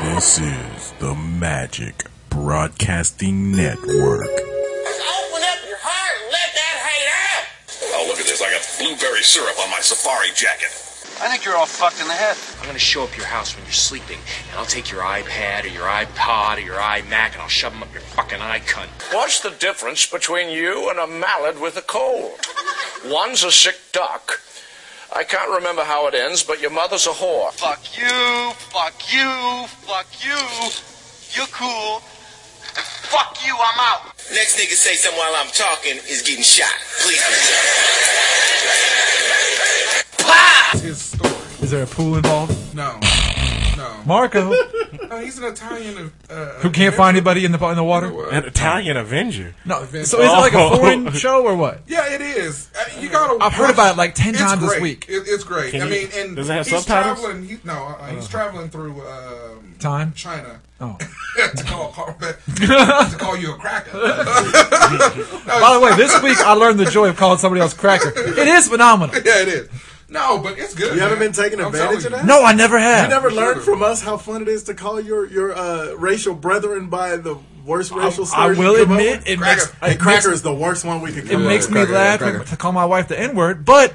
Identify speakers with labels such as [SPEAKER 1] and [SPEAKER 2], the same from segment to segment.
[SPEAKER 1] This is the Magic Broadcasting Network.
[SPEAKER 2] Open up your heart and let that hate out.
[SPEAKER 3] Oh, look at this. I got blueberry syrup on my safari jacket.
[SPEAKER 4] I think you're all fucked in the head.
[SPEAKER 5] I'm gonna show up your house when you're sleeping, and I'll take your iPad or your iPod or your iMac and I'll shove them up your fucking eye cunt.
[SPEAKER 6] What's the difference between you and a mallet with a cold? One's a sick duck. I can't remember how it ends, but your mother's a whore.
[SPEAKER 4] Fuck you, fuck you, fuck you. You're cool. And fuck you, I'm out.
[SPEAKER 2] Next nigga say something while I'm talking is getting shot. Please
[SPEAKER 7] It's his story.
[SPEAKER 8] Is there a pool involved?
[SPEAKER 7] No. No.
[SPEAKER 8] Marco,
[SPEAKER 7] No, he's an Italian. Uh,
[SPEAKER 8] who can't find anybody in the in the water.
[SPEAKER 7] Uh,
[SPEAKER 9] An Italian Avenger.
[SPEAKER 8] No, so is it like a
[SPEAKER 9] Oh.
[SPEAKER 8] foreign show or what?
[SPEAKER 7] yeah, it is. Uh, you gotta.
[SPEAKER 8] I've heard
[SPEAKER 7] watch-
[SPEAKER 8] about it like 10
[SPEAKER 7] It's
[SPEAKER 8] times this
[SPEAKER 7] great.
[SPEAKER 8] week.
[SPEAKER 7] It, it's great.
[SPEAKER 9] Can
[SPEAKER 7] I
[SPEAKER 9] you-
[SPEAKER 7] mean, and
[SPEAKER 9] does it have
[SPEAKER 7] he's
[SPEAKER 9] subtitles? Uh-huh.
[SPEAKER 7] Traveling, he, no, uh, he's traveling through um,
[SPEAKER 8] Time?
[SPEAKER 7] China.
[SPEAKER 8] Oh.
[SPEAKER 7] to call to call you a cracker. No,
[SPEAKER 8] By the way, this week I learned the joy of calling somebody else cracker. It is phenomenal.
[SPEAKER 7] yeah, it is. No, but it's good.
[SPEAKER 10] You haven't
[SPEAKER 7] man.
[SPEAKER 10] been taking
[SPEAKER 7] I'm
[SPEAKER 10] advantage
[SPEAKER 7] telling
[SPEAKER 10] of
[SPEAKER 7] you.
[SPEAKER 8] No, I never have.
[SPEAKER 10] You never learned
[SPEAKER 7] Sure.
[SPEAKER 10] from us how fun it is to call your your uh, racial brethren by the worst racial slurs.
[SPEAKER 8] I
[SPEAKER 10] you
[SPEAKER 8] will
[SPEAKER 10] come up
[SPEAKER 8] admit
[SPEAKER 10] with.
[SPEAKER 8] it
[SPEAKER 7] Cracker.
[SPEAKER 8] makes it
[SPEAKER 10] Hey,
[SPEAKER 8] makes-
[SPEAKER 10] cracker is the worst one we could
[SPEAKER 8] It
[SPEAKER 10] come
[SPEAKER 8] makes
[SPEAKER 10] up
[SPEAKER 8] me
[SPEAKER 10] with.
[SPEAKER 7] Cracker, yeah,
[SPEAKER 8] laugh
[SPEAKER 7] cracker.
[SPEAKER 8] to call my wife the N word, but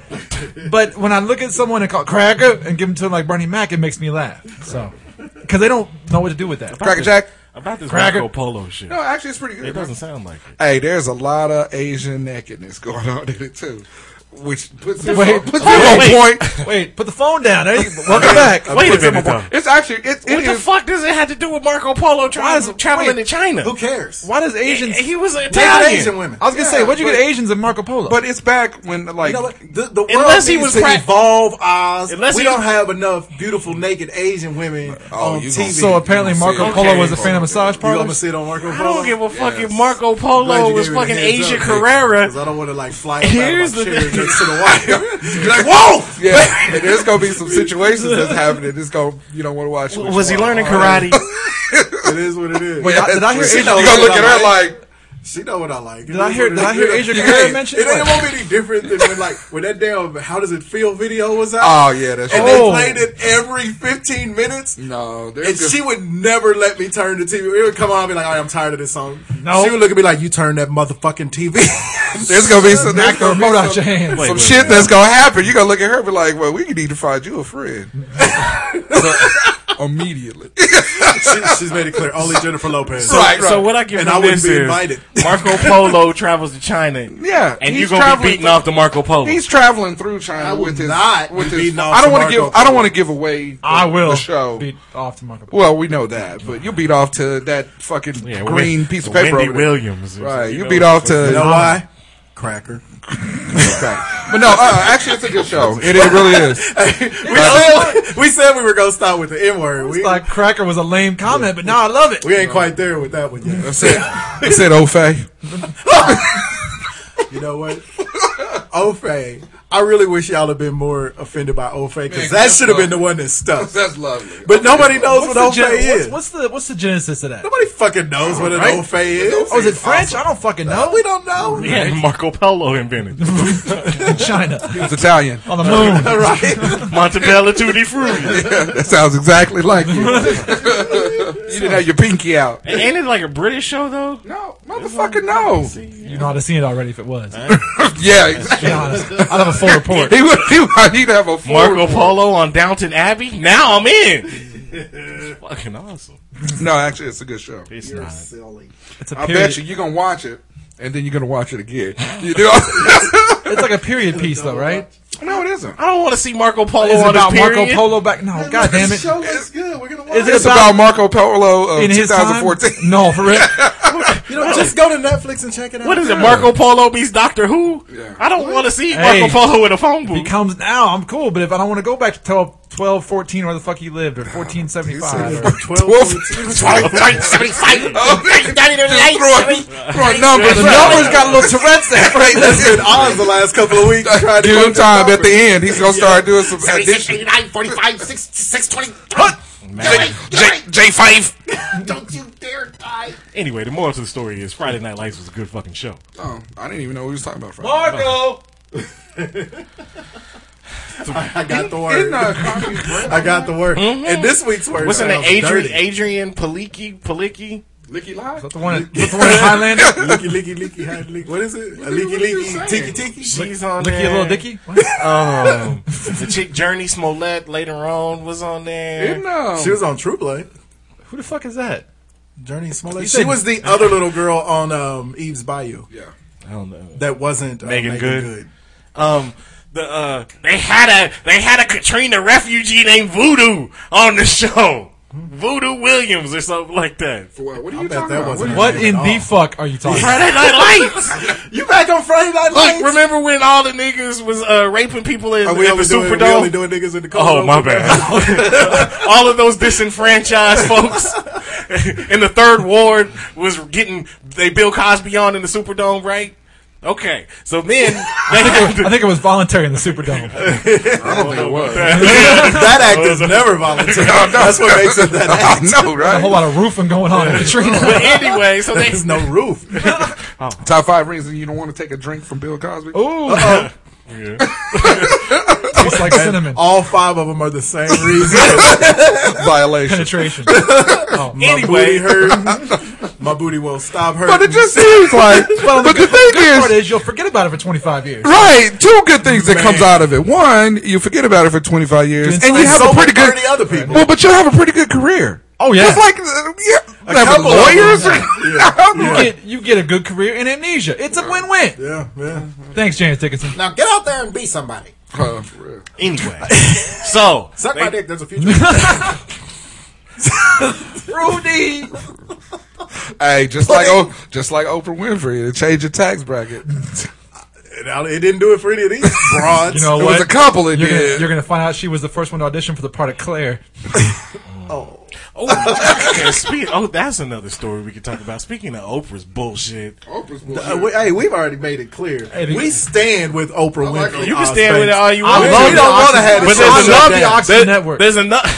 [SPEAKER 8] but when I look at someone and call cracker and give them to them like Bernie Mac, it makes me laugh. So because they don't know what to do with that.
[SPEAKER 7] Cracker Jack.
[SPEAKER 9] About this
[SPEAKER 8] Cracker.
[SPEAKER 9] Marco Polo shit.
[SPEAKER 7] No, actually, it's pretty good.
[SPEAKER 9] It doesn't sound like it.
[SPEAKER 7] Hey, there's a lot of Asian nakedness going on in it too, which puts it
[SPEAKER 8] Wait,
[SPEAKER 7] puts it
[SPEAKER 8] wait,
[SPEAKER 7] on
[SPEAKER 8] wait.
[SPEAKER 7] point.
[SPEAKER 8] Wait, put the phone down. There you, welcome back.
[SPEAKER 9] Wait a minute, though.
[SPEAKER 7] It's actually it, it
[SPEAKER 9] What the
[SPEAKER 7] is-
[SPEAKER 9] fuck does it have to do with Marco Polo
[SPEAKER 8] Why is
[SPEAKER 9] traveling,
[SPEAKER 8] it-
[SPEAKER 9] traveling
[SPEAKER 8] wait.
[SPEAKER 9] to China?
[SPEAKER 10] Who cares?
[SPEAKER 8] Why does Asians?
[SPEAKER 9] He was an
[SPEAKER 10] Take
[SPEAKER 9] Italian.
[SPEAKER 10] Asian women.
[SPEAKER 8] I was gonna say, where'd you
[SPEAKER 7] but-
[SPEAKER 8] get Asians in Marco Polo?
[SPEAKER 7] But it's back when like
[SPEAKER 10] You know what? The, the world
[SPEAKER 9] Unless he
[SPEAKER 10] needs
[SPEAKER 9] was
[SPEAKER 10] to
[SPEAKER 9] prac-
[SPEAKER 10] evolve Oz.
[SPEAKER 9] Unless
[SPEAKER 10] we
[SPEAKER 9] he-
[SPEAKER 10] don't have enough beautiful naked Asian women
[SPEAKER 7] Oh,
[SPEAKER 10] on
[SPEAKER 7] you
[SPEAKER 10] TV.
[SPEAKER 8] so apparently
[SPEAKER 7] you
[SPEAKER 8] Marco
[SPEAKER 7] said-
[SPEAKER 8] Polo
[SPEAKER 9] Okay.
[SPEAKER 8] was a fan of massage
[SPEAKER 10] you gonna
[SPEAKER 8] parlors.
[SPEAKER 10] sit on Marco Polo?
[SPEAKER 9] I don't give a fuck if
[SPEAKER 7] Yes.
[SPEAKER 9] Marco
[SPEAKER 10] Glad
[SPEAKER 9] Polo
[SPEAKER 10] you
[SPEAKER 9] was
[SPEAKER 10] gave me the
[SPEAKER 9] fucking
[SPEAKER 10] heads up,
[SPEAKER 9] Asia
[SPEAKER 10] Nick,
[SPEAKER 9] Carrera.
[SPEAKER 10] 'cause I don't want to like fly Here's
[SPEAKER 9] Here's the Oh.
[SPEAKER 10] the
[SPEAKER 9] thing.
[SPEAKER 10] next to the wire.
[SPEAKER 7] you're like whoa yeah and there's gonna be some situations that's happening. It's gonna you don't want to watch. which
[SPEAKER 9] Was he
[SPEAKER 7] one.
[SPEAKER 9] learning karate?
[SPEAKER 10] it is what it is.
[SPEAKER 8] Wait, I- did I hear
[SPEAKER 10] She
[SPEAKER 7] You
[SPEAKER 8] Asian?
[SPEAKER 10] know
[SPEAKER 7] gonna
[SPEAKER 10] what
[SPEAKER 7] look at
[SPEAKER 10] I
[SPEAKER 7] her like
[SPEAKER 10] She know what I like.
[SPEAKER 8] Did I hear? Did I hear Asia Carrera mentioned?
[SPEAKER 10] It ain't gonna be any different than when like when that damn how does it feel video was out.
[SPEAKER 7] oh yeah that's
[SPEAKER 10] and
[SPEAKER 7] right.
[SPEAKER 8] Oh.
[SPEAKER 10] they played it every fifteen minutes.
[SPEAKER 7] no
[SPEAKER 10] And
[SPEAKER 7] there's
[SPEAKER 10] she would never let me turn the TV. It would come on and be like, all right, I'm tired of this song.
[SPEAKER 8] No.
[SPEAKER 10] She would look at me like, you turned that motherfucking TV.
[SPEAKER 7] there's gonna be some there's
[SPEAKER 8] Knock the
[SPEAKER 7] gonna be
[SPEAKER 8] remote out your
[SPEAKER 7] some,
[SPEAKER 8] hands.
[SPEAKER 9] Wait,
[SPEAKER 7] some
[SPEAKER 9] wait,
[SPEAKER 7] shit that's gonna happen. You're gonna look at her and be like, well, we need to find you a friend immediately.
[SPEAKER 10] she, she's made it clear, only Jennifer Lopez.
[SPEAKER 7] Right,
[SPEAKER 9] So
[SPEAKER 7] right.
[SPEAKER 9] what I give
[SPEAKER 10] And
[SPEAKER 9] him
[SPEAKER 10] I wouldn't
[SPEAKER 9] this
[SPEAKER 10] be
[SPEAKER 9] is
[SPEAKER 10] invited.
[SPEAKER 9] Marco Polo travels to China.
[SPEAKER 7] Yeah,
[SPEAKER 9] and you're
[SPEAKER 7] he's
[SPEAKER 9] gonna be
[SPEAKER 7] traveling
[SPEAKER 9] beating off the Marco Polo.
[SPEAKER 7] He's traveling through China
[SPEAKER 10] I will
[SPEAKER 7] with his
[SPEAKER 10] not
[SPEAKER 7] with
[SPEAKER 10] be
[SPEAKER 7] his.
[SPEAKER 10] beating off
[SPEAKER 7] I don't
[SPEAKER 10] to
[SPEAKER 7] want to
[SPEAKER 10] Marco
[SPEAKER 7] give. I don't
[SPEAKER 10] Polo.
[SPEAKER 7] want to give away. The,
[SPEAKER 8] I will
[SPEAKER 7] the show.
[SPEAKER 8] beat off to Marco Polo.
[SPEAKER 7] Well, we know that, but you beat off to that fucking
[SPEAKER 9] Yeah, Wen-
[SPEAKER 7] green piece of paper.
[SPEAKER 9] Wendy
[SPEAKER 7] over there.
[SPEAKER 9] Williams,
[SPEAKER 7] right? You, beat off to
[SPEAKER 10] You know why? Cracker.
[SPEAKER 7] Okay. But no, uh, actually, it's a good show. It, it really is.
[SPEAKER 10] We said, we said we were going to start with the N word. We,
[SPEAKER 8] It's like cracker was a lame comment, but now I love it.
[SPEAKER 10] we ain't quite there with that one yet.
[SPEAKER 7] That's it. It said Ofe.
[SPEAKER 10] You know what? Ofe. I really wish y'all had been more offended by Ofe
[SPEAKER 7] Man,
[SPEAKER 10] because that should have been the one that stuck.
[SPEAKER 7] That's lovely.
[SPEAKER 10] But nobody knows what
[SPEAKER 8] What's the,
[SPEAKER 10] Ofe
[SPEAKER 8] gen-
[SPEAKER 10] is.
[SPEAKER 8] what's, what's the what's the genesis of that?
[SPEAKER 10] Nobody fucking knows what an
[SPEAKER 8] Right?
[SPEAKER 10] Ofe is. Oh,
[SPEAKER 8] Oh, is it French? I don't fucking know.
[SPEAKER 10] We don't know.
[SPEAKER 9] yeah, Marco Polo invented
[SPEAKER 8] in China
[SPEAKER 7] He was Italian.
[SPEAKER 8] on the moon.
[SPEAKER 10] right.
[SPEAKER 9] Montebello Tutti Frutti.
[SPEAKER 7] That sounds exactly like you. you didn't have your pinky out.
[SPEAKER 9] Ain't it like a British show though?
[SPEAKER 7] No, motherfucker, no.
[SPEAKER 8] You know, I'd have seen it already if it was.
[SPEAKER 7] Yeah, exactly.
[SPEAKER 8] Be honest. I'd have a full report.
[SPEAKER 7] He would. He would he'd have a full
[SPEAKER 9] Marco Polo on Downton Abbey. Now I'm in. It's fucking awesome.
[SPEAKER 7] No, actually, it's a good show.
[SPEAKER 9] It's not.
[SPEAKER 8] It's a
[SPEAKER 7] I
[SPEAKER 8] period.
[SPEAKER 7] bet you you're gonna watch it, and then you're gonna watch it again. You do.
[SPEAKER 8] It's like a period piece, though, right?
[SPEAKER 7] no, it isn't.
[SPEAKER 9] I don't want to see Marco Polo
[SPEAKER 10] Oh,
[SPEAKER 8] Is it
[SPEAKER 9] on
[SPEAKER 8] about
[SPEAKER 9] his
[SPEAKER 8] Marco
[SPEAKER 9] period.
[SPEAKER 8] Polo back? No, god damn it.
[SPEAKER 10] show looks good. We're gonna watch
[SPEAKER 8] Is
[SPEAKER 10] it.
[SPEAKER 8] it
[SPEAKER 7] It's about Marco Polo of
[SPEAKER 8] in his time?
[SPEAKER 7] 2014.
[SPEAKER 8] No, for real.
[SPEAKER 10] You know, just go to Netflix and check it out.
[SPEAKER 9] What is it? Marco Polo meets Doctor Who. I don't want to see
[SPEAKER 8] Hey.
[SPEAKER 9] Marco Polo in a phone
[SPEAKER 8] If he
[SPEAKER 9] booth.
[SPEAKER 8] comes now, I'm cool. But if I don't want to go back to 12, 12 14, where the fuck he lived, or fourteen seventy five, or
[SPEAKER 7] Wolf,
[SPEAKER 9] Throwing-
[SPEAKER 7] throwing numbers.
[SPEAKER 8] the numbers got a little Tourette's there.
[SPEAKER 7] Right,
[SPEAKER 10] That's
[SPEAKER 7] listen,
[SPEAKER 10] been Oz the last couple of weeks. Trying to
[SPEAKER 7] give him
[SPEAKER 10] find that
[SPEAKER 7] time at
[SPEAKER 10] number.
[SPEAKER 7] the end. He's gonna start doing some addition. J J five.
[SPEAKER 9] Anyway, the moral to the story is Friday Night Lights was a good fucking show.
[SPEAKER 7] Oh, I didn't even know what he was talking about. Friday.
[SPEAKER 8] Marco.
[SPEAKER 10] I got the
[SPEAKER 11] In
[SPEAKER 10] word.
[SPEAKER 11] the concrete bread.
[SPEAKER 10] I got the word. And this week's word
[SPEAKER 9] Mm-hmm. What's in the
[SPEAKER 10] sounds
[SPEAKER 9] Adrian
[SPEAKER 10] dirty.
[SPEAKER 9] Adrian Paliki Paliki?
[SPEAKER 10] Licky lie?
[SPEAKER 8] The one, that's the one in Highlander.
[SPEAKER 10] Licky licky licky hide licky. What is it? A licky licky tiki tiki.
[SPEAKER 9] She's on
[SPEAKER 8] Licky
[SPEAKER 9] there.
[SPEAKER 8] a little dicky.
[SPEAKER 9] Um, the chick Journey Smollett later on was on there.
[SPEAKER 11] In the-
[SPEAKER 10] She was on True Blood.
[SPEAKER 8] Who the fuck is that?
[SPEAKER 10] Journey Smollett.
[SPEAKER 8] said-
[SPEAKER 10] She was the other little girl on um, Eve's Bayou
[SPEAKER 11] yeah.
[SPEAKER 9] I don't know.
[SPEAKER 10] that wasn't uh,
[SPEAKER 9] Megan
[SPEAKER 10] Megan,
[SPEAKER 9] Good.
[SPEAKER 10] Good.
[SPEAKER 9] Um, the uh, they had a they had a Katrina refugee named Voodoo on the show. Voodoo Williams or something like that.
[SPEAKER 11] For what? What are
[SPEAKER 10] I
[SPEAKER 11] you
[SPEAKER 10] bet
[SPEAKER 11] talking
[SPEAKER 10] that
[SPEAKER 11] about?
[SPEAKER 10] wasn't
[SPEAKER 11] What
[SPEAKER 8] What in the fuck are you talking about?
[SPEAKER 9] Friday Night Lights.
[SPEAKER 10] You back on Friday Night
[SPEAKER 9] Look,
[SPEAKER 10] Lights?
[SPEAKER 9] remember when all the niggas was uh, raping people in,
[SPEAKER 10] Are we
[SPEAKER 9] at the
[SPEAKER 10] only doing we
[SPEAKER 9] Superdome?
[SPEAKER 10] only doing niggas in the cold?
[SPEAKER 9] Oh
[SPEAKER 10] open?
[SPEAKER 9] my bad. All of those disenfranchised folks in the third ward was getting they Bill Cosby on in the Superdome, right? Okay, so then they had
[SPEAKER 8] I
[SPEAKER 9] to,
[SPEAKER 8] think it was voluntary in the Superdome.
[SPEAKER 11] I don't think it was.
[SPEAKER 10] that act is never voluntary. That's what makes it that act.
[SPEAKER 7] no,
[SPEAKER 8] A whole
[SPEAKER 7] right?
[SPEAKER 8] lot of roofing going on in Katrina.
[SPEAKER 9] but anyway, so they
[SPEAKER 10] There's no roof.
[SPEAKER 7] Top five reasons you don't want to take a drink from Bill Cosby.
[SPEAKER 8] Ooh. Tastes like cinnamon.
[SPEAKER 10] All five of them are the same reason.
[SPEAKER 7] Violation.
[SPEAKER 8] Penetration. Oh,
[SPEAKER 10] My booty
[SPEAKER 9] Anyway.
[SPEAKER 10] hurt. My booty won't stop hurting.
[SPEAKER 7] But it just seems like. but the thing
[SPEAKER 8] The part
[SPEAKER 7] is,
[SPEAKER 8] is you'll forget about it for 25 years.
[SPEAKER 7] right? Two good things that comes out of it. One, you forget about it for 25 years,
[SPEAKER 8] And
[SPEAKER 7] and you
[SPEAKER 10] And
[SPEAKER 7] have
[SPEAKER 10] so
[SPEAKER 7] a pretty
[SPEAKER 10] will
[SPEAKER 7] good.
[SPEAKER 10] 30 other people.
[SPEAKER 7] Well, but you'll have a pretty good career.
[SPEAKER 8] Oh, yeah.
[SPEAKER 7] Just like uh, yeah, have
[SPEAKER 10] couple of
[SPEAKER 7] lawyers.
[SPEAKER 8] You get, you get a good career in amnesia. It's a win-win.
[SPEAKER 10] yeah, yeah.
[SPEAKER 8] Thanks, James Dickinson.
[SPEAKER 10] Now get out there and be somebody.
[SPEAKER 7] Uh, for real.
[SPEAKER 9] anyway, so
[SPEAKER 10] Suck
[SPEAKER 9] they-
[SPEAKER 10] my dick. There's a future.
[SPEAKER 8] Rudy!
[SPEAKER 7] Hey, just like oh, just like Oprah Winfrey, to change your tax bracket.
[SPEAKER 10] Now, it didn't do it for any of these broads.
[SPEAKER 8] You know
[SPEAKER 7] It
[SPEAKER 8] what?
[SPEAKER 7] was a couple that
[SPEAKER 8] you're, gonna,
[SPEAKER 7] did.
[SPEAKER 8] you're gonna find out she was the first one to audition for the part of Claire.
[SPEAKER 9] oh, okay, speak, oh, that's another story we could talk about. Speaking of Oprah's bullshit,
[SPEAKER 11] Oprah's
[SPEAKER 10] Uh, we- hey, we've already made it clear.
[SPEAKER 8] Hey, the-
[SPEAKER 10] we stand with Oprah
[SPEAKER 11] like
[SPEAKER 10] Winfrey.
[SPEAKER 11] it.
[SPEAKER 9] you can
[SPEAKER 10] Oz
[SPEAKER 9] stand with it
[SPEAKER 10] Banks.
[SPEAKER 9] all you
[SPEAKER 8] I
[SPEAKER 9] want.
[SPEAKER 10] We
[SPEAKER 8] love
[SPEAKER 10] don't
[SPEAKER 8] the
[SPEAKER 10] want
[SPEAKER 8] Oxy-
[SPEAKER 10] to have it. shut
[SPEAKER 9] but there's
[SPEAKER 10] down.
[SPEAKER 9] another-
[SPEAKER 8] the Oxy
[SPEAKER 9] there-
[SPEAKER 8] Network.
[SPEAKER 9] There's another.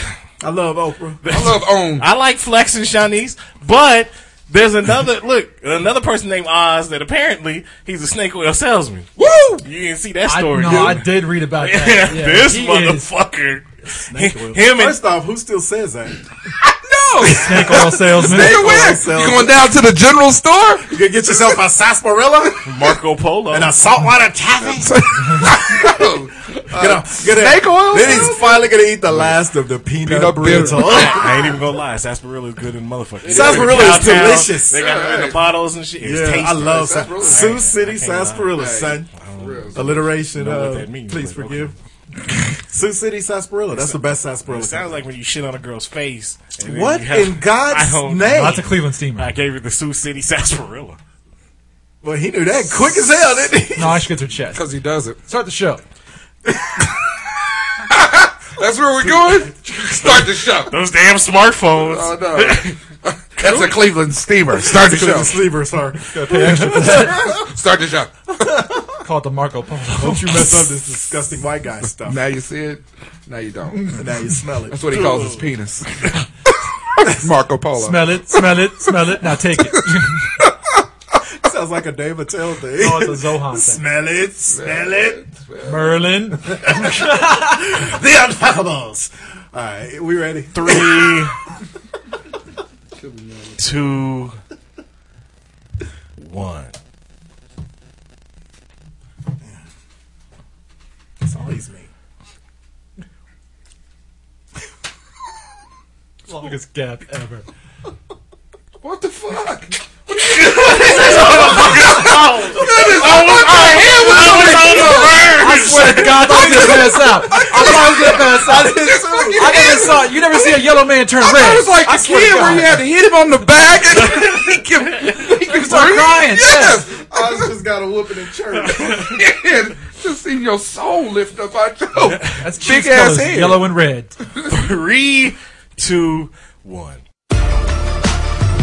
[SPEAKER 10] I love Oprah.
[SPEAKER 7] I love own.
[SPEAKER 9] I like Flex and Shanice, but there's another look, another person named Oz that apparently he's a snake oil salesman.
[SPEAKER 7] Woo!
[SPEAKER 9] You didn't see that
[SPEAKER 8] I,
[SPEAKER 9] story.
[SPEAKER 8] no,
[SPEAKER 9] did you?
[SPEAKER 8] I did read about that. Yeah,
[SPEAKER 9] this
[SPEAKER 8] he is
[SPEAKER 9] motherfucker. Him and
[SPEAKER 10] First off, who still says that?
[SPEAKER 7] No,
[SPEAKER 8] snake oil salesman.
[SPEAKER 7] nigga, where?
[SPEAKER 10] sell-
[SPEAKER 7] You going down to the general store?
[SPEAKER 10] You can get yourself a sarsaparilla
[SPEAKER 9] Marco Polo.
[SPEAKER 10] and a saltwater taffy.
[SPEAKER 9] Uh,
[SPEAKER 10] Get a, get a,
[SPEAKER 7] Snake oil
[SPEAKER 10] Then he's
[SPEAKER 7] salesman?
[SPEAKER 10] finally gonna eat the last of the peanut,
[SPEAKER 7] Peanut
[SPEAKER 10] burrito.
[SPEAKER 9] I ain't even gonna lie, sarsaparilla is good in motherfucker.
[SPEAKER 10] Sarsaparilla is
[SPEAKER 9] Cowtown,
[SPEAKER 10] delicious.
[SPEAKER 9] They got it in the bottles and shit. It's
[SPEAKER 10] yeah,
[SPEAKER 9] tasty.
[SPEAKER 10] I love sa-
[SPEAKER 7] Sarsaparilla.
[SPEAKER 10] Sioux City
[SPEAKER 9] can't lie.
[SPEAKER 10] sarsaparilla, son. Alliteration.
[SPEAKER 9] know
[SPEAKER 10] Uh,
[SPEAKER 9] what that means,
[SPEAKER 10] please
[SPEAKER 9] but okay.
[SPEAKER 10] forgive. Sioux City sarsaparilla. That's the best sarsaparilla.
[SPEAKER 9] It sounds like when you shit on a girl's face. and then
[SPEAKER 10] What
[SPEAKER 9] you have-
[SPEAKER 10] in
[SPEAKER 9] I
[SPEAKER 10] God's
[SPEAKER 9] don't-
[SPEAKER 10] name?
[SPEAKER 8] Lots of Cleveland steamer.
[SPEAKER 9] I gave her the Sioux City sarsaparilla.
[SPEAKER 10] well, he knew that quick as hell, didn't he?
[SPEAKER 8] No, I should get her chest.
[SPEAKER 7] Because he does it.
[SPEAKER 8] Start the show.
[SPEAKER 7] That's where we're going. Start the show.
[SPEAKER 9] Those damn smartphones.
[SPEAKER 7] Oh no. That's a Cleveland steamer. Start the show.
[SPEAKER 10] Cleveland sleeper, sorry.
[SPEAKER 7] Start the show.
[SPEAKER 8] Call it the Marco Polo.
[SPEAKER 10] Don't you mess up this disgusting white guy stuff.
[SPEAKER 7] Now you see it. Now you don't.
[SPEAKER 10] And now you smell it.
[SPEAKER 7] That's what he calls his penis. Marco Polo.
[SPEAKER 8] smell it, smell it, smell it. Now take it.
[SPEAKER 10] Sounds like a Dave Attell thing.
[SPEAKER 8] Oh, it's a Zohan thing.
[SPEAKER 10] smell it, smell it.
[SPEAKER 8] Merlin.
[SPEAKER 10] The Unfuckables. All right, we ready?
[SPEAKER 9] three, two, one.
[SPEAKER 10] It's always me.
[SPEAKER 8] Longest gap ever.
[SPEAKER 7] What the fuck?
[SPEAKER 8] I swear to God, I was gonna pass out. I was gonna pass out.
[SPEAKER 7] It's fucking
[SPEAKER 8] I
[SPEAKER 7] him.
[SPEAKER 8] never saw. You never see a yellow man turn
[SPEAKER 7] I thought
[SPEAKER 8] red.
[SPEAKER 7] it was like
[SPEAKER 8] I
[SPEAKER 7] the
[SPEAKER 8] swear to
[SPEAKER 7] kid where
[SPEAKER 8] God.
[SPEAKER 7] you had to hit him on the back and he kept, he kept
[SPEAKER 8] start crying,
[SPEAKER 7] Yes.
[SPEAKER 10] I just got a whooping in church.
[SPEAKER 7] And just seeing your soul lift up out your
[SPEAKER 8] That's
[SPEAKER 7] big
[SPEAKER 8] Chiefs
[SPEAKER 7] ass
[SPEAKER 8] colors,
[SPEAKER 7] head.
[SPEAKER 8] yellow and red.
[SPEAKER 9] Three, two, one.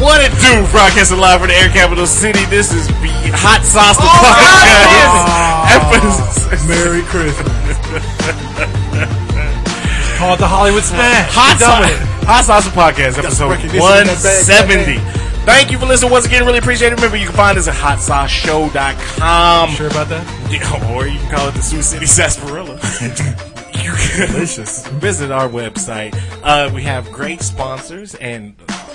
[SPEAKER 9] What it do? Broadcasting live from the Air Capital City. This is be Hot Sauce the
[SPEAKER 10] Ah.
[SPEAKER 9] Podcast. Episode-
[SPEAKER 10] Merry Christmas.
[SPEAKER 8] Call it the Hollywood Smash.
[SPEAKER 9] Hot Sauce, Hot Sauce the Podcast, episode
[SPEAKER 10] recognition in that bag,
[SPEAKER 9] 170. Thank you for listening once again. Really appreciate it. Remember, you can find us at hotsauceshow.com.
[SPEAKER 8] Sure about that?
[SPEAKER 9] Yeah, or you can call it the Sioux City Sarsaparilla. you can visit our website. Uh, we have great sponsors, and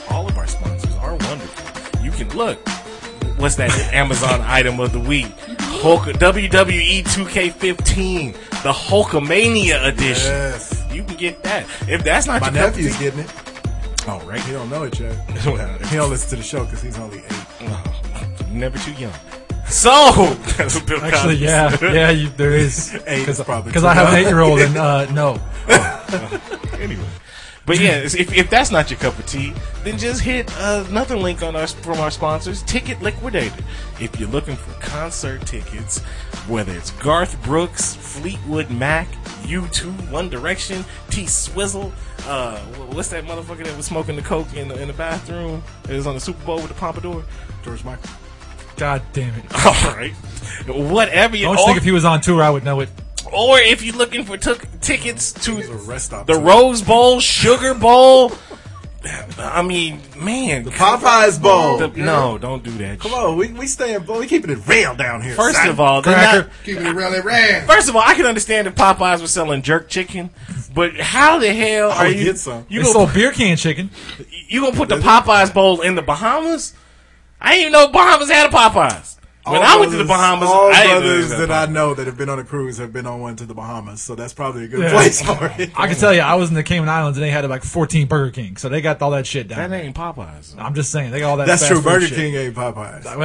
[SPEAKER 9] all of our sponsors are wonderful. You can look. What's that Amazon item of the week? Hulk, E WWE 2K15, the Hulkamania edition. You can get that. If that's not
[SPEAKER 10] My
[SPEAKER 9] your cup of
[SPEAKER 10] nephew's
[SPEAKER 9] tea-
[SPEAKER 10] getting it.
[SPEAKER 9] Oh, right.
[SPEAKER 10] He don't know it yet.
[SPEAKER 9] Well,
[SPEAKER 10] he don't listen to the show because he's only eight.
[SPEAKER 9] Never too young. So that's what Bill Cosby
[SPEAKER 8] Actually, yeah,
[SPEAKER 9] said.
[SPEAKER 8] yeah, you, there is
[SPEAKER 10] Eight is probably
[SPEAKER 8] because
[SPEAKER 10] too
[SPEAKER 8] I have an
[SPEAKER 10] young.
[SPEAKER 8] eight-year-old and uh, no,
[SPEAKER 9] anyway. But yeah, it's- if, if that's not your cup of tea, then just hit uh, another link on our from our sponsors, Ticket Liquidator. If you're looking for concert tickets, whether it's Garth Brooks, Fleetwood Mac, U2, One Direction, T Swizzle, uh, wh- what's that motherfucker that was smoking the coke in the in the bathroom? It was on the Super Bowl with the pompadour.
[SPEAKER 10] George Michael.
[SPEAKER 8] God damn it!
[SPEAKER 9] All right, whatever.
[SPEAKER 8] I
[SPEAKER 9] You,
[SPEAKER 8] always
[SPEAKER 9] or,
[SPEAKER 8] think if he was on tour, I would know it.
[SPEAKER 9] or if you're looking for took tickets to
[SPEAKER 10] He's a rest stop.
[SPEAKER 9] The
[SPEAKER 10] too.
[SPEAKER 9] Rose Bowl, Sugar Bowl. I mean, man. The
[SPEAKER 10] Popeyes Bowl.
[SPEAKER 9] no, don't do that.
[SPEAKER 10] Come on, we we staying, we keeping it real down here.
[SPEAKER 9] First
[SPEAKER 10] son.
[SPEAKER 9] of all, they're not,
[SPEAKER 12] Keeping it really ran.
[SPEAKER 9] first of all, I can understand if Popeyes was selling jerk chicken, but how the hell are
[SPEAKER 10] would
[SPEAKER 9] you?
[SPEAKER 10] get some.
[SPEAKER 9] You
[SPEAKER 8] they
[SPEAKER 9] gonna,
[SPEAKER 8] sold beer can chicken.
[SPEAKER 9] you gonna put the Popeyes bowl in the Bahamas? I didn't even know Bahamas had a Popeyes. When
[SPEAKER 10] All
[SPEAKER 9] I went to the
[SPEAKER 10] brothers-
[SPEAKER 9] Bahamas,
[SPEAKER 10] all
[SPEAKER 9] I didn't know
[SPEAKER 10] brothers
[SPEAKER 9] they
[SPEAKER 10] that
[SPEAKER 9] had a
[SPEAKER 10] I know that have been on a cruise have been on one to the Bahamas, so that's probably a good
[SPEAKER 8] Yeah.
[SPEAKER 10] place for it.
[SPEAKER 8] I can tell you, I was in the Cayman Islands and they had like 14 Burger King, so they got all that shit
[SPEAKER 9] Popeyes.
[SPEAKER 8] down.
[SPEAKER 9] That
[SPEAKER 8] there.
[SPEAKER 9] ain't Popeyes.
[SPEAKER 8] I'm just saying, they got all that.
[SPEAKER 10] That's
[SPEAKER 8] fast
[SPEAKER 10] true.
[SPEAKER 8] food
[SPEAKER 10] Burger
[SPEAKER 8] shit.
[SPEAKER 10] King ain't Popeyes.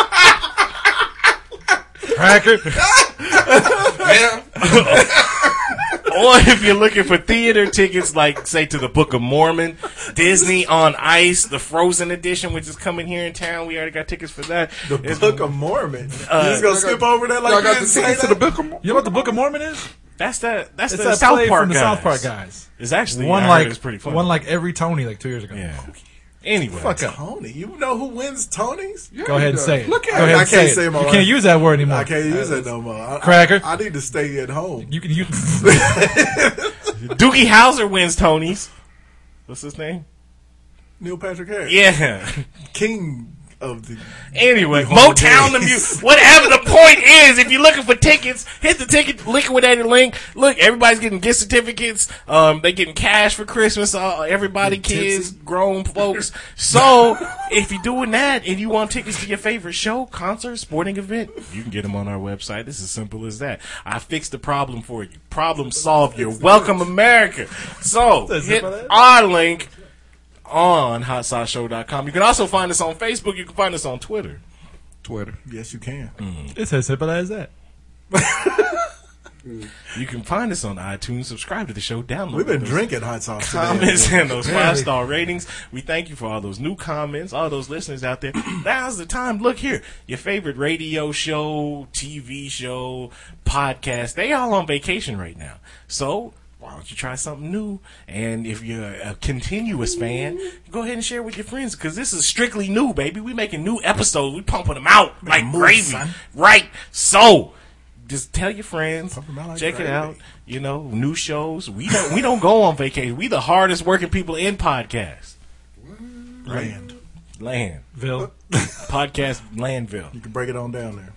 [SPEAKER 8] Well. Cracker.
[SPEAKER 9] or if you're looking for theater tickets, like say to the Book of Mormon, Disney on Ice, the Frozen edition, which is coming here in town. We already got tickets for that.
[SPEAKER 10] The
[SPEAKER 9] It's-
[SPEAKER 10] Book of Mormon. you just gonna skip over that like
[SPEAKER 12] Y'all
[SPEAKER 10] you
[SPEAKER 12] got the
[SPEAKER 10] didn't say
[SPEAKER 12] tickets to
[SPEAKER 10] that?
[SPEAKER 12] the Book of Mormon?
[SPEAKER 8] You know what the Book of Mormon is?
[SPEAKER 9] that's the that's
[SPEAKER 8] It's
[SPEAKER 9] the
[SPEAKER 8] that
[SPEAKER 9] South
[SPEAKER 8] play
[SPEAKER 9] Park
[SPEAKER 8] from the
[SPEAKER 9] guys.
[SPEAKER 8] South Park guys.
[SPEAKER 9] It's actually
[SPEAKER 8] one
[SPEAKER 9] I heard
[SPEAKER 8] like
[SPEAKER 9] it's pretty funny.
[SPEAKER 8] one like every Tony like two years ago.
[SPEAKER 9] yeah. Anyway,
[SPEAKER 8] Fuck up.
[SPEAKER 10] Tony. You know who wins Tony's?
[SPEAKER 8] Go ahead and say it.
[SPEAKER 10] Look at
[SPEAKER 8] Go
[SPEAKER 10] it.
[SPEAKER 8] ahead
[SPEAKER 10] I
[SPEAKER 8] and
[SPEAKER 10] can't
[SPEAKER 8] it.
[SPEAKER 10] say my
[SPEAKER 8] You
[SPEAKER 10] word.
[SPEAKER 8] can't use that word anymore.
[SPEAKER 10] I can't use it no more. I,
[SPEAKER 8] Cracker.
[SPEAKER 10] I, I need to stay at home.
[SPEAKER 8] You can use.
[SPEAKER 9] Doogie Howser wins Tony's. What's his name?
[SPEAKER 10] Neil Patrick Harris,
[SPEAKER 9] Yeah.
[SPEAKER 10] king of the.
[SPEAKER 9] Anyway,
[SPEAKER 10] Home
[SPEAKER 9] Motown the
[SPEAKER 10] Days.
[SPEAKER 9] music. Whatever the point is, if you're looking for tickets, hit the ticket liquidated link. Look, everybody's getting gift certificates. Um, they getting cash for Christmas. Uh, everybody, kids, grown folks. So if you're doing that and you want tickets to your favorite show, concert, sporting event, you can get them on our website. It's as simple as that. I fixed the problem for you. Problem solved. You're welcome, America. So hit our link on hotsauceshow.com. You can also find us on Facebook. You can find us on Twitter.
[SPEAKER 12] Twitter.
[SPEAKER 10] Yes, you can.
[SPEAKER 8] It's as simple as that.
[SPEAKER 9] You can find us on iTunes. Subscribe to the show. Download.
[SPEAKER 10] We've been
[SPEAKER 9] those
[SPEAKER 10] drinking hot sauce today.
[SPEAKER 9] Comments and those five star ratings. We thank you for all those new comments, all those listeners out there. Now's the time. Look here, your favorite radio show, TV show, podcast. They all on vacation right now. So why don't you try something new? And if you're a continuous fan, go ahead and share with your friends because this is strictly new, baby. We making new episodes. We pumping them out like
[SPEAKER 10] moves,
[SPEAKER 9] gravy,
[SPEAKER 10] son.
[SPEAKER 9] right? So just tell your friends,
[SPEAKER 10] Pump 'em out like
[SPEAKER 9] check it
[SPEAKER 10] gravy.
[SPEAKER 9] out. You know, new shows. We don't we don't go on vacation. We the hardest working people in podcast
[SPEAKER 10] Land.
[SPEAKER 9] land
[SPEAKER 8] Bill.
[SPEAKER 9] podcast landville.
[SPEAKER 10] You can break it on down there.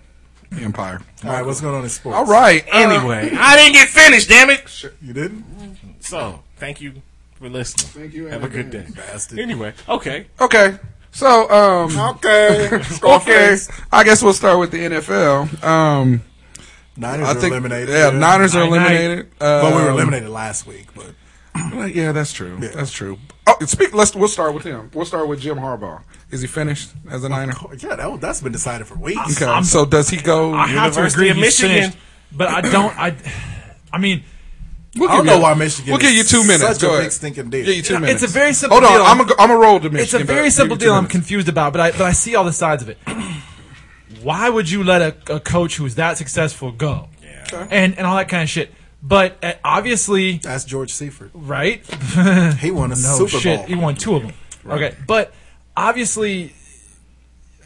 [SPEAKER 12] Empire.
[SPEAKER 10] All right, what's going on in sports?
[SPEAKER 12] All right.
[SPEAKER 9] Anyway, I didn't get finished. Damn it!
[SPEAKER 10] you didn't.
[SPEAKER 9] So thank you for listening. Thank
[SPEAKER 12] you,
[SPEAKER 9] Have a good day.
[SPEAKER 10] Bastard.
[SPEAKER 9] Anyway, okay.
[SPEAKER 12] Okay. So, um,
[SPEAKER 10] Okay.
[SPEAKER 12] okay. I guess we'll start with the NFL. Um,
[SPEAKER 10] Niners
[SPEAKER 12] I
[SPEAKER 10] are
[SPEAKER 12] think
[SPEAKER 10] eliminated.
[SPEAKER 12] yeah, Niners are
[SPEAKER 8] Night, night.
[SPEAKER 12] eliminated.
[SPEAKER 10] But we were
[SPEAKER 12] Um,
[SPEAKER 10] eliminated last week. But
[SPEAKER 12] Yeah, that's true. That's true. Oh, and speak. Let's we'll start with him. We'll start with Jim Harbaugh. Is he finished as a Niner?
[SPEAKER 10] yeah, that, that's been decided for weeks.
[SPEAKER 12] Okay. so does he go?
[SPEAKER 8] I have to
[SPEAKER 9] University
[SPEAKER 8] agree.
[SPEAKER 9] of
[SPEAKER 8] he's
[SPEAKER 9] Michigan.
[SPEAKER 8] finished, but I don't. I. I mean,
[SPEAKER 12] We'll
[SPEAKER 10] I
[SPEAKER 12] give
[SPEAKER 10] don't know
[SPEAKER 12] you-
[SPEAKER 10] why Michigan
[SPEAKER 12] We'll give
[SPEAKER 10] is
[SPEAKER 12] you two minutes.
[SPEAKER 10] such a
[SPEAKER 12] Go
[SPEAKER 10] big
[SPEAKER 12] ahead.
[SPEAKER 10] stinking deal.
[SPEAKER 12] Give you two
[SPEAKER 8] Yeah,
[SPEAKER 12] minutes.
[SPEAKER 8] it's a very simple
[SPEAKER 12] Hold on.
[SPEAKER 8] deal.
[SPEAKER 12] I'm a, I'm a roll to Michigan.
[SPEAKER 8] it's a
[SPEAKER 12] but
[SPEAKER 8] very
[SPEAKER 12] give
[SPEAKER 8] simple
[SPEAKER 12] you two
[SPEAKER 8] deal. I'm
[SPEAKER 12] minutes.
[SPEAKER 8] confused about, but I but I see all the sides of it. Why would you let a, a coach who's that successful go? Yeah. And and all that kind of shit. But uh, obviously,
[SPEAKER 10] That's George Seifert.
[SPEAKER 8] right?
[SPEAKER 10] He won a
[SPEAKER 8] No
[SPEAKER 10] Super
[SPEAKER 8] shit,
[SPEAKER 10] Bowl.
[SPEAKER 8] he won two of them. Okay, but obviously,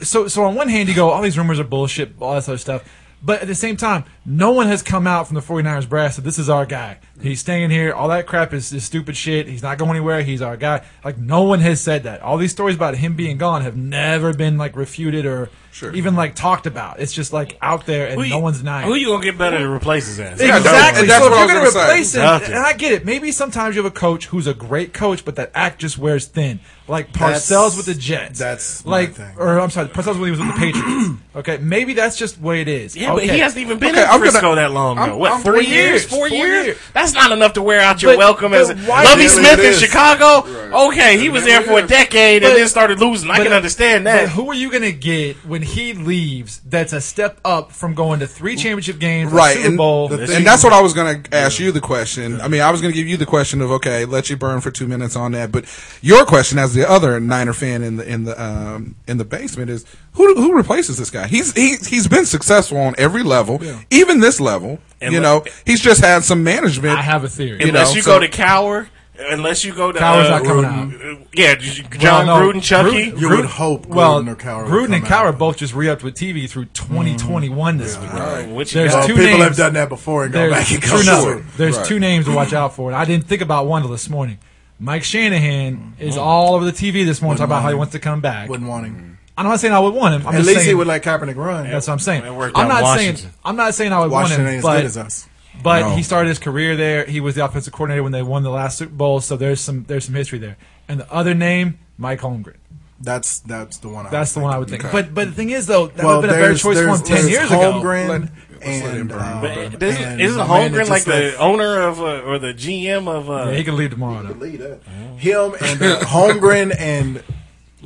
[SPEAKER 8] so so on one hand, you go, all these rumors are bullshit, all that sort of stuff. But at the same time, no one has come out from the 49ers brass that this is our guy. He's staying here. All that crap is, is stupid shit. He's not going anywhere. He's our guy. Like, no one has said that. All these stories about him being gone have never been, like, refuted or even, like, talked about. It's just, like, out there and
[SPEAKER 9] Who you-
[SPEAKER 8] no one's denying
[SPEAKER 9] Who
[SPEAKER 8] it.
[SPEAKER 9] you gonna get better to replace his ass?
[SPEAKER 8] Exactly.
[SPEAKER 9] That's
[SPEAKER 8] so
[SPEAKER 9] what I
[SPEAKER 8] if you're
[SPEAKER 9] was
[SPEAKER 8] to
[SPEAKER 9] gonna
[SPEAKER 8] replace
[SPEAKER 9] say.
[SPEAKER 8] him,
[SPEAKER 9] Gotcha.
[SPEAKER 8] and I get it. Maybe sometimes you have a coach who's a great coach, but that act just wears thin. Like
[SPEAKER 10] That's-
[SPEAKER 8] Parcells with the Jets.
[SPEAKER 10] that's my
[SPEAKER 8] like,
[SPEAKER 10] thing.
[SPEAKER 8] or I'm sorry, Parcells when he was with the Patriots. okay, maybe that's just the way it is.
[SPEAKER 9] Yeah, but he
[SPEAKER 8] Okay.
[SPEAKER 9] hasn't even been in Frisco that long, though. What, 3 years? Four, years? That's not enough to wear out your
[SPEAKER 8] But-
[SPEAKER 9] welcome
[SPEAKER 8] but
[SPEAKER 9] as a
[SPEAKER 8] why-
[SPEAKER 9] Lovey
[SPEAKER 8] There
[SPEAKER 9] Smith
[SPEAKER 8] it
[SPEAKER 9] in
[SPEAKER 8] is.
[SPEAKER 9] Chicago. Okay, he was there for a decade
[SPEAKER 8] But-
[SPEAKER 9] and then started losing. I
[SPEAKER 8] but-
[SPEAKER 9] can understand
[SPEAKER 8] But
[SPEAKER 9] that.
[SPEAKER 8] who are you going to get when he leaves? That's a step up from going to three championship games, a
[SPEAKER 12] right
[SPEAKER 8] Super
[SPEAKER 12] and,
[SPEAKER 8] Bowl,
[SPEAKER 12] and that's what i was going to ask you the question i mean i was going to give you the question of okay let you burn for two minutes on that but your question as the other niner fan in the in the um, in the basement is who who replaces this guy he's he, he's been successful on every level even this level
[SPEAKER 9] And
[SPEAKER 12] you
[SPEAKER 9] le-
[SPEAKER 12] know he's just had some management
[SPEAKER 8] I have a theory.
[SPEAKER 12] you
[SPEAKER 9] unless
[SPEAKER 12] know,
[SPEAKER 9] you
[SPEAKER 12] so-
[SPEAKER 9] go to Cower, unless you go to
[SPEAKER 8] Cowher's
[SPEAKER 9] uh,
[SPEAKER 8] not coming
[SPEAKER 9] Gruden. Yeah, John
[SPEAKER 8] Well, no,
[SPEAKER 9] Gruden, Chucky.
[SPEAKER 10] You would hope
[SPEAKER 8] well,
[SPEAKER 10] Gruden or Cowher would
[SPEAKER 8] Gruden and
[SPEAKER 10] come out.
[SPEAKER 8] Cowher both just re-upped with TV through 2021 this week.
[SPEAKER 9] Which
[SPEAKER 8] There's
[SPEAKER 10] Well,
[SPEAKER 8] two
[SPEAKER 10] people
[SPEAKER 8] names.
[SPEAKER 10] have done that before and go
[SPEAKER 8] There's,
[SPEAKER 10] back and go
[SPEAKER 8] true enough,
[SPEAKER 10] forward.
[SPEAKER 8] there's
[SPEAKER 12] Right.
[SPEAKER 8] two names to watch out for. And I didn't think about one till this morning. Mike Shanahan
[SPEAKER 10] Mm-hmm.
[SPEAKER 8] is all over the TV this morning talking about how he wants to come back.
[SPEAKER 10] Wouldn't want him.
[SPEAKER 8] I'm not saying I would want him. I'm
[SPEAKER 10] At
[SPEAKER 8] just
[SPEAKER 10] least
[SPEAKER 8] saying,
[SPEAKER 10] he would let Kaepernick run.
[SPEAKER 8] That's what I'm saying.
[SPEAKER 9] It worked
[SPEAKER 8] I'm
[SPEAKER 9] out
[SPEAKER 8] not
[SPEAKER 9] in Washington.
[SPEAKER 8] saying I'm not saying I would
[SPEAKER 10] Washington
[SPEAKER 8] want him,
[SPEAKER 10] ain't as
[SPEAKER 8] but
[SPEAKER 10] good as us.
[SPEAKER 8] but
[SPEAKER 12] No.
[SPEAKER 8] he started his career there. He was the offensive coordinator when they won the last Super Bowl, so there's some there's some history there. And the other name, Mike Holmgren.
[SPEAKER 10] That's that's the one. I
[SPEAKER 8] That's the one I would think. But but the thing is though, that
[SPEAKER 10] well,
[SPEAKER 8] would have been a better
[SPEAKER 10] there's,
[SPEAKER 8] choice for
[SPEAKER 10] there's,
[SPEAKER 8] him ten
[SPEAKER 10] there's
[SPEAKER 8] years ago.
[SPEAKER 10] Holmgren
[SPEAKER 12] Let- let's let him
[SPEAKER 10] and,
[SPEAKER 12] burn,
[SPEAKER 10] uh,
[SPEAKER 12] but
[SPEAKER 10] and
[SPEAKER 9] Isn't, isn't
[SPEAKER 10] my man that
[SPEAKER 9] Holmgren like
[SPEAKER 10] just
[SPEAKER 9] the
[SPEAKER 10] left-
[SPEAKER 9] owner of uh, or the GM of? Uh,
[SPEAKER 8] Yeah, he can leave tomorrow though. oh.
[SPEAKER 10] him and uh, Holmgren and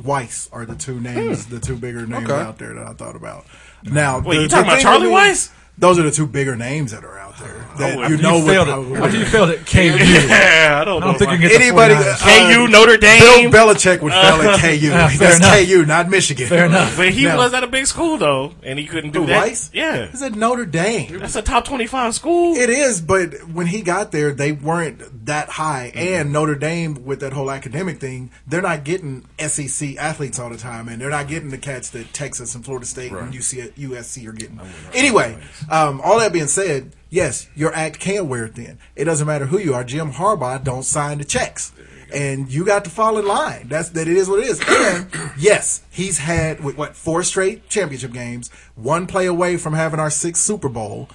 [SPEAKER 10] Weiss are the two names,
[SPEAKER 8] Hmm.
[SPEAKER 10] the two bigger names
[SPEAKER 12] Okay.
[SPEAKER 10] out there that I thought about. Now,
[SPEAKER 9] Wait,
[SPEAKER 10] the-
[SPEAKER 9] you talking
[SPEAKER 10] the
[SPEAKER 9] about
[SPEAKER 10] thing
[SPEAKER 9] Charlie
[SPEAKER 10] is,
[SPEAKER 9] Weiss?
[SPEAKER 10] Those are the two bigger names that are out there. That
[SPEAKER 9] Oh,
[SPEAKER 10] you
[SPEAKER 8] You
[SPEAKER 10] know would
[SPEAKER 8] failed
[SPEAKER 10] probably-
[SPEAKER 8] it. After you failed it, KU.
[SPEAKER 9] yeah, I don't
[SPEAKER 8] I
[SPEAKER 9] know.
[SPEAKER 8] don't think you can get
[SPEAKER 10] Anybody, uh,
[SPEAKER 8] the 49ers.
[SPEAKER 9] KU, Notre
[SPEAKER 10] Bill
[SPEAKER 9] Dame.
[SPEAKER 10] Belichick would fail at KU.
[SPEAKER 8] Yeah, Ah, fair
[SPEAKER 10] That's
[SPEAKER 8] enough.
[SPEAKER 10] KU, not Michigan.
[SPEAKER 8] Fair enough.
[SPEAKER 9] But he
[SPEAKER 10] Now-
[SPEAKER 9] was at a big school though, and he couldn't do
[SPEAKER 10] Who,
[SPEAKER 9] that.
[SPEAKER 10] Weiss?
[SPEAKER 9] Yeah,
[SPEAKER 10] He's at Notre Dame.
[SPEAKER 9] that's a top twenty-five school.
[SPEAKER 10] It is, but when he got there, they weren't that high. And Notre Dame, with that whole academic thing, they're not getting SEC athletes all the time, and they're not getting the catch that Texas and Florida State and UC, USC are getting. Anyway, um, all that being said, yes, your act can wear thin. It doesn't matter who you are. Jim Harbaugh don't sign the checks. And you got to fall in line. That's that. It is what it is. And yes, he's had what, what four straight championship games, one play away from having our sixth Super Bowl.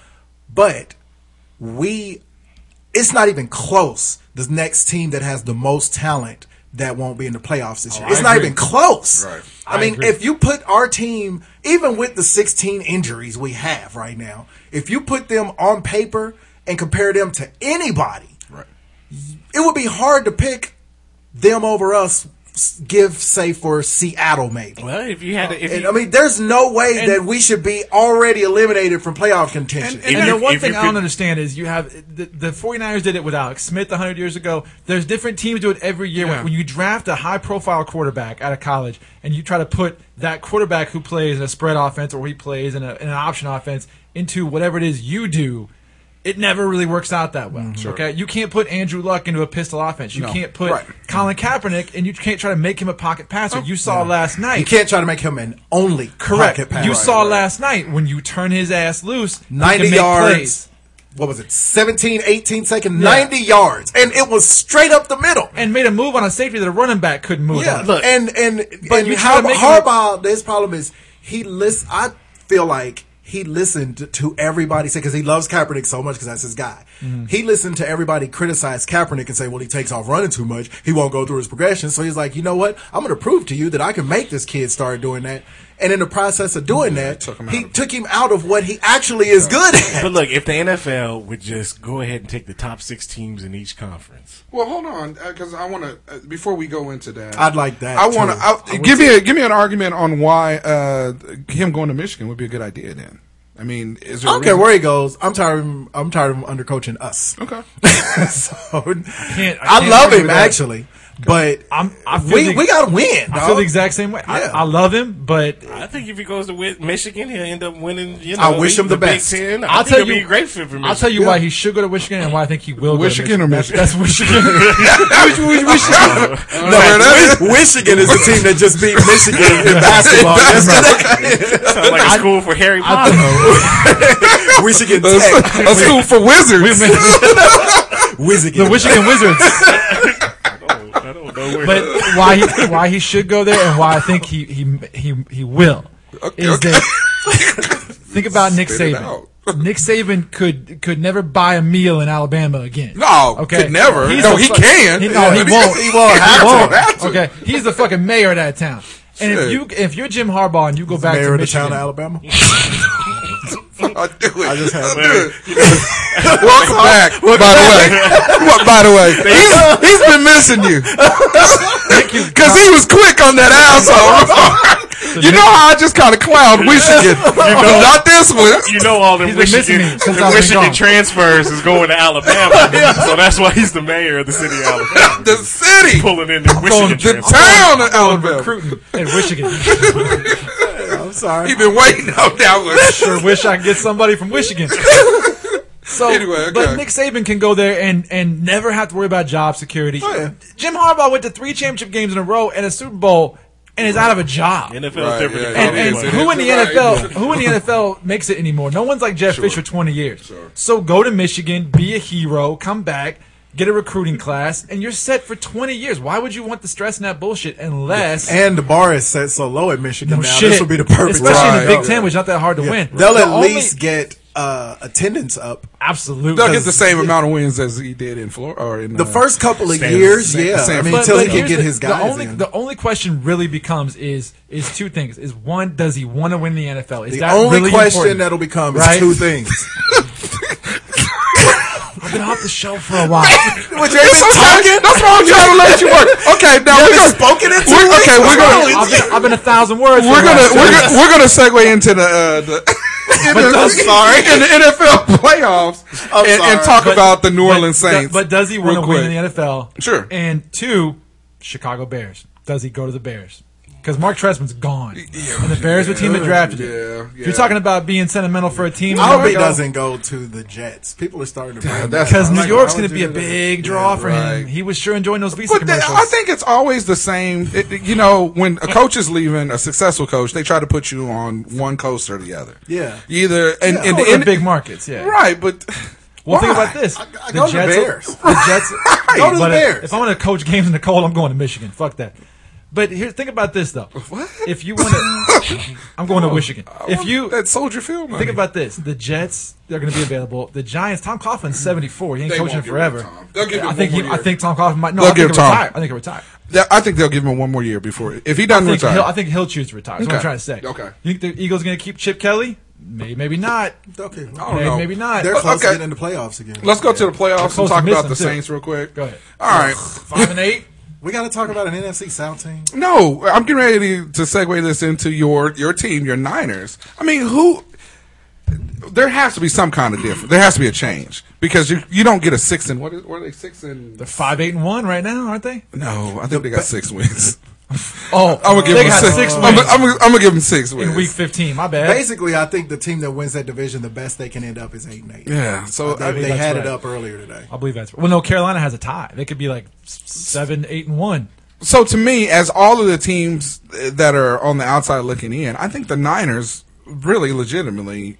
[SPEAKER 10] But we it's not even close the next team that has the most talent that won't be in the playoffs this year. it's not even close. I, mean, if you put our team, even with the 16 injuries we have right now, if you put them on paper and compare them to anybody, it would be hard to pick them over us. s- Give say for Seattle, maybe.
[SPEAKER 9] Well, if you had, to, if
[SPEAKER 10] and,
[SPEAKER 9] you,
[SPEAKER 10] I mean, there's no way that we should be already eliminated from playoff contention.
[SPEAKER 9] If
[SPEAKER 8] And
[SPEAKER 9] you-
[SPEAKER 8] the one
[SPEAKER 9] if you
[SPEAKER 8] thing I don't
[SPEAKER 9] could-
[SPEAKER 8] understand is you have the, the 49ers did it with Alex Smith 100 years ago. There's different teams do it every year. When, when you draft a high profile quarterback out of college and you try to put that quarterback who plays in a spread offense or he plays in, a, in an option offense into whatever it is you do, it never really works out that
[SPEAKER 10] Mm-hmm.
[SPEAKER 8] well. Okay, you can't put Andrew Luck into a pistol offense. You can't put
[SPEAKER 10] Right. Oh.
[SPEAKER 8] Colin Kaepernick and you can't try to make him a pocket passer. You saw last night.
[SPEAKER 10] You can't try to make him an only
[SPEAKER 8] Correct.
[SPEAKER 10] pocket passer.
[SPEAKER 8] You saw last night when you turn his ass loose, he can
[SPEAKER 10] 90
[SPEAKER 8] make
[SPEAKER 10] yards.
[SPEAKER 8] plays.
[SPEAKER 10] What was it? 17, 18 second,
[SPEAKER 8] Yeah.
[SPEAKER 10] 90 yards. And it was straight up the middle.
[SPEAKER 8] and made a move on a safety that a running back couldn't move.
[SPEAKER 10] yeah.
[SPEAKER 8] on.
[SPEAKER 10] Look. And and,
[SPEAKER 8] But
[SPEAKER 10] and
[SPEAKER 8] you try
[SPEAKER 10] Harbaugh,
[SPEAKER 8] to make him-
[SPEAKER 10] Harbaugh, his problem is he list I feel like he listened to everybody say because he loves Kaepernick so much because that's his guy. He listened to everybody criticize Kaepernick and say, "Well, he takes off running too much. He won't go through his progression." So he's like, "You know what? I'm going to prove to you that I can make this kid start doing that." And in the process of doing that, he took him out of what he actually is good at.
[SPEAKER 9] but look, if the NFL would just go ahead and take the top six teams in each conference,
[SPEAKER 12] well hold on because i want to uh, before we go into that
[SPEAKER 10] I'd like that.
[SPEAKER 12] I want
[SPEAKER 10] too.
[SPEAKER 12] to give me a, give me an argument on why uh, him going to Michigan would be a good idea. Then, I mean, is there
[SPEAKER 10] I
[SPEAKER 12] a
[SPEAKER 10] don't care
[SPEAKER 12] reason-
[SPEAKER 10] where he goes. I'm tired. Of him, I'm tired of him undercoaching us.
[SPEAKER 12] Okay.
[SPEAKER 10] so I,
[SPEAKER 8] I can't
[SPEAKER 10] love
[SPEAKER 8] agree
[SPEAKER 10] him
[SPEAKER 8] with that.
[SPEAKER 10] actually, But
[SPEAKER 8] I'm, I feel
[SPEAKER 10] we,
[SPEAKER 8] the-
[SPEAKER 10] we got to win.
[SPEAKER 8] I feel
[SPEAKER 10] dog.
[SPEAKER 8] the exact same way.
[SPEAKER 10] Yeah.
[SPEAKER 8] I, I love him, but
[SPEAKER 9] I think if he goes to Wi- Michigan, he'll end up winning. You know,
[SPEAKER 10] I wish him the
[SPEAKER 9] Big
[SPEAKER 10] best.
[SPEAKER 9] Ten. I
[SPEAKER 8] I'll
[SPEAKER 9] think
[SPEAKER 8] tell
[SPEAKER 9] he'll be
[SPEAKER 8] you.
[SPEAKER 9] a great fit for Michigan.
[SPEAKER 8] I'll tell you why he should go to Michigan and why I think he will.
[SPEAKER 7] Michigan
[SPEAKER 8] go
[SPEAKER 7] or
[SPEAKER 8] to
[SPEAKER 7] Michigan?
[SPEAKER 8] That's Michigan. Which- which- which-
[SPEAKER 10] No, Michigan is the team that just beat Michigan in basketball yesterday.
[SPEAKER 9] Sound like a school for Harry Potter.
[SPEAKER 10] Michigan
[SPEAKER 7] A s-
[SPEAKER 10] Tech.
[SPEAKER 7] a school for wizards.
[SPEAKER 8] the
[SPEAKER 10] Michigan.
[SPEAKER 8] Michigan Wizards.
[SPEAKER 9] I don't know where.
[SPEAKER 8] but
[SPEAKER 7] Uh.
[SPEAKER 8] why he, why he should go there and why I think he he he he will is that think about Nick
[SPEAKER 7] Spit it
[SPEAKER 8] Saban.
[SPEAKER 7] out.
[SPEAKER 8] Nick Saban could could never buy a meal in Alabama again.
[SPEAKER 7] No, could never. No,
[SPEAKER 8] the
[SPEAKER 7] he can.
[SPEAKER 8] He, no, he
[SPEAKER 7] Yeah.
[SPEAKER 8] won't.
[SPEAKER 7] He won't have to. Have to.
[SPEAKER 8] Okay, he's the fucking mayor of that town. And if
[SPEAKER 7] Shit.
[SPEAKER 8] you if you're Jim Harbaugh and you go back
[SPEAKER 10] Mayor
[SPEAKER 8] to
[SPEAKER 10] of the town
[SPEAKER 8] Michigan,
[SPEAKER 10] of Alabama.
[SPEAKER 7] I'll do it. I
[SPEAKER 10] just had-
[SPEAKER 7] do it. Welcome back. by the way, Well, by the way, he's, he's been missing you because he was quick on that asshole. you know how I just kind of clowned Michigan, but not this one.
[SPEAKER 9] you know all the
[SPEAKER 8] He's been missing
[SPEAKER 9] Michigan,
[SPEAKER 8] me since
[SPEAKER 9] the
[SPEAKER 8] I've been
[SPEAKER 9] Michigan
[SPEAKER 8] gone.
[SPEAKER 9] transfers is going to Alabama, so that's why he's the mayor of the city of Alabama,
[SPEAKER 7] The city,
[SPEAKER 9] pulling in the
[SPEAKER 8] going
[SPEAKER 9] Michigan
[SPEAKER 7] the
[SPEAKER 9] transfers.
[SPEAKER 7] town of
[SPEAKER 8] on
[SPEAKER 7] Alabama.
[SPEAKER 8] recruiting in Michigan.
[SPEAKER 10] I'm sorry.
[SPEAKER 7] He's been waiting on that one.
[SPEAKER 8] sure wish I could get somebody from Michigan. So,
[SPEAKER 7] Anyway, okay.
[SPEAKER 8] but Nick Saban can go there and and never have to worry about job security.
[SPEAKER 7] Oh,
[SPEAKER 10] yeah.
[SPEAKER 8] Jim Harbaugh went to three championship games in a row and a Super Bowl, and is out of a job.
[SPEAKER 9] NFL
[SPEAKER 8] And,
[SPEAKER 9] is different.
[SPEAKER 7] yeah,
[SPEAKER 9] than
[SPEAKER 7] yeah,
[SPEAKER 9] college
[SPEAKER 8] and
[SPEAKER 7] is.
[SPEAKER 9] football.
[SPEAKER 8] who in the
[SPEAKER 7] Right.
[SPEAKER 8] NFL? Who in the NFL makes it anymore? No one's like Jeff Fisher twenty years. So go to Michigan, be a hero, come back. Get a recruiting class, and you're set for 20 years. Why would you want the stress and that bullshit unless
[SPEAKER 10] And the bar is set so low at Michigan
[SPEAKER 8] No
[SPEAKER 10] now.
[SPEAKER 8] shit.
[SPEAKER 10] This will be the perfect
[SPEAKER 8] Especially
[SPEAKER 10] time.
[SPEAKER 8] in
[SPEAKER 7] Right.
[SPEAKER 8] the Big Ten, which is not that hard to win.
[SPEAKER 10] They'll
[SPEAKER 8] The
[SPEAKER 10] at
[SPEAKER 8] only-
[SPEAKER 10] least get uh, attendance up.
[SPEAKER 8] absolutely
[SPEAKER 7] They'll get the same amount of wins as he did in Florida or in
[SPEAKER 10] The
[SPEAKER 7] uh,
[SPEAKER 10] first couple of
[SPEAKER 7] San-
[SPEAKER 10] years,
[SPEAKER 7] San-
[SPEAKER 10] yeah.
[SPEAKER 7] San
[SPEAKER 10] I mean,
[SPEAKER 7] Francisco.
[SPEAKER 10] until he can
[SPEAKER 8] here's
[SPEAKER 10] get
[SPEAKER 8] the-
[SPEAKER 10] his
[SPEAKER 8] the
[SPEAKER 10] guys
[SPEAKER 8] only,
[SPEAKER 10] in.
[SPEAKER 8] The only question really becomes is is two things: is one, does he want to win the NFL? Is
[SPEAKER 10] The
[SPEAKER 8] that
[SPEAKER 10] only
[SPEAKER 8] really
[SPEAKER 10] question
[SPEAKER 8] important?
[SPEAKER 10] that'll become
[SPEAKER 8] Right?
[SPEAKER 10] is two things.
[SPEAKER 8] I've been off the show for a while.
[SPEAKER 10] What you
[SPEAKER 7] That's okay. That's why I'm trying to let you work. Okay, now we're
[SPEAKER 10] haven't
[SPEAKER 7] gonna,
[SPEAKER 10] spoken in two
[SPEAKER 7] we're-
[SPEAKER 10] weeks?
[SPEAKER 7] Okay, we're
[SPEAKER 10] What's wrong
[SPEAKER 7] gonna
[SPEAKER 10] with
[SPEAKER 8] I've been, I've been a thousand words. for
[SPEAKER 7] we're
[SPEAKER 8] the
[SPEAKER 7] gonna
[SPEAKER 8] last
[SPEAKER 7] we're
[SPEAKER 8] two
[SPEAKER 7] gonna
[SPEAKER 8] weeks.
[SPEAKER 7] we're gonna segue into the uh, the. in the-
[SPEAKER 8] I'm sorry.
[SPEAKER 7] in the NFL playoffs,
[SPEAKER 10] I'm
[SPEAKER 7] and, and
[SPEAKER 10] sorry.
[SPEAKER 7] talk
[SPEAKER 8] But-
[SPEAKER 7] about the New
[SPEAKER 8] but-
[SPEAKER 7] Orleans Saints.
[SPEAKER 8] But, does he want to
[SPEAKER 7] real
[SPEAKER 8] win
[SPEAKER 7] quick.
[SPEAKER 8] in the NFL?
[SPEAKER 7] Sure.
[SPEAKER 8] And two, Chicago Bears. Does he go to the Bears? Because Mark Trestman's gone, and the Bears are the team that drafted him.
[SPEAKER 7] yeah,
[SPEAKER 8] If
[SPEAKER 7] yeah.
[SPEAKER 8] you're talking about being sentimental for a team,
[SPEAKER 10] I hope he
[SPEAKER 8] Chicago-
[SPEAKER 10] doesn't go to the Jets. People are starting to bring
[SPEAKER 7] that's-
[SPEAKER 10] that.
[SPEAKER 8] Because
[SPEAKER 7] I'm
[SPEAKER 8] New
[SPEAKER 7] like,
[SPEAKER 8] York's
[SPEAKER 7] why would
[SPEAKER 8] going to be
[SPEAKER 7] you
[SPEAKER 8] a
[SPEAKER 7] do that?
[SPEAKER 8] big draw for
[SPEAKER 7] right.
[SPEAKER 8] him. He was sure enjoying those Visa
[SPEAKER 7] But that,
[SPEAKER 8] commercials.
[SPEAKER 7] I think it's always the same. It, it- you know, when a coach is leaving, a successful coach, they try to put you on one coast or the other.
[SPEAKER 10] Yeah.
[SPEAKER 7] You either and, and,
[SPEAKER 8] Those
[SPEAKER 7] and-
[SPEAKER 8] are big markets, yeah.
[SPEAKER 7] right, but
[SPEAKER 8] Well, think
[SPEAKER 7] why?
[SPEAKER 8] about this.
[SPEAKER 10] I go to the Bears.
[SPEAKER 8] The Jets.
[SPEAKER 10] Go to the
[SPEAKER 8] But if-
[SPEAKER 10] Bears.
[SPEAKER 8] If I'm going to coach games in the cold, I'm going to Michigan. Fuck that. But here, think about this though. If you want to, I'm going to Michigan.
[SPEAKER 7] Oh,
[SPEAKER 8] If you
[SPEAKER 7] that Soldier Field, money.
[SPEAKER 8] think about this, the Jets they're going to be available. The Giants. Tom Coughlin's 74. He ain't
[SPEAKER 7] They
[SPEAKER 8] coaching
[SPEAKER 7] won't give him
[SPEAKER 8] forever.
[SPEAKER 7] time. They'll give him
[SPEAKER 8] I think
[SPEAKER 7] one
[SPEAKER 8] he,
[SPEAKER 7] more
[SPEAKER 8] I
[SPEAKER 7] year.
[SPEAKER 8] think Tom Coughlin might. No,
[SPEAKER 7] They'll
[SPEAKER 8] I think
[SPEAKER 7] give
[SPEAKER 8] he'll
[SPEAKER 7] Tom.
[SPEAKER 8] retire. I think he'll retire.
[SPEAKER 7] That- I think they'll give him one more year before if he doesn't
[SPEAKER 8] I think
[SPEAKER 7] retire.
[SPEAKER 8] he'll, I think he'll choose to retire. That's what I'm
[SPEAKER 7] Okay.
[SPEAKER 8] trying to say.
[SPEAKER 7] Okay.
[SPEAKER 8] You think the Eagles going to keep Chip Kelly? Maybe, maybe not.
[SPEAKER 10] Okay.
[SPEAKER 7] don't
[SPEAKER 8] May-
[SPEAKER 7] know.
[SPEAKER 8] Maybe not.
[SPEAKER 10] They're close
[SPEAKER 7] Okay.
[SPEAKER 10] to getting in the playoffs again.
[SPEAKER 7] Let's go to the
[SPEAKER 8] We're
[SPEAKER 7] playoffs and
[SPEAKER 8] close
[SPEAKER 7] talk
[SPEAKER 8] to missing
[SPEAKER 7] about the
[SPEAKER 8] them, too.
[SPEAKER 7] Saints real quick.
[SPEAKER 8] Go ahead.
[SPEAKER 7] All right.
[SPEAKER 8] Five and eight.
[SPEAKER 10] We got to talk about an NFC South team.
[SPEAKER 7] No, I'm getting ready to, to segue this into your your team, your Niners. I mean, who? There has to be some kind of difference. There has to be a change because you you don't get a six and what, is, what are they six and
[SPEAKER 8] They're five, eight, and one right now, aren't they?
[SPEAKER 7] no. I think they got six wins.
[SPEAKER 8] Oh,
[SPEAKER 7] I'm gonna give
[SPEAKER 8] they
[SPEAKER 7] them
[SPEAKER 8] got
[SPEAKER 7] six.
[SPEAKER 8] six
[SPEAKER 7] I'm,
[SPEAKER 8] wins
[SPEAKER 7] gonna- I'm gonna- I'm gonna give them six wins.
[SPEAKER 8] in week 15. My bad.
[SPEAKER 10] Basically, I think the team that wins that division, the best they can end up is eight and eight.
[SPEAKER 7] yeah.
[SPEAKER 10] They,
[SPEAKER 7] So I mean,
[SPEAKER 10] they
[SPEAKER 8] that's
[SPEAKER 10] had
[SPEAKER 8] right.
[SPEAKER 10] it up earlier today.
[SPEAKER 8] I believe that's well. No, Carolina has a tie. They could be like s- seven, eight, and one.
[SPEAKER 7] so to me, as all of the teams that are on the outside looking in, I think the Niners really legitimately.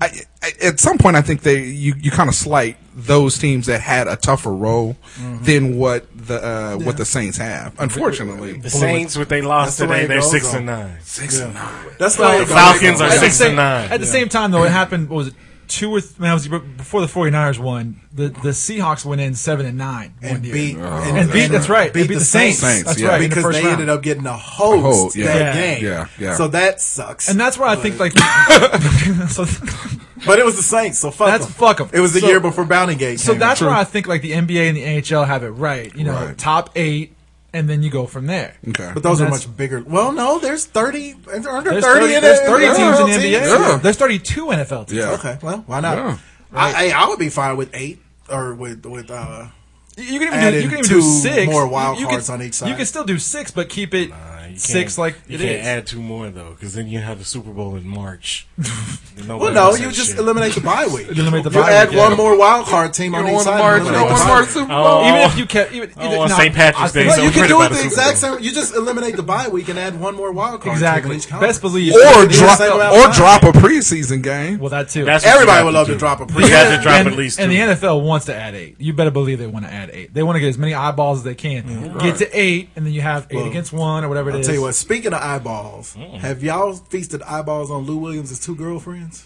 [SPEAKER 7] I, I, at some point, I think they you, you kind of slight those teams that had a tougher role than what the uh, what the Saints have. Unfortunately,
[SPEAKER 9] The Saints, what they lost
[SPEAKER 10] That's the way
[SPEAKER 9] today,
[SPEAKER 10] it
[SPEAKER 9] they're
[SPEAKER 10] goes,
[SPEAKER 9] six
[SPEAKER 10] though.
[SPEAKER 9] and nine.
[SPEAKER 7] six and nine.
[SPEAKER 10] That's why
[SPEAKER 9] The Falcons are
[SPEAKER 8] At the
[SPEAKER 9] six
[SPEAKER 8] same-
[SPEAKER 9] and nine.
[SPEAKER 8] At the same time, though, it happened. What was it? Two or th- man, it was before the 49ers won. The the Seahawks went in seven and nine one
[SPEAKER 10] and
[SPEAKER 8] year.
[SPEAKER 9] Oh.
[SPEAKER 10] beat
[SPEAKER 8] and beat. That's right. Beat, beat the, Saints.
[SPEAKER 7] Saints,
[SPEAKER 8] That's
[SPEAKER 7] yeah.
[SPEAKER 8] right. in the
[SPEAKER 10] because
[SPEAKER 8] first
[SPEAKER 10] they
[SPEAKER 8] round.
[SPEAKER 10] ended up getting a host
[SPEAKER 7] host, yeah.
[SPEAKER 10] that
[SPEAKER 8] Yeah.
[SPEAKER 10] game.
[SPEAKER 7] Yeah, yeah.
[SPEAKER 10] So that sucks.
[SPEAKER 8] and that's where I think like. so,
[SPEAKER 10] but it was the Saints, so fuck
[SPEAKER 8] That's-
[SPEAKER 10] 'em.
[SPEAKER 8] fuck 'em.
[SPEAKER 10] It was the
[SPEAKER 8] So-
[SPEAKER 10] year before Bountygate.
[SPEAKER 8] so
[SPEAKER 10] came
[SPEAKER 8] that's
[SPEAKER 10] out.
[SPEAKER 8] where I think like the NBA and the NHL have it right. You know,
[SPEAKER 7] Right.
[SPEAKER 8] top eight, and then you go from there.
[SPEAKER 7] Okay,
[SPEAKER 10] But those are
[SPEAKER 8] That's-
[SPEAKER 10] much bigger. Well, no, there's thirty and they're under
[SPEAKER 8] There's
[SPEAKER 10] thirty.
[SPEAKER 8] 30,
[SPEAKER 10] in
[SPEAKER 8] there's
[SPEAKER 10] it.
[SPEAKER 8] 30
[SPEAKER 10] They're
[SPEAKER 8] teams in
[SPEAKER 10] all
[SPEAKER 8] the NBA.
[SPEAKER 10] teams.
[SPEAKER 7] Yeah.
[SPEAKER 8] There's 32 NFL teams.
[SPEAKER 7] yeah.
[SPEAKER 10] Okay, well, why not?
[SPEAKER 7] Yeah.
[SPEAKER 10] I, I I would be fine with eight or with with uh,
[SPEAKER 8] You can even do,
[SPEAKER 10] Added
[SPEAKER 8] you can even
[SPEAKER 10] two
[SPEAKER 8] do six
[SPEAKER 10] more wild
[SPEAKER 8] You- you
[SPEAKER 10] cards
[SPEAKER 8] can,
[SPEAKER 10] on each
[SPEAKER 8] You
[SPEAKER 10] side.
[SPEAKER 8] can still do six, but keep it
[SPEAKER 9] You
[SPEAKER 8] six
[SPEAKER 9] can't-
[SPEAKER 8] like
[SPEAKER 9] you
[SPEAKER 8] it
[SPEAKER 9] can't
[SPEAKER 8] is.
[SPEAKER 9] add two more though, because then you have the Super Bowl in March.
[SPEAKER 10] Well, no, you just eliminate the bye week.
[SPEAKER 8] Eliminate the
[SPEAKER 10] you
[SPEAKER 8] bye
[SPEAKER 10] add
[SPEAKER 8] week,
[SPEAKER 10] one
[SPEAKER 8] yeah.
[SPEAKER 10] more wild card team on
[SPEAKER 7] don't
[SPEAKER 10] each
[SPEAKER 7] want
[SPEAKER 10] side.
[SPEAKER 7] March,
[SPEAKER 10] and
[SPEAKER 7] you
[SPEAKER 10] eliminate
[SPEAKER 7] don't
[SPEAKER 10] the bye
[SPEAKER 7] want March
[SPEAKER 10] week.
[SPEAKER 7] Super
[SPEAKER 9] Oh,
[SPEAKER 7] Bowl.
[SPEAKER 8] even if you kept, even
[SPEAKER 9] Oh,
[SPEAKER 8] either-
[SPEAKER 9] on
[SPEAKER 8] no,
[SPEAKER 9] St. Patrick's
[SPEAKER 8] I-
[SPEAKER 9] Day,
[SPEAKER 10] No,
[SPEAKER 9] so
[SPEAKER 10] you
[SPEAKER 9] we're
[SPEAKER 10] can do
[SPEAKER 9] about
[SPEAKER 10] it the
[SPEAKER 9] Super
[SPEAKER 10] exact
[SPEAKER 9] Bowl.
[SPEAKER 10] same. You just eliminate the bye week and add one more wild card. team
[SPEAKER 8] Exactly.
[SPEAKER 10] in each conference.
[SPEAKER 8] Best believe.
[SPEAKER 7] or
[SPEAKER 10] do the
[SPEAKER 7] drop
[SPEAKER 10] same amount
[SPEAKER 7] or
[SPEAKER 10] of
[SPEAKER 7] drop a preseason game.
[SPEAKER 8] Well, that too.
[SPEAKER 9] That's what you
[SPEAKER 10] Everybody
[SPEAKER 9] have
[SPEAKER 10] would love to
[SPEAKER 9] do.
[SPEAKER 10] drop a pre.
[SPEAKER 9] You have to drop
[SPEAKER 8] and,
[SPEAKER 9] at least two.
[SPEAKER 8] and the NFL wants to add eight. You better believe they want to add eight. They want to get as many eyeballs as they can. Get to eight, and then you have eight against one or whatever it
[SPEAKER 10] I'll
[SPEAKER 8] is.
[SPEAKER 10] tell you what. Speaking of eyeballs,
[SPEAKER 9] Mm.
[SPEAKER 10] have y'all feasted eyeballs on Lou Williams' two girlfriends?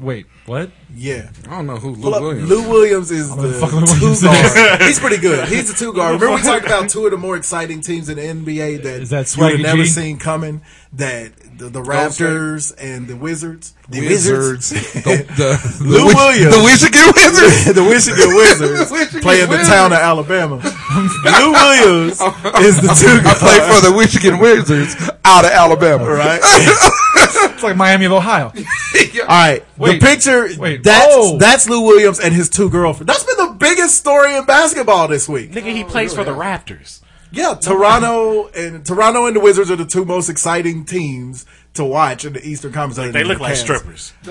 [SPEAKER 8] Wait, what?
[SPEAKER 10] Yeah.
[SPEAKER 7] I don't know who Lou
[SPEAKER 10] Pull up-
[SPEAKER 7] Williams.
[SPEAKER 10] Lou Williams is the,
[SPEAKER 8] fuck Lou
[SPEAKER 10] two
[SPEAKER 8] Williams
[SPEAKER 10] guard. He's pretty good. He's the two guard. Remember we talked about two of the more exciting teams in the NBA that,
[SPEAKER 8] Is that
[SPEAKER 10] you would
[SPEAKER 8] Swaggy
[SPEAKER 10] have never
[SPEAKER 8] G?
[SPEAKER 10] seen coming. That the, the Raptors and the Wizards. The
[SPEAKER 7] Wizards. the, the, the
[SPEAKER 10] Lou
[SPEAKER 7] Wi-
[SPEAKER 10] Williams.
[SPEAKER 7] The Michigan Wizards.
[SPEAKER 10] the Michigan Wizards
[SPEAKER 7] Michigan
[SPEAKER 10] playing the town of Alabama. Lou Williams is the two
[SPEAKER 7] I
[SPEAKER 10] guard.
[SPEAKER 7] play for the Michigan Wizards out of Alabama.
[SPEAKER 10] Right.
[SPEAKER 8] It's like Miami of Ohio.
[SPEAKER 10] All right.
[SPEAKER 8] Wait.
[SPEAKER 10] the picture
[SPEAKER 8] Wait.
[SPEAKER 10] that's
[SPEAKER 8] Oh.
[SPEAKER 10] that's Lou Williams and his two girlfriends. That's been the biggest story in basketball this week.
[SPEAKER 9] Nigga, he plays for the Raptors.
[SPEAKER 10] Yeah, Toronto and Toronto and the Wizards are the two most exciting teams to watch in the Eastern Conference. other
[SPEAKER 9] They
[SPEAKER 10] than
[SPEAKER 9] look
[SPEAKER 10] the
[SPEAKER 9] like
[SPEAKER 10] Cavs.
[SPEAKER 9] strippers.
[SPEAKER 10] No,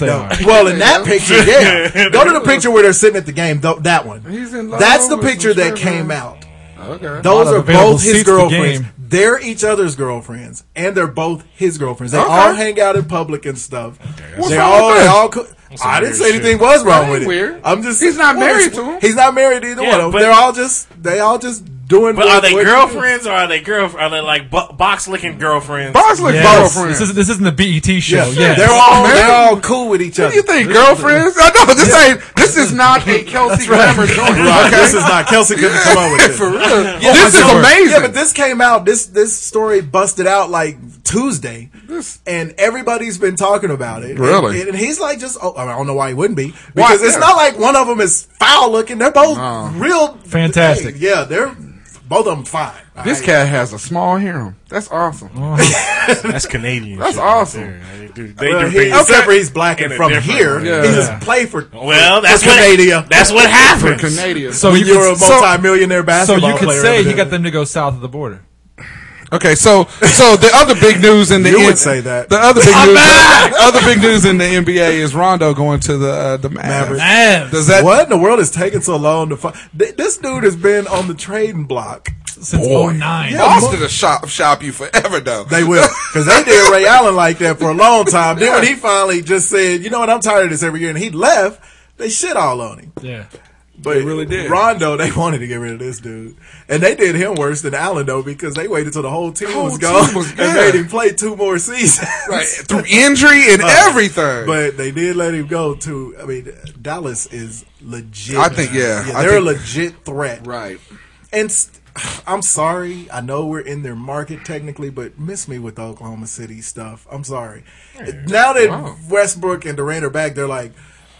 [SPEAKER 10] they,
[SPEAKER 8] they
[SPEAKER 10] don't.
[SPEAKER 8] are.
[SPEAKER 10] Well, in that picture, yeah.
[SPEAKER 9] They
[SPEAKER 10] Go to the picture where they're sitting at the game. Th- that one.
[SPEAKER 7] He's in love
[SPEAKER 10] That's the
[SPEAKER 7] with
[SPEAKER 10] picture
[SPEAKER 7] some
[SPEAKER 10] that
[SPEAKER 7] strippers.
[SPEAKER 10] came out.
[SPEAKER 7] Okay.
[SPEAKER 10] Those
[SPEAKER 8] of
[SPEAKER 10] are
[SPEAKER 8] available
[SPEAKER 10] both his
[SPEAKER 8] seats per
[SPEAKER 10] girlfriends.
[SPEAKER 8] game.
[SPEAKER 10] They're each other's girlfriends, and they're both his girlfriends. They
[SPEAKER 7] Okay.
[SPEAKER 10] all hang out in public and stuff.
[SPEAKER 7] What's
[SPEAKER 10] They
[SPEAKER 7] wrong
[SPEAKER 10] all,
[SPEAKER 7] with
[SPEAKER 10] they
[SPEAKER 7] that?
[SPEAKER 10] all. Co- I didn't say anything was wrong
[SPEAKER 7] ain't
[SPEAKER 10] with it.
[SPEAKER 7] weird.
[SPEAKER 10] I'm just.
[SPEAKER 7] He's not
[SPEAKER 10] Well,
[SPEAKER 7] married
[SPEAKER 10] it's-
[SPEAKER 7] to him.
[SPEAKER 10] He's not married to either
[SPEAKER 9] Yeah,
[SPEAKER 10] one of them.
[SPEAKER 9] but-
[SPEAKER 10] They're all just. They all just doing.
[SPEAKER 9] But
[SPEAKER 10] what-
[SPEAKER 9] are they
[SPEAKER 10] what-
[SPEAKER 9] girlfriends or are they girl? Are they like bo- box licking
[SPEAKER 10] Mm.
[SPEAKER 9] girlfriends?
[SPEAKER 7] Bosley
[SPEAKER 8] Yes.
[SPEAKER 7] girlfriend.
[SPEAKER 8] This, is, this isn't the BET show.
[SPEAKER 10] Yeah,
[SPEAKER 8] Yes.
[SPEAKER 10] they're all
[SPEAKER 7] Married?
[SPEAKER 10] they're all cool with each
[SPEAKER 7] what
[SPEAKER 10] other.
[SPEAKER 7] do you think, girlfriends? I know this ain't. This is not a Kelsey Grammer joint.
[SPEAKER 10] Right,
[SPEAKER 7] Okay.
[SPEAKER 10] This is not Kelsey couldn't come up with this.
[SPEAKER 7] For real. this is
[SPEAKER 10] Yeah,
[SPEAKER 7] amazing.
[SPEAKER 10] Yeah, but this came out. This this story busted out like Tuesday, and everybody's been talking about it.
[SPEAKER 7] Really?
[SPEAKER 10] and, and he's like, just oh, I don't know why he wouldn't be because
[SPEAKER 7] Why-
[SPEAKER 10] it's not like one of them is foul looking. They're both real
[SPEAKER 8] Fantastic.
[SPEAKER 10] Hey, yeah, they're both of them fine.
[SPEAKER 7] this cat has a small harem. That's awesome.
[SPEAKER 9] That's Canadian.
[SPEAKER 7] That's
[SPEAKER 9] shit
[SPEAKER 7] awesome.
[SPEAKER 9] Right there. they do, they
[SPEAKER 10] Well,
[SPEAKER 9] do
[SPEAKER 10] he-
[SPEAKER 9] things.
[SPEAKER 10] except for he's black and
[SPEAKER 9] in a
[SPEAKER 10] from
[SPEAKER 9] different
[SPEAKER 10] here,
[SPEAKER 9] way.
[SPEAKER 7] Yeah.
[SPEAKER 10] he just play for.
[SPEAKER 9] Well, that's what
[SPEAKER 10] Canada.
[SPEAKER 9] That's what happens.
[SPEAKER 7] Canadian.
[SPEAKER 8] So
[SPEAKER 10] when
[SPEAKER 8] you
[SPEAKER 10] you're a
[SPEAKER 8] could, so,
[SPEAKER 10] multi-millionaire
[SPEAKER 8] so
[SPEAKER 10] basketball
[SPEAKER 8] you could
[SPEAKER 10] player,
[SPEAKER 8] say he
[SPEAKER 10] evidently.
[SPEAKER 8] got them to go south of the border.
[SPEAKER 7] Okay, so so the other big news in the
[SPEAKER 10] You
[SPEAKER 7] N-
[SPEAKER 10] would say that.
[SPEAKER 7] the other big news, other big news in the NBA is Rondo going to the uh, the Mavericks.
[SPEAKER 10] Mavericks.
[SPEAKER 7] Does that
[SPEAKER 10] what in the world is taking so long to find? This dude has been on the trading block.
[SPEAKER 8] Since
[SPEAKER 7] boy?
[SPEAKER 8] 09.
[SPEAKER 10] Yeah.
[SPEAKER 7] Boston will shop shop you forever though.
[SPEAKER 10] They will, because they did Ray Allen like that for a long time. Then when he finally just said, "You know what? I'm tired of this every year," and he left, they shit all on him.
[SPEAKER 8] Yeah.
[SPEAKER 10] But
[SPEAKER 7] really did.
[SPEAKER 10] Rondo, they wanted to get rid of this dude, and they did him worse than Allen though, because they waited till the whole team
[SPEAKER 7] Whole
[SPEAKER 10] was gone
[SPEAKER 7] team was
[SPEAKER 10] and
[SPEAKER 7] good.
[SPEAKER 10] made him play two more seasons.
[SPEAKER 7] Like, through injury and everything.
[SPEAKER 10] Uh, But they did let him go to. I mean, Dallas is legit.
[SPEAKER 7] I think, yeah, I
[SPEAKER 10] they're a
[SPEAKER 7] think-
[SPEAKER 10] legit threat.
[SPEAKER 7] right.
[SPEAKER 10] And st- I'm sorry. I know we're in their market technically, but miss me with the Oklahoma City stuff. I'm sorry. Now that Westbrook and Durant are back, they're like,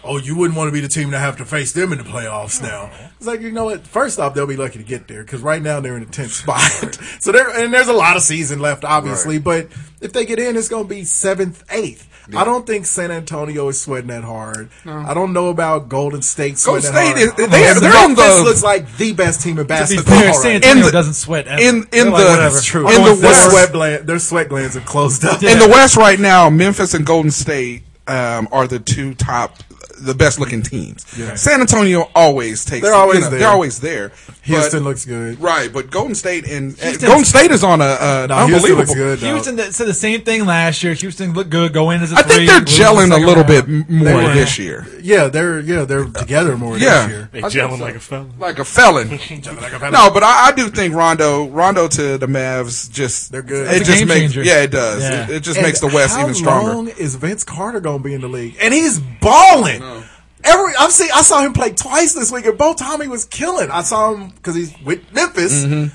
[SPEAKER 10] oh, you wouldn't want to be the team to have to face them in the playoffs now. It's like, you know what? First off, they'll be lucky to get there because right now they're in the 10th spot. so there, and there's a lot of season left, obviously, but if they get in, it's going to be 7th, 8th. I don't think San Antonio is sweating that hard. I don't know about Golden State
[SPEAKER 7] Golden
[SPEAKER 10] sweating
[SPEAKER 7] State
[SPEAKER 10] that
[SPEAKER 7] is-
[SPEAKER 10] hard.
[SPEAKER 7] they-
[SPEAKER 10] And
[SPEAKER 7] they're on
[SPEAKER 10] Memphis
[SPEAKER 7] the-
[SPEAKER 10] looks like the best team in
[SPEAKER 8] To be
[SPEAKER 10] basketball.
[SPEAKER 8] fair,
[SPEAKER 10] right
[SPEAKER 8] San
[SPEAKER 10] now.
[SPEAKER 8] Antonio
[SPEAKER 7] the-
[SPEAKER 8] doesn't sweat ever.
[SPEAKER 7] in- in
[SPEAKER 8] They're like,
[SPEAKER 7] the-
[SPEAKER 8] whatever.
[SPEAKER 7] That's true.
[SPEAKER 8] I'm
[SPEAKER 7] in
[SPEAKER 8] going
[SPEAKER 7] the
[SPEAKER 10] Their
[SPEAKER 7] West-
[SPEAKER 8] south.
[SPEAKER 10] sweat, gland, their sweat glands are closed up.
[SPEAKER 7] In the West right now, Memphis and Golden State um, are the two top, the best looking teams. San Antonio always takes.
[SPEAKER 10] They're always
[SPEAKER 7] you know,
[SPEAKER 10] there.
[SPEAKER 7] They're always there.
[SPEAKER 10] Houston
[SPEAKER 7] But-
[SPEAKER 10] looks good.
[SPEAKER 7] right, but Golden State and uh,
[SPEAKER 8] Houston's-
[SPEAKER 7] Golden State is on a uh,
[SPEAKER 10] No, Houston
[SPEAKER 7] unbelievable.
[SPEAKER 10] looks good. though.
[SPEAKER 8] Houston that said the same thing last year. Houston looked good, go in as a
[SPEAKER 7] I
[SPEAKER 8] three,
[SPEAKER 7] think they're
[SPEAKER 8] lose the
[SPEAKER 7] gelling
[SPEAKER 8] second
[SPEAKER 7] a little
[SPEAKER 8] round.
[SPEAKER 7] bit m- more
[SPEAKER 8] were.
[SPEAKER 7] this year,
[SPEAKER 10] Yeah, they're yeah they're together more
[SPEAKER 7] Yeah.
[SPEAKER 10] this year.
[SPEAKER 9] They
[SPEAKER 7] I think
[SPEAKER 9] gelling
[SPEAKER 7] so.
[SPEAKER 9] like a fella.
[SPEAKER 7] like a felon. No, but I, I do think Rondo, Rondo to the Mavs, just
[SPEAKER 10] They're good.
[SPEAKER 7] It
[SPEAKER 10] It's
[SPEAKER 8] a
[SPEAKER 7] just
[SPEAKER 8] game
[SPEAKER 7] makes,
[SPEAKER 8] changer.
[SPEAKER 7] yeah, it does.
[SPEAKER 8] Yeah.
[SPEAKER 7] It, it just
[SPEAKER 10] And
[SPEAKER 7] makes the West
[SPEAKER 10] how
[SPEAKER 7] even stronger.
[SPEAKER 10] long is Vince Carter gonna be in the league? And he's balling. Every I've seen, I saw him play twice this week, and both time he was killing. I saw him because he's with Memphis,
[SPEAKER 7] Mm-hmm.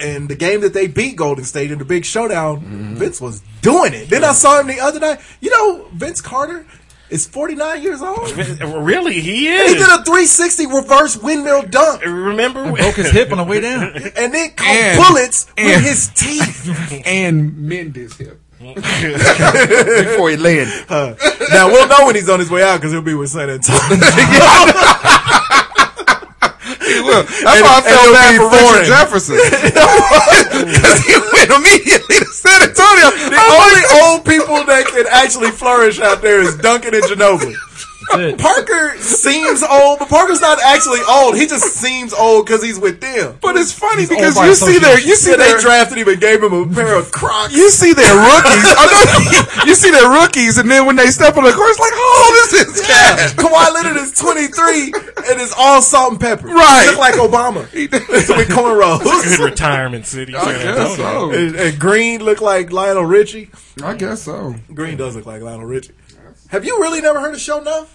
[SPEAKER 10] and the game that they beat Golden State in the big showdown,
[SPEAKER 7] Mm-hmm.
[SPEAKER 10] Vince was doing it. Then I saw him the other night. You know, Vince Carter is forty nine years old.
[SPEAKER 9] Really,
[SPEAKER 10] He
[SPEAKER 9] he is.
[SPEAKER 10] did a three sixty reverse windmill dunk.
[SPEAKER 9] Remember,
[SPEAKER 8] Broke his hip on the way down.
[SPEAKER 10] and then caught
[SPEAKER 7] And-
[SPEAKER 10] bullets
[SPEAKER 7] and-
[SPEAKER 10] with his teeth.
[SPEAKER 7] and mend his hip before he landed.
[SPEAKER 10] now we'll know when he's on his way out because he'll be with San Antonio.
[SPEAKER 12] That's why I felt bad for Richard Jefferson. Because he went immediately to San Antonio.
[SPEAKER 10] The only old people that can actually flourish out there is Duncan and Ginobili. Parker seems old, but Parker's not actually old. He just seems old because he's with them.
[SPEAKER 12] But it's funny
[SPEAKER 10] He's
[SPEAKER 12] because
[SPEAKER 10] old by
[SPEAKER 12] you see their you see
[SPEAKER 10] Yeah,
[SPEAKER 12] their
[SPEAKER 10] they drafted him and gave him a pair of Crocs.
[SPEAKER 12] you see their rookies. I know, you see their rookies, and then when they step on the court, it's like, oh, this is
[SPEAKER 10] Yeah, Kawhi Leonard is 23 and is all salt and pepper.
[SPEAKER 12] Right.
[SPEAKER 10] He look like Obama with cornrows.
[SPEAKER 9] in retirement city.
[SPEAKER 12] I guess so.
[SPEAKER 10] and, and Green look like Lionel Richie.
[SPEAKER 12] I guess so.
[SPEAKER 10] Green does look like Lionel Richie. Have you really never heard of Show Nuff?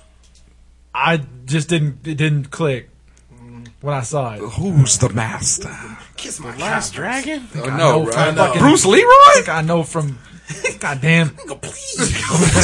[SPEAKER 8] I just didn't it didn't click when I saw it.
[SPEAKER 10] Oh,
[SPEAKER 12] Who's the master?
[SPEAKER 10] Kiss my last
[SPEAKER 9] Dragon?
[SPEAKER 12] Oh, no,
[SPEAKER 10] I know.
[SPEAKER 12] Bruce Leroy.
[SPEAKER 8] I think I know from goddamn.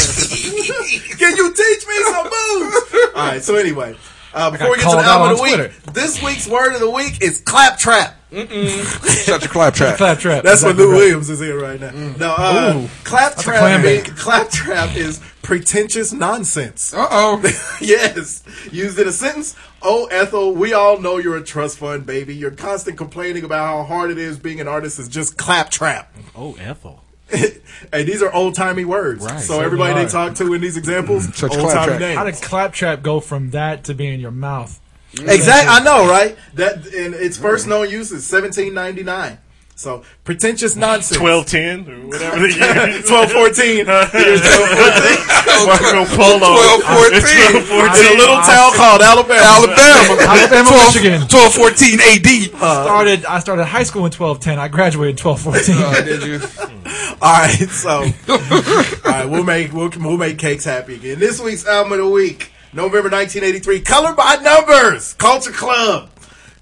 [SPEAKER 10] Can you teach me some moves? All right. So anyway, uh, before we get to
[SPEAKER 8] called
[SPEAKER 10] the
[SPEAKER 8] out
[SPEAKER 10] album
[SPEAKER 8] on
[SPEAKER 10] of the week,
[SPEAKER 8] Twitter.
[SPEAKER 10] this week's word of the week is claptrap.
[SPEAKER 12] Shut your claptrap.
[SPEAKER 8] Clap trap.
[SPEAKER 10] That's
[SPEAKER 8] Exactly
[SPEAKER 10] what Lou
[SPEAKER 8] right. Mm.
[SPEAKER 10] Williams is in right now. No, uh, claptrap.
[SPEAKER 8] clam
[SPEAKER 10] Is, claptrap is pretentious nonsense.
[SPEAKER 12] Uh oh.
[SPEAKER 10] yes. Used in a sentence. Oh, Ethel, we all know you're a trust fund baby. Your constant complaining about how hard it is being an artist is just claptrap.
[SPEAKER 9] Oh, Ethel.
[SPEAKER 10] hey, these are old timey words.
[SPEAKER 9] Right.
[SPEAKER 10] So,
[SPEAKER 9] So
[SPEAKER 10] everybody
[SPEAKER 9] they
[SPEAKER 10] they
[SPEAKER 9] are.
[SPEAKER 10] talk to in these examples,
[SPEAKER 12] Such
[SPEAKER 10] old timey
[SPEAKER 12] claptrap.
[SPEAKER 10] names.
[SPEAKER 8] How did claptrap go from that to being in your mouth?
[SPEAKER 10] Exactly. I know, right? That and its first known use is 1799. So pretentious nonsense.
[SPEAKER 9] 1210 or whatever the year.
[SPEAKER 10] 1214.
[SPEAKER 9] Marco Polo.
[SPEAKER 12] 1214.
[SPEAKER 10] In a little town called Alabama.
[SPEAKER 12] Alabama.
[SPEAKER 8] Alabama,
[SPEAKER 12] 12,
[SPEAKER 8] Michigan.
[SPEAKER 12] 1214 AD.
[SPEAKER 10] Uh,
[SPEAKER 8] started I started high school in twelve ten. I graduated in twelve fourteen.
[SPEAKER 12] did you?
[SPEAKER 10] All right, so all right, we'll make we'll, we'll make cakes happy again. This week's album of the week, November 1983, Color by Numbers, Culture Club,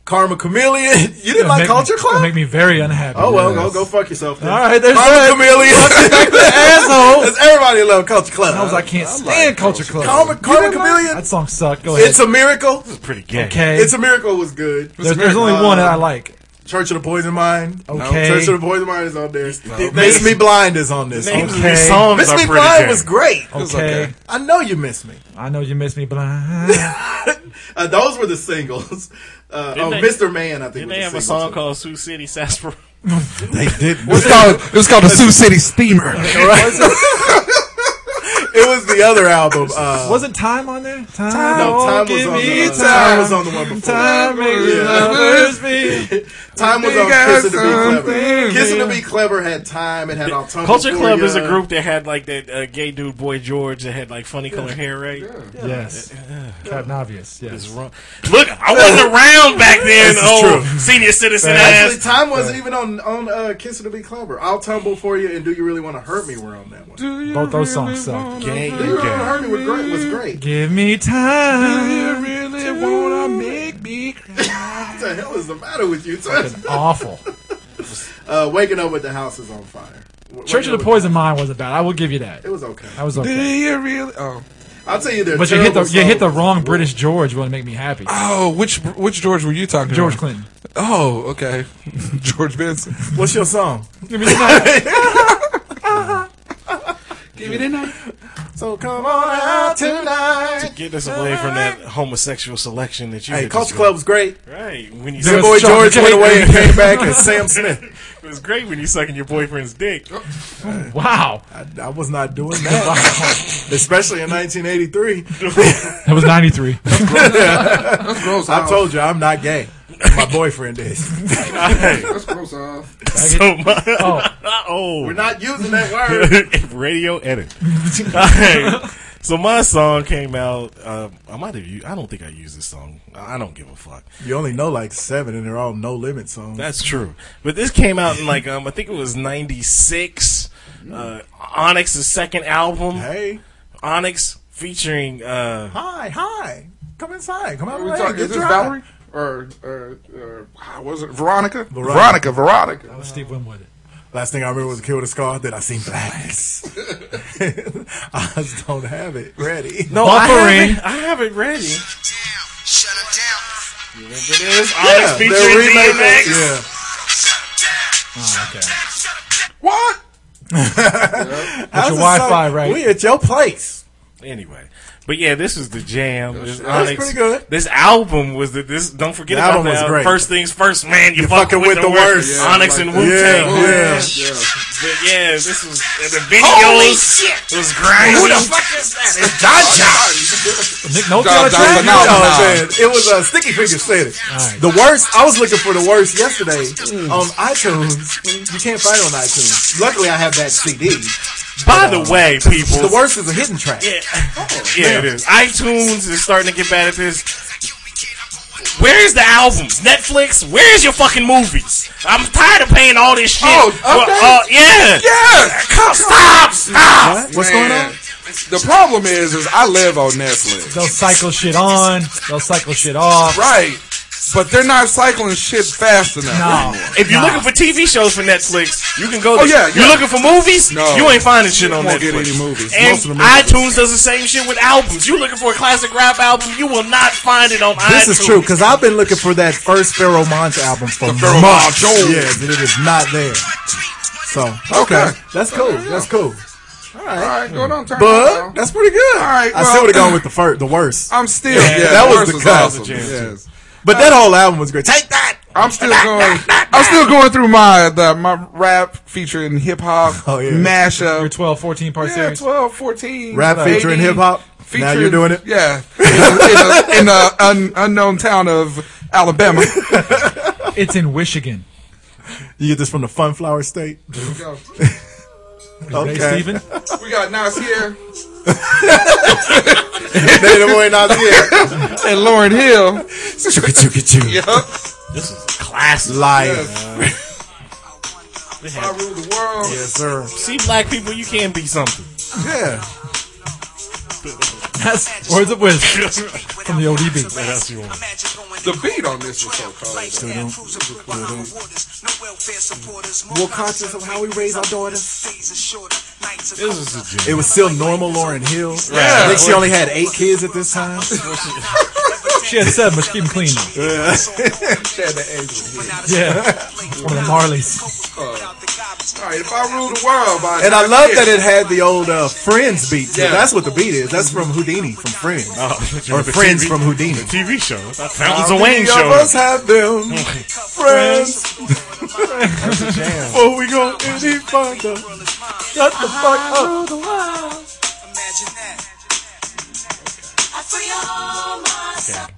[SPEAKER 10] Karma Chameleon. You didn't like Culture Club?
[SPEAKER 8] Make me very unhappy.
[SPEAKER 10] oh well, go go fuck yourself. Then.
[SPEAKER 8] All right, there's
[SPEAKER 10] Karma
[SPEAKER 8] that.
[SPEAKER 10] Chameleon,
[SPEAKER 8] asshole.
[SPEAKER 10] Does everybody love Culture Club?
[SPEAKER 8] I was like, I can't stand Culture Club.
[SPEAKER 10] Karma, Karma Chameleon.
[SPEAKER 8] that song sucked. Go ahead.
[SPEAKER 10] It's a miracle.
[SPEAKER 9] Pretty gay.
[SPEAKER 8] okay.
[SPEAKER 10] It's a miracle was good.
[SPEAKER 8] there's, there's only
[SPEAKER 10] Uh,
[SPEAKER 8] one that I like.
[SPEAKER 10] Church of the Poison Mind.
[SPEAKER 8] Okay.
[SPEAKER 10] Church of the Poison Mind is on there. Miss Me Blind is on this. Miss
[SPEAKER 9] Names of
[SPEAKER 8] Okay.
[SPEAKER 9] these songs are
[SPEAKER 10] Me
[SPEAKER 9] pretty
[SPEAKER 10] Blind
[SPEAKER 9] gay.
[SPEAKER 10] was great.
[SPEAKER 8] Okay.
[SPEAKER 12] okay.
[SPEAKER 10] I know you miss me.
[SPEAKER 8] I know you miss me blind.
[SPEAKER 10] Uh, those were the singles. Uh, oh,
[SPEAKER 9] they-
[SPEAKER 10] Mr. Man, I think.
[SPEAKER 9] Didn't
[SPEAKER 10] was
[SPEAKER 9] they
[SPEAKER 10] the
[SPEAKER 9] have
[SPEAKER 10] single,
[SPEAKER 9] a song
[SPEAKER 10] too.
[SPEAKER 9] called Sioux City Sarsaparilla?
[SPEAKER 10] They did.
[SPEAKER 12] It was called, it was called the Sioux City Steamer.
[SPEAKER 10] it was the other album. Uh,
[SPEAKER 8] Wasn't time on there? Time,
[SPEAKER 10] no,
[SPEAKER 8] won't
[SPEAKER 10] time was
[SPEAKER 8] give
[SPEAKER 10] on
[SPEAKER 8] me
[SPEAKER 10] the,
[SPEAKER 8] time.
[SPEAKER 10] time was on the one before.
[SPEAKER 8] Time makes
[SPEAKER 10] Yeah.
[SPEAKER 8] lovers be.
[SPEAKER 10] Time was
[SPEAKER 12] We
[SPEAKER 10] on
[SPEAKER 12] got
[SPEAKER 10] Kissing to Be Clever.
[SPEAKER 12] something.
[SPEAKER 10] Kissing to Be Clever had time. It had Autumn.
[SPEAKER 9] Culture Club is a group that had like that uh, gay dude boy George that had like funny color hair, right?
[SPEAKER 8] Yes. Captain Obvious. Yes.
[SPEAKER 9] Wrong. Look, I wasn't around back then,
[SPEAKER 10] This is
[SPEAKER 9] old senior citizen
[SPEAKER 10] Actually,
[SPEAKER 9] ass.
[SPEAKER 10] time wasn't even on on uh, "Kissing to Be Clever." I'll tumble for you, and "Do You Really Want to Hurt Me?" were on that one. Do
[SPEAKER 8] Both those songs suck.
[SPEAKER 10] you really want to hurt me? Was great. Was great.
[SPEAKER 8] Give me time.
[SPEAKER 12] really wanna make me
[SPEAKER 10] What the hell is the matter with you?
[SPEAKER 8] Fucking Awful.
[SPEAKER 10] Uh, waking up with the house is on fire. W-
[SPEAKER 8] Church
[SPEAKER 10] Waking Up
[SPEAKER 8] of the
[SPEAKER 10] With-
[SPEAKER 8] Poison Mind wasn't bad. I will give you that.
[SPEAKER 10] It was okay.
[SPEAKER 8] That was okay.
[SPEAKER 12] you really? Oh.
[SPEAKER 10] I'll tell you, they're
[SPEAKER 8] But you hit the
[SPEAKER 10] terrible
[SPEAKER 8] you hit the
[SPEAKER 10] songs.
[SPEAKER 8] wrong British George. Wouldn't make me happy.
[SPEAKER 12] Oh, which which George were you talking
[SPEAKER 8] George
[SPEAKER 12] about?
[SPEAKER 8] Clinton.
[SPEAKER 12] Oh, okay. George Benson.
[SPEAKER 10] What's your song?
[SPEAKER 8] Give me time.
[SPEAKER 12] Give me the night.
[SPEAKER 10] So come on out tonight.
[SPEAKER 9] Get us away from that homosexual selection that you.
[SPEAKER 10] Hey,
[SPEAKER 9] had
[SPEAKER 10] Culture
[SPEAKER 9] just-
[SPEAKER 10] Club was great.
[SPEAKER 9] Right when you
[SPEAKER 10] Your
[SPEAKER 9] suck-
[SPEAKER 10] boy
[SPEAKER 8] Sean
[SPEAKER 10] George went
[SPEAKER 8] Jay.
[SPEAKER 10] away and came back as Sam Smith.
[SPEAKER 9] it was great when you sucking your boyfriend's dick.
[SPEAKER 8] wow.
[SPEAKER 10] I, I was not doing that, especially in 1983.
[SPEAKER 8] That was ninety three.
[SPEAKER 12] That's gross.
[SPEAKER 10] I told you I'm not gay. My boyfriend is.
[SPEAKER 12] That's gross. Off.
[SPEAKER 9] So my,
[SPEAKER 8] Oh.
[SPEAKER 9] oh,
[SPEAKER 10] We're not using that word.
[SPEAKER 9] radio edit. Alright. So my song came out. Uh, I might have. u- I don't think I used this song. I I don't give a fuck.
[SPEAKER 10] You only know like seven, and they're all no limit songs.
[SPEAKER 9] That's true. But this came out in like um, I think it was '96. Uh, Onyx's second album.
[SPEAKER 10] hey,
[SPEAKER 9] Onyx featuring uh,
[SPEAKER 10] hi, hi, come inside, come out.
[SPEAKER 12] Are we
[SPEAKER 10] away,
[SPEAKER 12] talking,
[SPEAKER 10] get
[SPEAKER 12] is this
[SPEAKER 10] dry.
[SPEAKER 12] Valerie? Or, or, or ah, what was it Veronica? Veronica. Veronica.
[SPEAKER 8] That was Steve Winwood.
[SPEAKER 10] Last thing I remember was a kid with a scar that I seen blacks. I just don't have it ready.
[SPEAKER 9] no, I
[SPEAKER 8] Buffering.
[SPEAKER 9] have, it, I have it ready.
[SPEAKER 2] Shut up down.
[SPEAKER 9] It is Onyx
[SPEAKER 10] Yeah,
[SPEAKER 9] featuring
[SPEAKER 10] they're remaking-
[SPEAKER 9] DMX.
[SPEAKER 10] Yeah.
[SPEAKER 12] What?
[SPEAKER 8] That's your
[SPEAKER 10] How's it
[SPEAKER 8] Wi-Fi,
[SPEAKER 10] so-
[SPEAKER 8] right?
[SPEAKER 10] We at your place.
[SPEAKER 9] Anyway, but yeah, this is the jam. This
[SPEAKER 10] That's
[SPEAKER 9] Onyx-
[SPEAKER 10] pretty good.
[SPEAKER 9] This album was the this. Don't forget
[SPEAKER 10] The
[SPEAKER 9] about
[SPEAKER 10] album
[SPEAKER 9] the
[SPEAKER 10] was
[SPEAKER 9] album.
[SPEAKER 10] great.
[SPEAKER 9] First things first, man. You fucking, with, the worst.
[SPEAKER 10] Yeah,
[SPEAKER 9] Onyx
[SPEAKER 10] like
[SPEAKER 9] and
[SPEAKER 10] that.
[SPEAKER 9] Wu Tang.
[SPEAKER 10] Yeah, yeah,
[SPEAKER 9] But yeah, this was and the
[SPEAKER 10] Holy
[SPEAKER 9] videos.
[SPEAKER 10] shit.
[SPEAKER 9] Was grimy.
[SPEAKER 10] Who the fuck
[SPEAKER 9] is that?
[SPEAKER 10] It's John
[SPEAKER 8] Nick
[SPEAKER 10] No,
[SPEAKER 8] Nolte on a
[SPEAKER 10] no,
[SPEAKER 8] track?
[SPEAKER 10] man. It was uh, Sticky Fingers said it. The worst. I was looking for the worst yesterday on iTunes. You can't find it on iTunes. Luckily, I have that CD.
[SPEAKER 9] By the way, people,
[SPEAKER 10] the worst is a hidden track.
[SPEAKER 9] Yeah, yeah, it is. iTunes is starting to get bad at this. Where's the albums? Netflix? Where's your fucking movies? I'm tired of paying all this shit.
[SPEAKER 12] Oh, okay.
[SPEAKER 9] Well, uh, yeah.
[SPEAKER 12] Yeah.
[SPEAKER 9] Come, stop, stop.
[SPEAKER 10] What's
[SPEAKER 12] going on? The problem is, is I live on Netflix,
[SPEAKER 8] They'll cycle shit on. They'll cycle shit off.
[SPEAKER 12] right? But they're not cycling shit fast enough.
[SPEAKER 8] No.
[SPEAKER 12] anymore.
[SPEAKER 9] If you're looking for TV shows for Netflix, you can
[SPEAKER 12] Oh,
[SPEAKER 9] go.
[SPEAKER 12] yeah,
[SPEAKER 9] there.
[SPEAKER 12] yeah.
[SPEAKER 9] You're looking for movies?
[SPEAKER 12] No.
[SPEAKER 9] You ain't finding shit
[SPEAKER 12] You
[SPEAKER 9] on
[SPEAKER 12] won't
[SPEAKER 9] Netflix.
[SPEAKER 12] get any movies.
[SPEAKER 9] And
[SPEAKER 12] Most of the movies.
[SPEAKER 9] iTunes does the same shit with albums. You looking for a classic rap album? You will not find it on iTunes.
[SPEAKER 10] This is true because I've been looking for that first Pharaoh Monch album for
[SPEAKER 12] Pharaoh Monch,
[SPEAKER 10] months.
[SPEAKER 12] oh.
[SPEAKER 10] Yeah, but it is not there. So
[SPEAKER 12] Okay.
[SPEAKER 10] okay, that's cool. That's cool.
[SPEAKER 12] All right, go on. Turn
[SPEAKER 10] But
[SPEAKER 12] but
[SPEAKER 10] that's pretty good. All
[SPEAKER 12] right,
[SPEAKER 10] I still
[SPEAKER 12] well-
[SPEAKER 10] would have gone with the first, the worst.
[SPEAKER 12] I'm still. Yeah,
[SPEAKER 10] that was
[SPEAKER 12] Lawrence
[SPEAKER 10] the cut.
[SPEAKER 12] awesome.
[SPEAKER 9] That was the
[SPEAKER 12] Yes.
[SPEAKER 10] But that whole album was great. Take that.
[SPEAKER 12] I'm still going. I'm still going through my the, my rap featuring hip hop
[SPEAKER 10] Oh, yeah.
[SPEAKER 8] Your
[SPEAKER 12] mashup.
[SPEAKER 8] 12, 14 part
[SPEAKER 12] Yeah,
[SPEAKER 8] series.
[SPEAKER 12] 12, 14.
[SPEAKER 10] Rap featuring
[SPEAKER 12] 80,
[SPEAKER 10] hip hop. Now
[SPEAKER 12] featuring-
[SPEAKER 10] you're doing it.
[SPEAKER 12] Yeah, in the un, unknown town of Alabama.
[SPEAKER 8] It's in Michigan.
[SPEAKER 10] You get this from the Funflower State.
[SPEAKER 12] we go.
[SPEAKER 8] Okay.
[SPEAKER 10] Okay.
[SPEAKER 8] Steven?
[SPEAKER 12] We got Nas here
[SPEAKER 10] Native boy not here.
[SPEAKER 12] and Lauren Hill.
[SPEAKER 10] Chugga chugga chugga.
[SPEAKER 9] This is classic.
[SPEAKER 10] Liar.
[SPEAKER 12] I rule the world.
[SPEAKER 10] Yes, sir.
[SPEAKER 9] See, black people, you can be something.
[SPEAKER 10] Yeah.
[SPEAKER 8] That's Words of Wisdom from the ODB.
[SPEAKER 12] The beat on this was so cold.
[SPEAKER 10] More conscious of how we raise our daughters.
[SPEAKER 9] This is a gem.
[SPEAKER 10] It was still normal Lauren Hill.
[SPEAKER 9] Yeah.
[SPEAKER 10] I think she only had eight kids at this time.
[SPEAKER 8] She had said, but keep them clean. Yeah. One of the Marleys.
[SPEAKER 12] All right, if I rule the world, by
[SPEAKER 10] And I
[SPEAKER 12] Nas
[SPEAKER 10] love
[SPEAKER 12] Hill.
[SPEAKER 10] that it had the old uh, Friends beat. 'cause
[SPEAKER 12] Yeah.
[SPEAKER 10] That's what the beat is. That's from Houdini, from Friends. or Friends from Houdini.
[SPEAKER 9] TV show. That was a
[SPEAKER 10] How
[SPEAKER 9] Wayne
[SPEAKER 10] many of
[SPEAKER 9] show.
[SPEAKER 10] us have them friends. Before we go any further, shut the fuck up.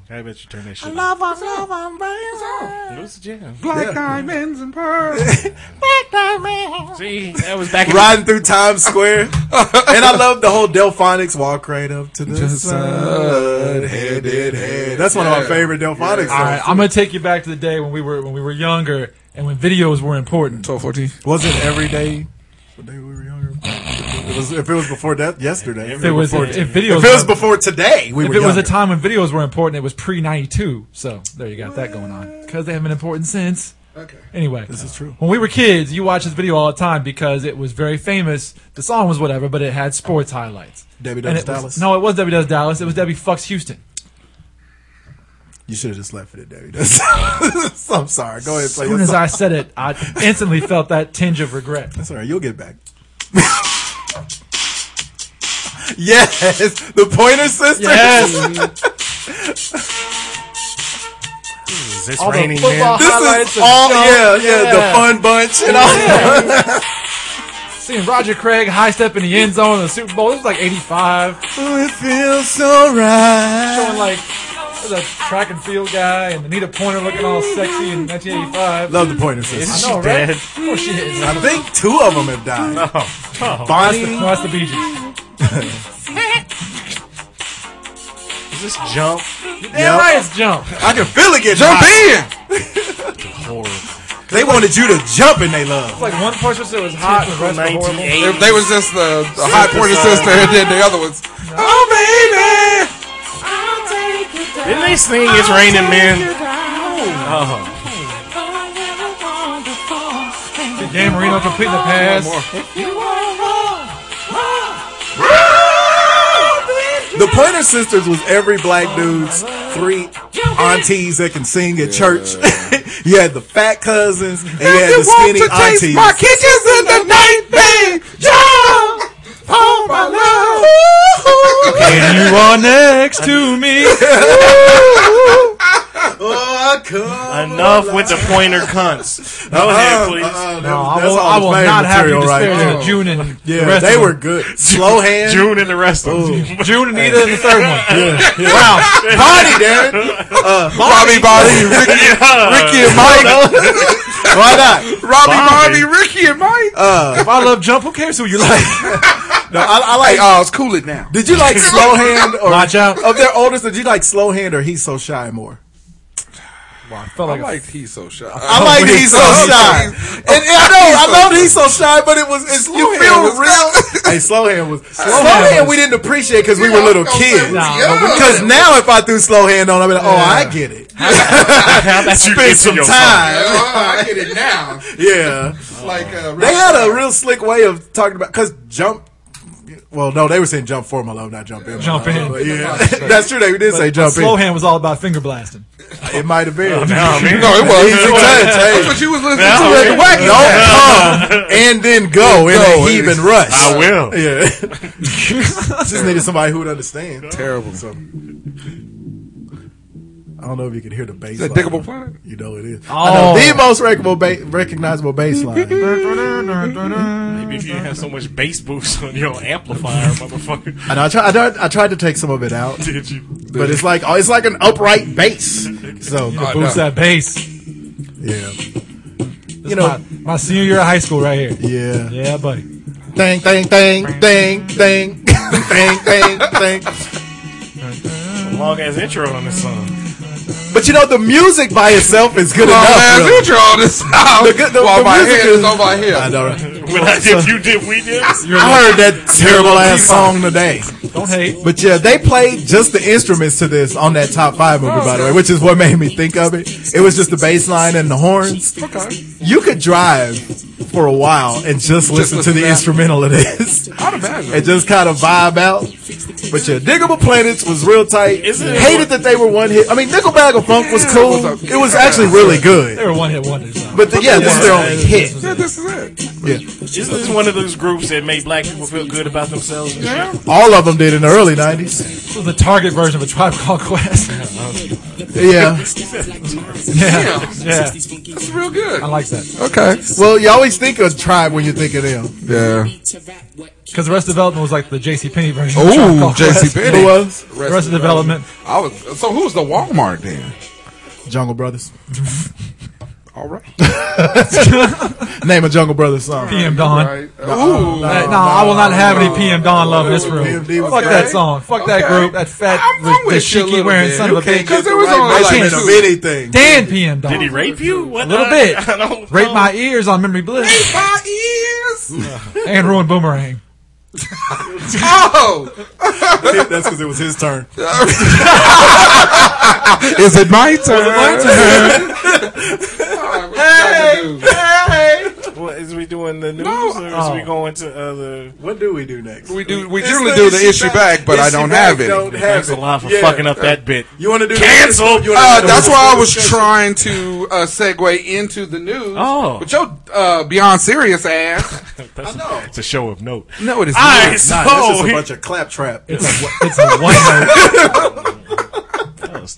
[SPEAKER 9] I bet you turn that shit. I love, I love, I'm It was a jam.
[SPEAKER 12] Black diamonds and pearls.
[SPEAKER 9] See, that was back in the
[SPEAKER 10] Riding through Times Square, and I love the whole Delphonics walk right up to the sun, headed head. That's one of my favorite Delphonics.
[SPEAKER 8] All right,
[SPEAKER 10] songs.
[SPEAKER 8] I'm gonna take you back to the day when we were when we were younger and when videos were important.
[SPEAKER 12] 12, 14.
[SPEAKER 10] Wasn't every day when they were younger? It was, if it was before that, yesterday.
[SPEAKER 8] If it was if, if videos
[SPEAKER 10] If it was
[SPEAKER 8] were-
[SPEAKER 10] before today, we
[SPEAKER 8] if
[SPEAKER 10] were
[SPEAKER 8] it was a
[SPEAKER 10] younger.
[SPEAKER 8] time when videos were important, it was pre '92. So there you got that going on because they haven't been important since. Okay. Anyway, this is true. When we were kids, you watched this video all the time because it was very famous. The song was whatever, but it had sports highlights.
[SPEAKER 10] Debbie
[SPEAKER 8] And
[SPEAKER 10] Does
[SPEAKER 8] it was-
[SPEAKER 10] Dallas.
[SPEAKER 8] no, it was Debbie Does Dallas. It was Debbie Fucks Houston.
[SPEAKER 10] You should have just left it at Debbie Does. I'm sorry. Go ahead and play
[SPEAKER 8] As soon
[SPEAKER 10] your
[SPEAKER 8] as
[SPEAKER 10] song.
[SPEAKER 8] I said it, I instantly felt that tinge of regret.
[SPEAKER 10] That's all right. You'll get it back. yes. The Pointer Sister.
[SPEAKER 8] Yes.
[SPEAKER 9] It's
[SPEAKER 8] All the
[SPEAKER 9] raining, man.
[SPEAKER 8] football
[SPEAKER 10] This
[SPEAKER 8] highlights
[SPEAKER 10] is
[SPEAKER 8] of
[SPEAKER 10] all,
[SPEAKER 8] show.
[SPEAKER 10] yeah, yeah, the
[SPEAKER 8] Yeah.
[SPEAKER 10] fun bunch and all that.
[SPEAKER 8] Seeing Roger Craig high step in the end zone in the Super Bowl. This was like '85.
[SPEAKER 10] It feels so right.
[SPEAKER 8] showing like there's a track and field guy and Anita Pointer looking all sexy in 1985.
[SPEAKER 10] Love the Pointer Sister.
[SPEAKER 8] I know, right? Oh, she is.
[SPEAKER 10] I think two of them have died. Bonnie.
[SPEAKER 8] No, that's the Bee Gees.
[SPEAKER 9] Is this jump?
[SPEAKER 8] Damn right, it's Jump.
[SPEAKER 10] I can feel it get
[SPEAKER 12] Jump
[SPEAKER 10] hot.
[SPEAKER 12] in.
[SPEAKER 9] Horrible.
[SPEAKER 10] They wanted you to jump in they love.
[SPEAKER 8] Like one portion said it was hot, the rest were horrible.
[SPEAKER 9] 1980.
[SPEAKER 12] If they was just the, the hot porter sister and then the other ones. Oh, baby.
[SPEAKER 9] Didn't they sing It's Raining Men?
[SPEAKER 8] Dan Marino completing the pass.
[SPEAKER 10] The Pointer Sisters was every black dude's three aunties that can sing at church. you had the fat cousins and you had the skinny aunties.
[SPEAKER 12] my kitchens in the night, babe. Jump on my love.
[SPEAKER 8] When you are next to me.
[SPEAKER 10] Oh, come
[SPEAKER 9] Enough with the pointer cunts. Go ahead, please.
[SPEAKER 8] No,
[SPEAKER 10] Uh, that's
[SPEAKER 8] I will,
[SPEAKER 10] all
[SPEAKER 8] I will
[SPEAKER 10] playing
[SPEAKER 8] not have you
[SPEAKER 10] material right
[SPEAKER 8] disparage
[SPEAKER 10] there.
[SPEAKER 8] June and
[SPEAKER 10] Yeah,
[SPEAKER 8] the rest
[SPEAKER 10] they
[SPEAKER 8] of
[SPEAKER 10] were
[SPEAKER 8] them.
[SPEAKER 10] good. Slow hand.
[SPEAKER 9] June and the rest of them.
[SPEAKER 8] June and Nita and the third one.
[SPEAKER 10] Wow. Body, Darren. Uh,
[SPEAKER 12] Robbie Bobby, Ricky, Ricky and Mike.
[SPEAKER 10] why not?
[SPEAKER 12] Robbie
[SPEAKER 9] Bobby.
[SPEAKER 12] Bobby, Ricky and Mike.
[SPEAKER 8] If I love jump, who cares who you like?
[SPEAKER 10] No, I, I
[SPEAKER 12] Hey,
[SPEAKER 10] like. uh,
[SPEAKER 12] oh, it's cool it now.
[SPEAKER 10] did you like slow hand or
[SPEAKER 8] Watch out.
[SPEAKER 10] of their oldest? Did you like slow hand or he's so shy more?
[SPEAKER 8] I felt
[SPEAKER 12] I
[SPEAKER 8] like,
[SPEAKER 12] liked he's so shy.
[SPEAKER 10] I like he's so shy. And, and I know, I know he's so shy, but it was it's, you
[SPEAKER 12] Slow
[SPEAKER 10] feel
[SPEAKER 12] Hand was-
[SPEAKER 10] real. hey, slow hand was slow,
[SPEAKER 8] Hand
[SPEAKER 10] hand. we didn't appreciate because we were little kids.
[SPEAKER 8] Nah,
[SPEAKER 10] Because now, if I threw slow hand on, I'd be like, oh, I get it.
[SPEAKER 9] How that you
[SPEAKER 10] Spend
[SPEAKER 9] get to
[SPEAKER 10] some
[SPEAKER 9] your
[SPEAKER 10] time.
[SPEAKER 12] Oh, I get it now.
[SPEAKER 10] Yeah,
[SPEAKER 12] Like uh,
[SPEAKER 10] they had a real slick way of talking about because jump. Well, no, they were saying jump for Malone, not jump in.
[SPEAKER 8] Jump
[SPEAKER 10] Malone,
[SPEAKER 8] in.
[SPEAKER 10] but yeah, that's true. They did say
[SPEAKER 8] but
[SPEAKER 10] jump
[SPEAKER 8] slow hand was all about finger blasting.
[SPEAKER 10] in. It might have been.
[SPEAKER 9] No, man.
[SPEAKER 12] no, it was.
[SPEAKER 10] Easy touch, hey.
[SPEAKER 12] That's what you was listening
[SPEAKER 9] Now,
[SPEAKER 12] to at
[SPEAKER 9] man.
[SPEAKER 12] the wagon.
[SPEAKER 10] Don't come and then go in
[SPEAKER 12] Go.
[SPEAKER 10] a heave and rush.
[SPEAKER 9] I will.
[SPEAKER 10] Yeah. Just needed somebody who would understand. Terrible. So. I don't know if you can hear the bass.
[SPEAKER 12] That
[SPEAKER 10] line.
[SPEAKER 12] dickable planet.
[SPEAKER 10] You know it is. I
[SPEAKER 9] Oh.
[SPEAKER 10] know the most recognizable, ba- recognizable bass line.
[SPEAKER 9] Maybe if you didn't have so much bass boost on your amplifier, motherfucker.
[SPEAKER 10] and I, try, I, tried, I tried to take some of it out,
[SPEAKER 9] Did you?
[SPEAKER 10] but it's like oh, it's like an upright bass. So
[SPEAKER 8] Boost that bass.
[SPEAKER 10] yeah, know-
[SPEAKER 8] You know, my, my senior year of high school, right here.
[SPEAKER 10] yeah.
[SPEAKER 8] Yeah, buddy.
[SPEAKER 10] Ding, ding, ding, ding, ding, ding, ding, ding.
[SPEAKER 9] Long ass intro on this song.
[SPEAKER 10] But you know the music by itself is good
[SPEAKER 12] Long
[SPEAKER 10] enough.
[SPEAKER 12] ass
[SPEAKER 10] really.
[SPEAKER 12] intro on this time.
[SPEAKER 10] The good- the-
[SPEAKER 12] While
[SPEAKER 10] the
[SPEAKER 12] my
[SPEAKER 10] music
[SPEAKER 12] head
[SPEAKER 10] is-
[SPEAKER 12] is over my head.
[SPEAKER 10] I know, right?
[SPEAKER 9] When I did, you did, we did.
[SPEAKER 10] I heard that terrible ass song today.
[SPEAKER 8] Don't hate.
[SPEAKER 10] But yeah, they played just the instruments to this on that top five movie, by the way, which is what made me think of it. It was just the bass line and the horns.
[SPEAKER 12] Okay.
[SPEAKER 10] You could drive for a while and just listen to
[SPEAKER 12] listen
[SPEAKER 10] the
[SPEAKER 12] to that.
[SPEAKER 10] instrumental of this
[SPEAKER 12] I'd imagine.
[SPEAKER 10] and just kind of vibe out. But yeah, Diggable Planets was real tight.
[SPEAKER 9] Isn't it-
[SPEAKER 10] Hated that they were one hit. I mean, Nickelback of Funk was cool.
[SPEAKER 12] was okay.
[SPEAKER 10] It was actually really good.
[SPEAKER 8] They were one hit wonders. though.
[SPEAKER 10] But the, yeah, this is their only hit.
[SPEAKER 12] Yeah, this is it.
[SPEAKER 9] Isn't this one of those groups that made black people feel good about themselves? And shit?
[SPEAKER 10] All of them did in the early 90s.
[SPEAKER 8] This was the target version of a tribe called Quest.
[SPEAKER 10] Yeah.
[SPEAKER 8] yeah, yeah.
[SPEAKER 12] This is real good.
[SPEAKER 8] I like that
[SPEAKER 12] Okay.
[SPEAKER 10] Well, you always think of Tribe when you think of them.
[SPEAKER 12] Yeah.
[SPEAKER 8] because Rest Development was like the J.C. Penney version. of Tribe
[SPEAKER 12] Ooh,
[SPEAKER 8] Called Quest.
[SPEAKER 12] JC Penny.
[SPEAKER 10] Who was?
[SPEAKER 8] Rest Development.
[SPEAKER 12] I was. So who was the Walmart then?
[SPEAKER 10] Jungle Brothers.
[SPEAKER 12] All right.
[SPEAKER 10] Name a Jungle Brothers song.
[SPEAKER 8] PM Dawn.
[SPEAKER 12] Right. Ooh.
[SPEAKER 8] Uh, no, I will not have any PM Don love in this room.
[SPEAKER 10] PMD was
[SPEAKER 8] Fuck
[SPEAKER 10] great.
[SPEAKER 8] that song. Fuck that
[SPEAKER 12] Okay.
[SPEAKER 8] group. That fat,
[SPEAKER 12] I'm
[SPEAKER 8] the,
[SPEAKER 12] with you a
[SPEAKER 8] cheeky
[SPEAKER 12] little
[SPEAKER 8] wearing
[SPEAKER 12] bit.
[SPEAKER 8] son of a
[SPEAKER 12] Okay,
[SPEAKER 8] bitch.
[SPEAKER 12] 'cause there was only
[SPEAKER 8] I
[SPEAKER 12] like
[SPEAKER 8] can't
[SPEAKER 12] minute-
[SPEAKER 8] see-
[SPEAKER 10] anything.
[SPEAKER 8] Stand PM Don.
[SPEAKER 9] Did he rape you? What
[SPEAKER 8] a little
[SPEAKER 9] the-
[SPEAKER 8] bit.
[SPEAKER 9] I don't
[SPEAKER 8] Rape
[SPEAKER 9] know.
[SPEAKER 8] my ears on Memory Bliss
[SPEAKER 12] My ears.
[SPEAKER 8] and ruin Boomerang.
[SPEAKER 12] Oh.
[SPEAKER 10] That's because it was his turn.
[SPEAKER 12] Is it my turn? Hey.
[SPEAKER 9] What, is we doing the news or is we going to other?
[SPEAKER 10] What do we do next?
[SPEAKER 12] We do. We generally do the issue back, but I don't have it.
[SPEAKER 10] Don't have
[SPEAKER 9] Thanks a
[SPEAKER 10] it.
[SPEAKER 9] lot for
[SPEAKER 10] Yeah.
[SPEAKER 9] fucking up that bit.
[SPEAKER 10] You want to do
[SPEAKER 9] Cancel.
[SPEAKER 10] You
[SPEAKER 12] Uh,
[SPEAKER 10] wanna do
[SPEAKER 12] that's
[SPEAKER 10] the-
[SPEAKER 12] why I was trying to uh, segue into the news.
[SPEAKER 9] Oh.
[SPEAKER 12] but your uh, beyond serious ass.
[SPEAKER 9] That's, It's a show of note.
[SPEAKER 12] No, it is
[SPEAKER 9] All
[SPEAKER 12] not.
[SPEAKER 9] right, so
[SPEAKER 10] Nah, that's
[SPEAKER 12] Oh.
[SPEAKER 10] just a bunch of claptrap.
[SPEAKER 8] It's a, it's a one note.
[SPEAKER 9] No, it's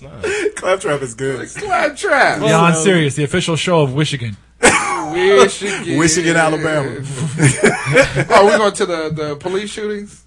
[SPEAKER 9] not.
[SPEAKER 10] claptrap is good.
[SPEAKER 12] Clap trap.
[SPEAKER 8] Beyond Serious, the official show of Michigan.
[SPEAKER 12] Michigan.
[SPEAKER 10] Michigan, Alabama.
[SPEAKER 12] Are Oh, we going to the, the police shootings?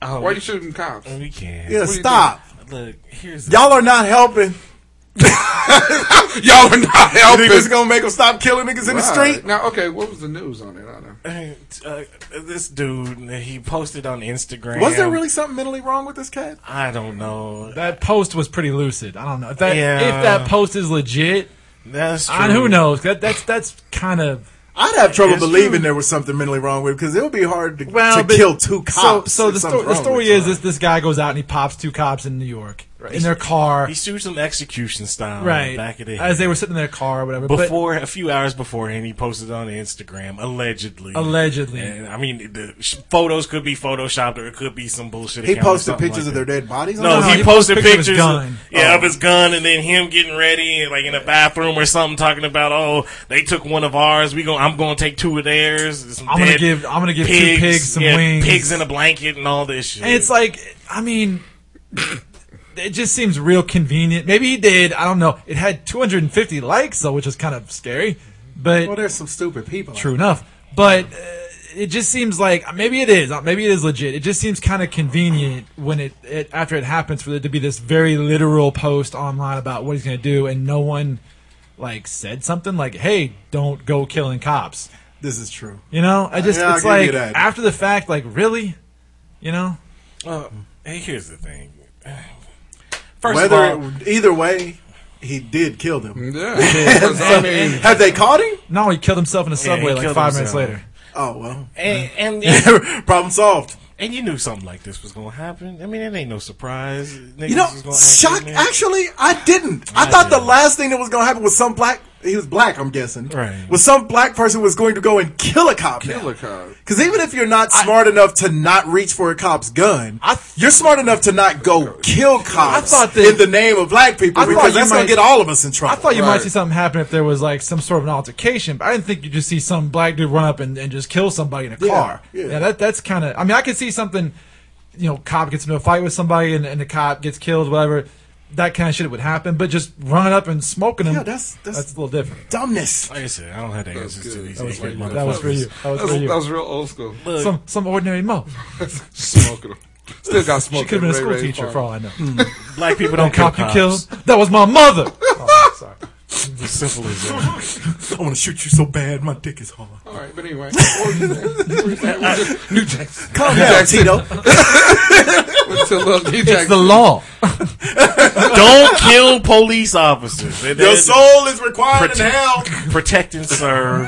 [SPEAKER 12] Why are you shooting cops?
[SPEAKER 9] We can't.
[SPEAKER 10] Yeah,
[SPEAKER 12] do you
[SPEAKER 10] stop.
[SPEAKER 9] Look, here's the
[SPEAKER 10] Y'all are not helping.
[SPEAKER 12] Y'all are not
[SPEAKER 10] You
[SPEAKER 12] helping.
[SPEAKER 10] think this is gonna make them stop killing niggas in the street?
[SPEAKER 12] Now, okay, what was the news on it? I don't know.
[SPEAKER 9] uh, this dude. He posted on Instagram.
[SPEAKER 10] Was there really something mentally wrong with this cat?
[SPEAKER 9] I don't know.
[SPEAKER 8] That post was pretty lucid. I don't know if that
[SPEAKER 9] Yeah.
[SPEAKER 8] if that post is legit.
[SPEAKER 9] That's true.
[SPEAKER 8] I, who knows? That, that's that's kind of
[SPEAKER 10] I'd have trouble
[SPEAKER 9] It's
[SPEAKER 10] believing
[SPEAKER 9] true.
[SPEAKER 10] there was something mentally wrong with it because it would be hard to,
[SPEAKER 8] Well,
[SPEAKER 10] to
[SPEAKER 8] but-
[SPEAKER 10] kill two cops.
[SPEAKER 8] So, so
[SPEAKER 10] if something's
[SPEAKER 8] the, sto- the
[SPEAKER 10] wrong with
[SPEAKER 8] story
[SPEAKER 10] you.
[SPEAKER 8] is this: this guy goes out and he pops two cops in New York, in their car.
[SPEAKER 9] He shoots them execution style.
[SPEAKER 8] Right.
[SPEAKER 9] Back of the
[SPEAKER 8] As
[SPEAKER 9] head.
[SPEAKER 8] they were sitting in their car or whatever. But-
[SPEAKER 9] Before a few hours beforehand, he posted on Instagram allegedly.
[SPEAKER 8] Allegedly.
[SPEAKER 9] and, I mean, the sh- photos could be photoshopped or it could be some bullshit.
[SPEAKER 10] He
[SPEAKER 9] account or
[SPEAKER 10] posted
[SPEAKER 9] something
[SPEAKER 10] pictures
[SPEAKER 9] like
[SPEAKER 10] of their
[SPEAKER 9] that.
[SPEAKER 10] dead bodies on
[SPEAKER 9] No,
[SPEAKER 10] it?
[SPEAKER 9] he,
[SPEAKER 10] No, he posted
[SPEAKER 9] posted pictures.
[SPEAKER 10] pictures of his gun.
[SPEAKER 9] Yeah,
[SPEAKER 10] Oh.
[SPEAKER 9] of his gun, and then him getting ready, like in a bathroom or something, talking about, oh, they took one of ours. We going I'm gonna take two of theirs. Some
[SPEAKER 8] I'm gonna
[SPEAKER 9] dead
[SPEAKER 8] give- I'm gonna give two pigs some
[SPEAKER 9] yeah,
[SPEAKER 8] wings.
[SPEAKER 9] pigs in a blanket, and all this shit.
[SPEAKER 8] And it's like, I mean, it just seems real convenient. Maybe he did. I don't know. It had 250 likes though, which is kind of scary. But
[SPEAKER 10] well, there's some stupid people.
[SPEAKER 8] True enough. But uh, it just seems like maybe it is. uh, Maybe it is legit. It just seems kind of convenient when it, it after it happens for there to be this very literal post online about what he's going to do, and no one like said something like, "Hey, don't go killing cops."
[SPEAKER 10] This is true.
[SPEAKER 8] You know, I just
[SPEAKER 10] Yeah, I'll
[SPEAKER 8] it's
[SPEAKER 10] give you
[SPEAKER 8] like
[SPEAKER 10] that.
[SPEAKER 8] after the fact, like really, you know.
[SPEAKER 9] Uh, hey, here's the thing. First
[SPEAKER 10] Whether
[SPEAKER 9] of all,
[SPEAKER 10] it- either way, he did kill them.
[SPEAKER 12] Yeah.
[SPEAKER 10] And- and- have they caught him?
[SPEAKER 8] No, he killed himself in a
[SPEAKER 10] Yeah, he
[SPEAKER 8] subway like
[SPEAKER 10] killed
[SPEAKER 8] five minutes
[SPEAKER 10] himself.
[SPEAKER 8] later.
[SPEAKER 10] Oh well.
[SPEAKER 9] And,
[SPEAKER 10] and problem solved.
[SPEAKER 9] And you knew something like this was going to happen. I mean, it ain't no surprise. Niggas
[SPEAKER 10] You know,
[SPEAKER 9] was gonna act
[SPEAKER 10] shock.
[SPEAKER 9] like that.
[SPEAKER 10] Actually, I didn't. I,
[SPEAKER 9] I
[SPEAKER 10] thought the
[SPEAKER 9] did.
[SPEAKER 10] last thing that was going to happen was some black. He was black, I'm guessing.
[SPEAKER 9] Right.
[SPEAKER 10] Was some black person was going to go and kill a cop. Kill a cop. Because even if you're not smart enough to not reach for a cop's gun, you're smart enough to not go kill cops
[SPEAKER 8] thought that-
[SPEAKER 10] in the name of black people
[SPEAKER 8] I thought
[SPEAKER 10] because
[SPEAKER 8] you
[SPEAKER 10] that's going
[SPEAKER 8] might-
[SPEAKER 10] to get all of us in trouble.
[SPEAKER 8] I thought you might see something happen if there was like some sort of an altercation, but I didn't think you just see some black dude run up and, and just kill somebody in a
[SPEAKER 10] Yeah,
[SPEAKER 8] car.
[SPEAKER 10] yeah.
[SPEAKER 8] that that's kind of. I mean, I could see something. You know, cop gets into a fight with somebody, and, and the cop gets killed, whatever. That kind of shit would happen, but just running up and smoking them.
[SPEAKER 10] Yeah, that's- that's-
[SPEAKER 8] a little different.
[SPEAKER 10] Dumbness.
[SPEAKER 9] Like I said, I don't have the answers to these.
[SPEAKER 8] That was, for
[SPEAKER 9] ignorant
[SPEAKER 8] you. that was for you. That was
[SPEAKER 12] That was-
[SPEAKER 8] for you.
[SPEAKER 12] that was real old school. Look.
[SPEAKER 8] Some some ordinary mo.
[SPEAKER 12] Smoking 'em. Still got smoke.
[SPEAKER 8] She could have been a
[SPEAKER 12] at Ray
[SPEAKER 8] school
[SPEAKER 12] Ray's Hmm.
[SPEAKER 8] teacher
[SPEAKER 12] farm.
[SPEAKER 8] for all I know.
[SPEAKER 9] Black people don't
[SPEAKER 8] That cop
[SPEAKER 9] kill
[SPEAKER 8] you killed.
[SPEAKER 9] cops.
[SPEAKER 8] That was my mother.
[SPEAKER 12] Oh,
[SPEAKER 9] As simple as that.
[SPEAKER 10] I want to shoot you so bad, my dick is hard.
[SPEAKER 12] All right, but anyway, what was you saying? We're just- New Jackson.
[SPEAKER 10] Calm down, Tito.
[SPEAKER 12] Went to little New
[SPEAKER 8] It's
[SPEAKER 12] Jackson.
[SPEAKER 8] the law.
[SPEAKER 9] don't kill police officers. They-
[SPEAKER 10] Your
[SPEAKER 9] they-
[SPEAKER 10] soul is required in
[SPEAKER 9] Protect-
[SPEAKER 10] hell.
[SPEAKER 9] protect and serve.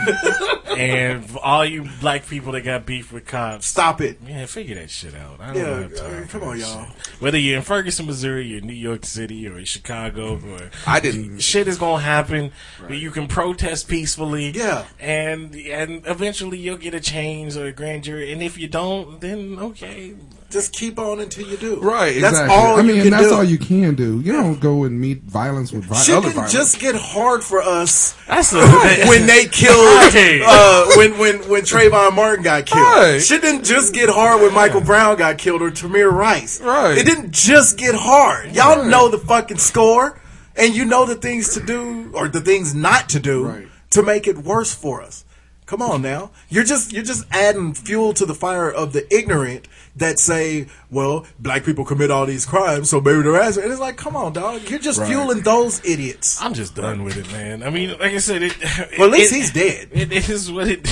[SPEAKER 9] and all you black people that got beef with cops,
[SPEAKER 10] Stop it.
[SPEAKER 9] Yeah, figure that shit out. I don't
[SPEAKER 10] Yeah,
[SPEAKER 9] have time.
[SPEAKER 10] uh,
[SPEAKER 9] for
[SPEAKER 10] come on,
[SPEAKER 9] that
[SPEAKER 10] y'all.
[SPEAKER 9] shit. Whether you're in Ferguson, Missouri, you're in New York City, or in Chicago, or
[SPEAKER 12] I didn't-
[SPEAKER 9] Shit is gonna happen. But you can protest peacefully.
[SPEAKER 10] Yeah.
[SPEAKER 9] and and eventually you'll get a change or a grand jury. And if you don't, then okay.
[SPEAKER 10] Just keep on until you do.
[SPEAKER 12] Right,
[SPEAKER 10] That's
[SPEAKER 12] exactly.
[SPEAKER 10] all
[SPEAKER 12] I mean,
[SPEAKER 10] you
[SPEAKER 12] and
[SPEAKER 10] can
[SPEAKER 12] that's
[SPEAKER 10] do.
[SPEAKER 12] all you can do. You don't go and meet violence with vi-
[SPEAKER 10] Shit
[SPEAKER 12] other
[SPEAKER 10] didn't
[SPEAKER 12] violence.
[SPEAKER 10] just get hard for us
[SPEAKER 9] That's a,
[SPEAKER 10] when they killed
[SPEAKER 9] Right.
[SPEAKER 10] uh, when when when Trayvon Martin got killed.
[SPEAKER 12] Right.
[SPEAKER 10] Shit didn't just get hard when Michael Brown got killed or Tamir Rice.
[SPEAKER 12] Right.
[SPEAKER 10] It didn't just get hard. Y'all all know the fucking score, and you know the things to do or the things not to do
[SPEAKER 12] Right.
[SPEAKER 10] to make it worse for us. Come on now, you're just you're just adding fuel to the fire of the ignorant that say, "Well, black people commit all these crimes, so maybe they're asking." And it's like, come on, dog, you're just fueling those idiots.
[SPEAKER 9] I'm just done with it, man. I mean, like I said, it. it-
[SPEAKER 10] Well, at least
[SPEAKER 9] it-
[SPEAKER 10] he's dead.
[SPEAKER 9] It is what it.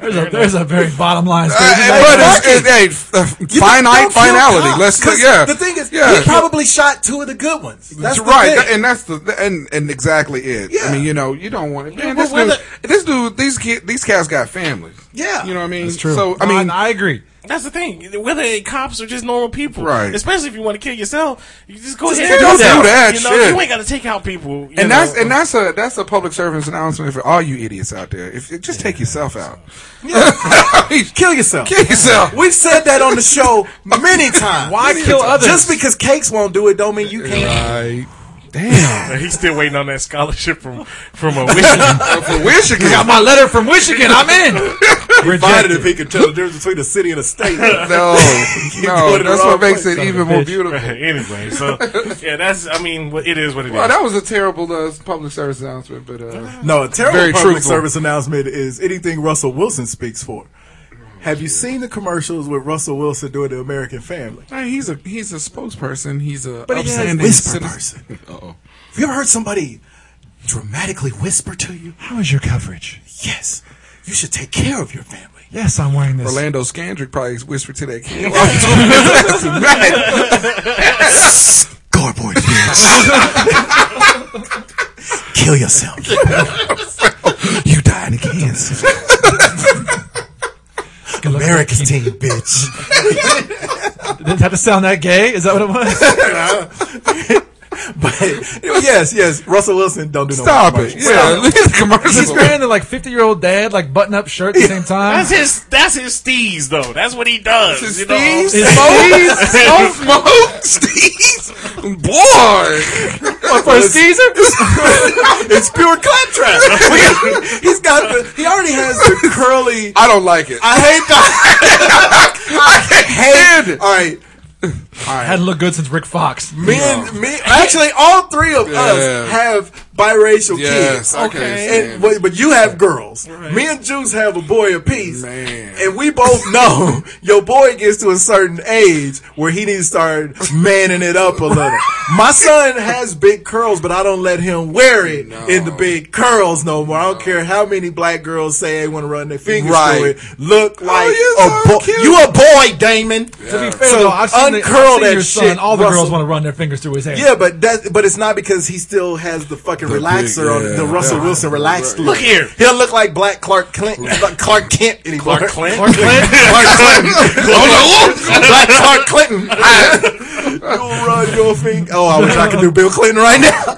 [SPEAKER 8] There's a, there's a very bottom line
[SPEAKER 12] Uh,
[SPEAKER 8] statement.
[SPEAKER 12] but it's, it, hey, f- uh,
[SPEAKER 10] You
[SPEAKER 12] finite
[SPEAKER 10] don't kill
[SPEAKER 12] finality.
[SPEAKER 10] cops,
[SPEAKER 12] Let's
[SPEAKER 10] 'cause
[SPEAKER 12] yeah.
[SPEAKER 10] The thing is,
[SPEAKER 12] yeah.
[SPEAKER 10] he probably shot two of the good ones. That's
[SPEAKER 12] That's
[SPEAKER 10] the
[SPEAKER 12] right,
[SPEAKER 10] Thing.
[SPEAKER 12] and that's the and and exactly it. I
[SPEAKER 10] Yeah.
[SPEAKER 12] mean, you know, you don't want it. Man,
[SPEAKER 9] well,
[SPEAKER 12] this dude, this dude, these kid, these cats got families.
[SPEAKER 10] Yeah.
[SPEAKER 12] you know what I mean.
[SPEAKER 8] It's true.
[SPEAKER 12] So I mean,
[SPEAKER 8] I agree.
[SPEAKER 9] That's the thing. Whether it cops or just normal people,
[SPEAKER 12] Right.
[SPEAKER 9] Especially if you want to kill yourself, you just go
[SPEAKER 10] Just
[SPEAKER 9] ahead and
[SPEAKER 10] do that.
[SPEAKER 12] Do
[SPEAKER 9] You,
[SPEAKER 12] that
[SPEAKER 9] know,
[SPEAKER 12] shit.
[SPEAKER 9] you ain't got to take out people.
[SPEAKER 12] and
[SPEAKER 9] you know.
[SPEAKER 12] that's and that's a that's a public service announcement for all you idiots out there. If just take yourself out,
[SPEAKER 10] Kill yourself.
[SPEAKER 12] kill yourself.
[SPEAKER 10] We've said that on the show many times.
[SPEAKER 8] Why
[SPEAKER 10] Many
[SPEAKER 8] kill
[SPEAKER 10] times.
[SPEAKER 8] others?
[SPEAKER 10] Just because cakes won't do it, don't mean you can't.
[SPEAKER 12] Right. Damn.
[SPEAKER 9] He's still waiting on that scholarship from from a Michigan.
[SPEAKER 12] For Michigan.
[SPEAKER 8] Got my letter from Michigan. I'm in.
[SPEAKER 10] Rejected if he could tell the difference between a city and a state.
[SPEAKER 12] No,
[SPEAKER 10] doing
[SPEAKER 12] no,
[SPEAKER 10] the
[SPEAKER 12] that's
[SPEAKER 10] wrong
[SPEAKER 12] what makes
[SPEAKER 10] way,
[SPEAKER 12] it
[SPEAKER 10] son of
[SPEAKER 12] even more beautiful.
[SPEAKER 9] anyway, so yeah, that's. I mean, what- it is what it is.
[SPEAKER 12] Well, Oh, that was a terrible uh, public service announcement, but uh,
[SPEAKER 10] No, a terrible
[SPEAKER 12] Very
[SPEAKER 10] public
[SPEAKER 12] truthful.
[SPEAKER 10] service announcement is anything Russell Wilson speaks for. Have you seen the commercials with Russell Wilson doing the American Family?
[SPEAKER 12] hey, he's a he's a spokesperson. He's a
[SPEAKER 10] But he has
[SPEAKER 12] upstanding
[SPEAKER 10] whisper
[SPEAKER 12] citizen. Uh-oh.
[SPEAKER 10] Have you ever heard somebody dramatically whisper to you,
[SPEAKER 8] How is your coverage?
[SPEAKER 10] "Yes, you should take care of your family"?
[SPEAKER 8] Yes, I'm wearing this.
[SPEAKER 12] Orlando Scandrick probably whispered to that kid. while he's doing his ass, right?
[SPEAKER 10] Garboid bitch. Kill yourself. you dying of cancer.
[SPEAKER 8] Good luck.
[SPEAKER 10] America's team, bitch.
[SPEAKER 8] Did it have to sound that gay? Is that what it was?
[SPEAKER 10] but yes, yes, Russell Wilson don't do no
[SPEAKER 12] Stop
[SPEAKER 10] much.
[SPEAKER 12] it. Yeah, leave the commercials
[SPEAKER 8] He's
[SPEAKER 12] alone.
[SPEAKER 8] wearing a like fifty year old dad like button up shirt at the same time.
[SPEAKER 9] That's his. That's his steez, though. That's what he does. you know?
[SPEAKER 8] His
[SPEAKER 12] Steez? Smoke, smoke, Steez? Boy!
[SPEAKER 8] for Caesar?
[SPEAKER 10] It's pure contrast. He's got the. He already has the curly.
[SPEAKER 12] I don't like it.
[SPEAKER 10] I hate that.
[SPEAKER 12] Hate it.
[SPEAKER 10] All right.
[SPEAKER 8] Hadn't looked good since Rick Fox.
[SPEAKER 10] Me and me, actually, all three of
[SPEAKER 12] Yeah.
[SPEAKER 10] us have biracial
[SPEAKER 12] Yes,
[SPEAKER 10] kids.
[SPEAKER 12] I can
[SPEAKER 10] Okay, and,
[SPEAKER 12] understand.
[SPEAKER 10] but, but you have girls. Me and Juice have a boy apiece,
[SPEAKER 12] Man.
[SPEAKER 10] and we both know your boy gets to a certain age where he needs to start manning it up a little. My son has big curls, but I don't let him wear it in the big curls no more. I don't care how many black girls say they want to run their fingers
[SPEAKER 12] Right.
[SPEAKER 10] through it.
[SPEAKER 8] Oh,
[SPEAKER 10] Look like
[SPEAKER 12] you're so
[SPEAKER 10] a boy.
[SPEAKER 12] cute.
[SPEAKER 10] You a boy, Damon.
[SPEAKER 8] To be fair,
[SPEAKER 10] So
[SPEAKER 8] though, I've seen, the, I've
[SPEAKER 10] uncurl
[SPEAKER 8] seen
[SPEAKER 10] that
[SPEAKER 8] your son.
[SPEAKER 10] shit,
[SPEAKER 8] All the girls
[SPEAKER 10] Russell.
[SPEAKER 8] want to run their fingers through his hair.
[SPEAKER 10] Yeah, but that but it's not because he still has the fucking relaxer
[SPEAKER 12] big-
[SPEAKER 10] on the
[SPEAKER 12] yeah.
[SPEAKER 10] Russell
[SPEAKER 12] Yeah.
[SPEAKER 10] Wilson relaxed look.
[SPEAKER 9] Look here.
[SPEAKER 10] He don't look like Black Clark Clint, like Clark Kent anymore.
[SPEAKER 9] Clark Clint.
[SPEAKER 8] Clark Kent?
[SPEAKER 10] Clark Clinton. Black Clark Clinton. You'll run your finger. Oh, I wish I could do Bill Clinton right now.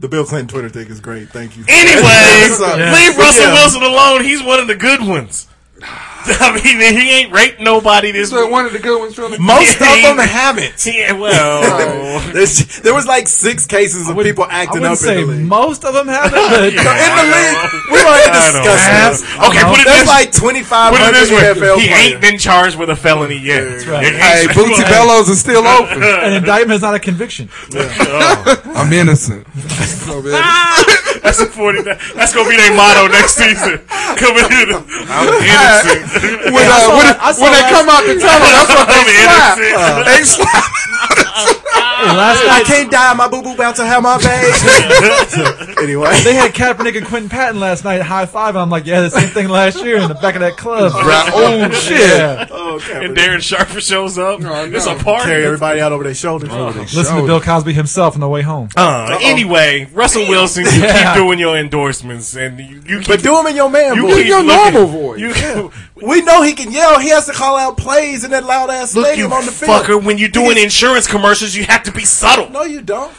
[SPEAKER 10] The Bill Clinton Twitter thing is great. Thank you.
[SPEAKER 9] Anyways,
[SPEAKER 10] So-
[SPEAKER 9] leave
[SPEAKER 10] but
[SPEAKER 9] Russell
[SPEAKER 10] yeah.
[SPEAKER 9] Wilson alone. He's one of the good ones. I mean, he ain't raped nobody this
[SPEAKER 12] So
[SPEAKER 9] week.
[SPEAKER 12] one of the good ones from the
[SPEAKER 10] Most of them haven't.
[SPEAKER 9] Yeah, well,
[SPEAKER 10] Oh. There's, there was like six cases of people
[SPEAKER 8] I
[SPEAKER 10] acting up
[SPEAKER 8] wouldn't say
[SPEAKER 10] in the league.
[SPEAKER 8] most of them have it.
[SPEAKER 10] So
[SPEAKER 8] but-
[SPEAKER 10] in the league, we don't even
[SPEAKER 9] I don't
[SPEAKER 10] discuss this.
[SPEAKER 8] know. I
[SPEAKER 9] okay,
[SPEAKER 8] don't
[SPEAKER 9] put it
[SPEAKER 10] There's
[SPEAKER 9] this
[SPEAKER 10] like 2,500
[SPEAKER 9] Put it this way.
[SPEAKER 10] NFL
[SPEAKER 9] he
[SPEAKER 10] players.
[SPEAKER 9] ain't been charged with a felony yet. That's
[SPEAKER 8] right.
[SPEAKER 12] Hey, Bootsy Bellows is still open.
[SPEAKER 8] An indictment is not a conviction.
[SPEAKER 12] I'm innocent. So bad.
[SPEAKER 9] That's a 49. That's gonna be their motto next season. Coming in, I'm innocent.
[SPEAKER 12] When, uh, when,
[SPEAKER 8] I saw
[SPEAKER 12] when they
[SPEAKER 8] last-
[SPEAKER 12] come out the tunnel, that's what they
[SPEAKER 9] I'm
[SPEAKER 12] slap.
[SPEAKER 9] innocent.
[SPEAKER 12] They slap.
[SPEAKER 8] Hey, last
[SPEAKER 10] I
[SPEAKER 8] night
[SPEAKER 10] can't die. My boo boo bound to have my baby. anyway,
[SPEAKER 8] they had Kaepernick and Quentin Patton last night high five, and I'm like, yeah, the same thing last year in the back of that club.
[SPEAKER 12] Right. Oh, shit.
[SPEAKER 8] Yeah.
[SPEAKER 9] and Darren Sharper shows up.
[SPEAKER 12] I know.
[SPEAKER 9] It's a party.
[SPEAKER 10] carry everybody out over their shoulders.
[SPEAKER 9] Oh,
[SPEAKER 8] Listen to Bill Cosby himself on the way home.
[SPEAKER 9] Uh, anyway, Russell Wilson, you
[SPEAKER 8] Yeah.
[SPEAKER 9] keep doing your endorsements, and you, you keep
[SPEAKER 10] But do him in your man
[SPEAKER 9] you
[SPEAKER 10] voice.
[SPEAKER 9] keep
[SPEAKER 12] your
[SPEAKER 9] looking-
[SPEAKER 12] normal voice.
[SPEAKER 9] You,
[SPEAKER 10] we know he can yell. He has to call out plays in that loud ass
[SPEAKER 9] look, you
[SPEAKER 10] stadium on the field.
[SPEAKER 9] fucker. When you're doing insurance commercials, you have to be subtle.
[SPEAKER 10] No, you don't.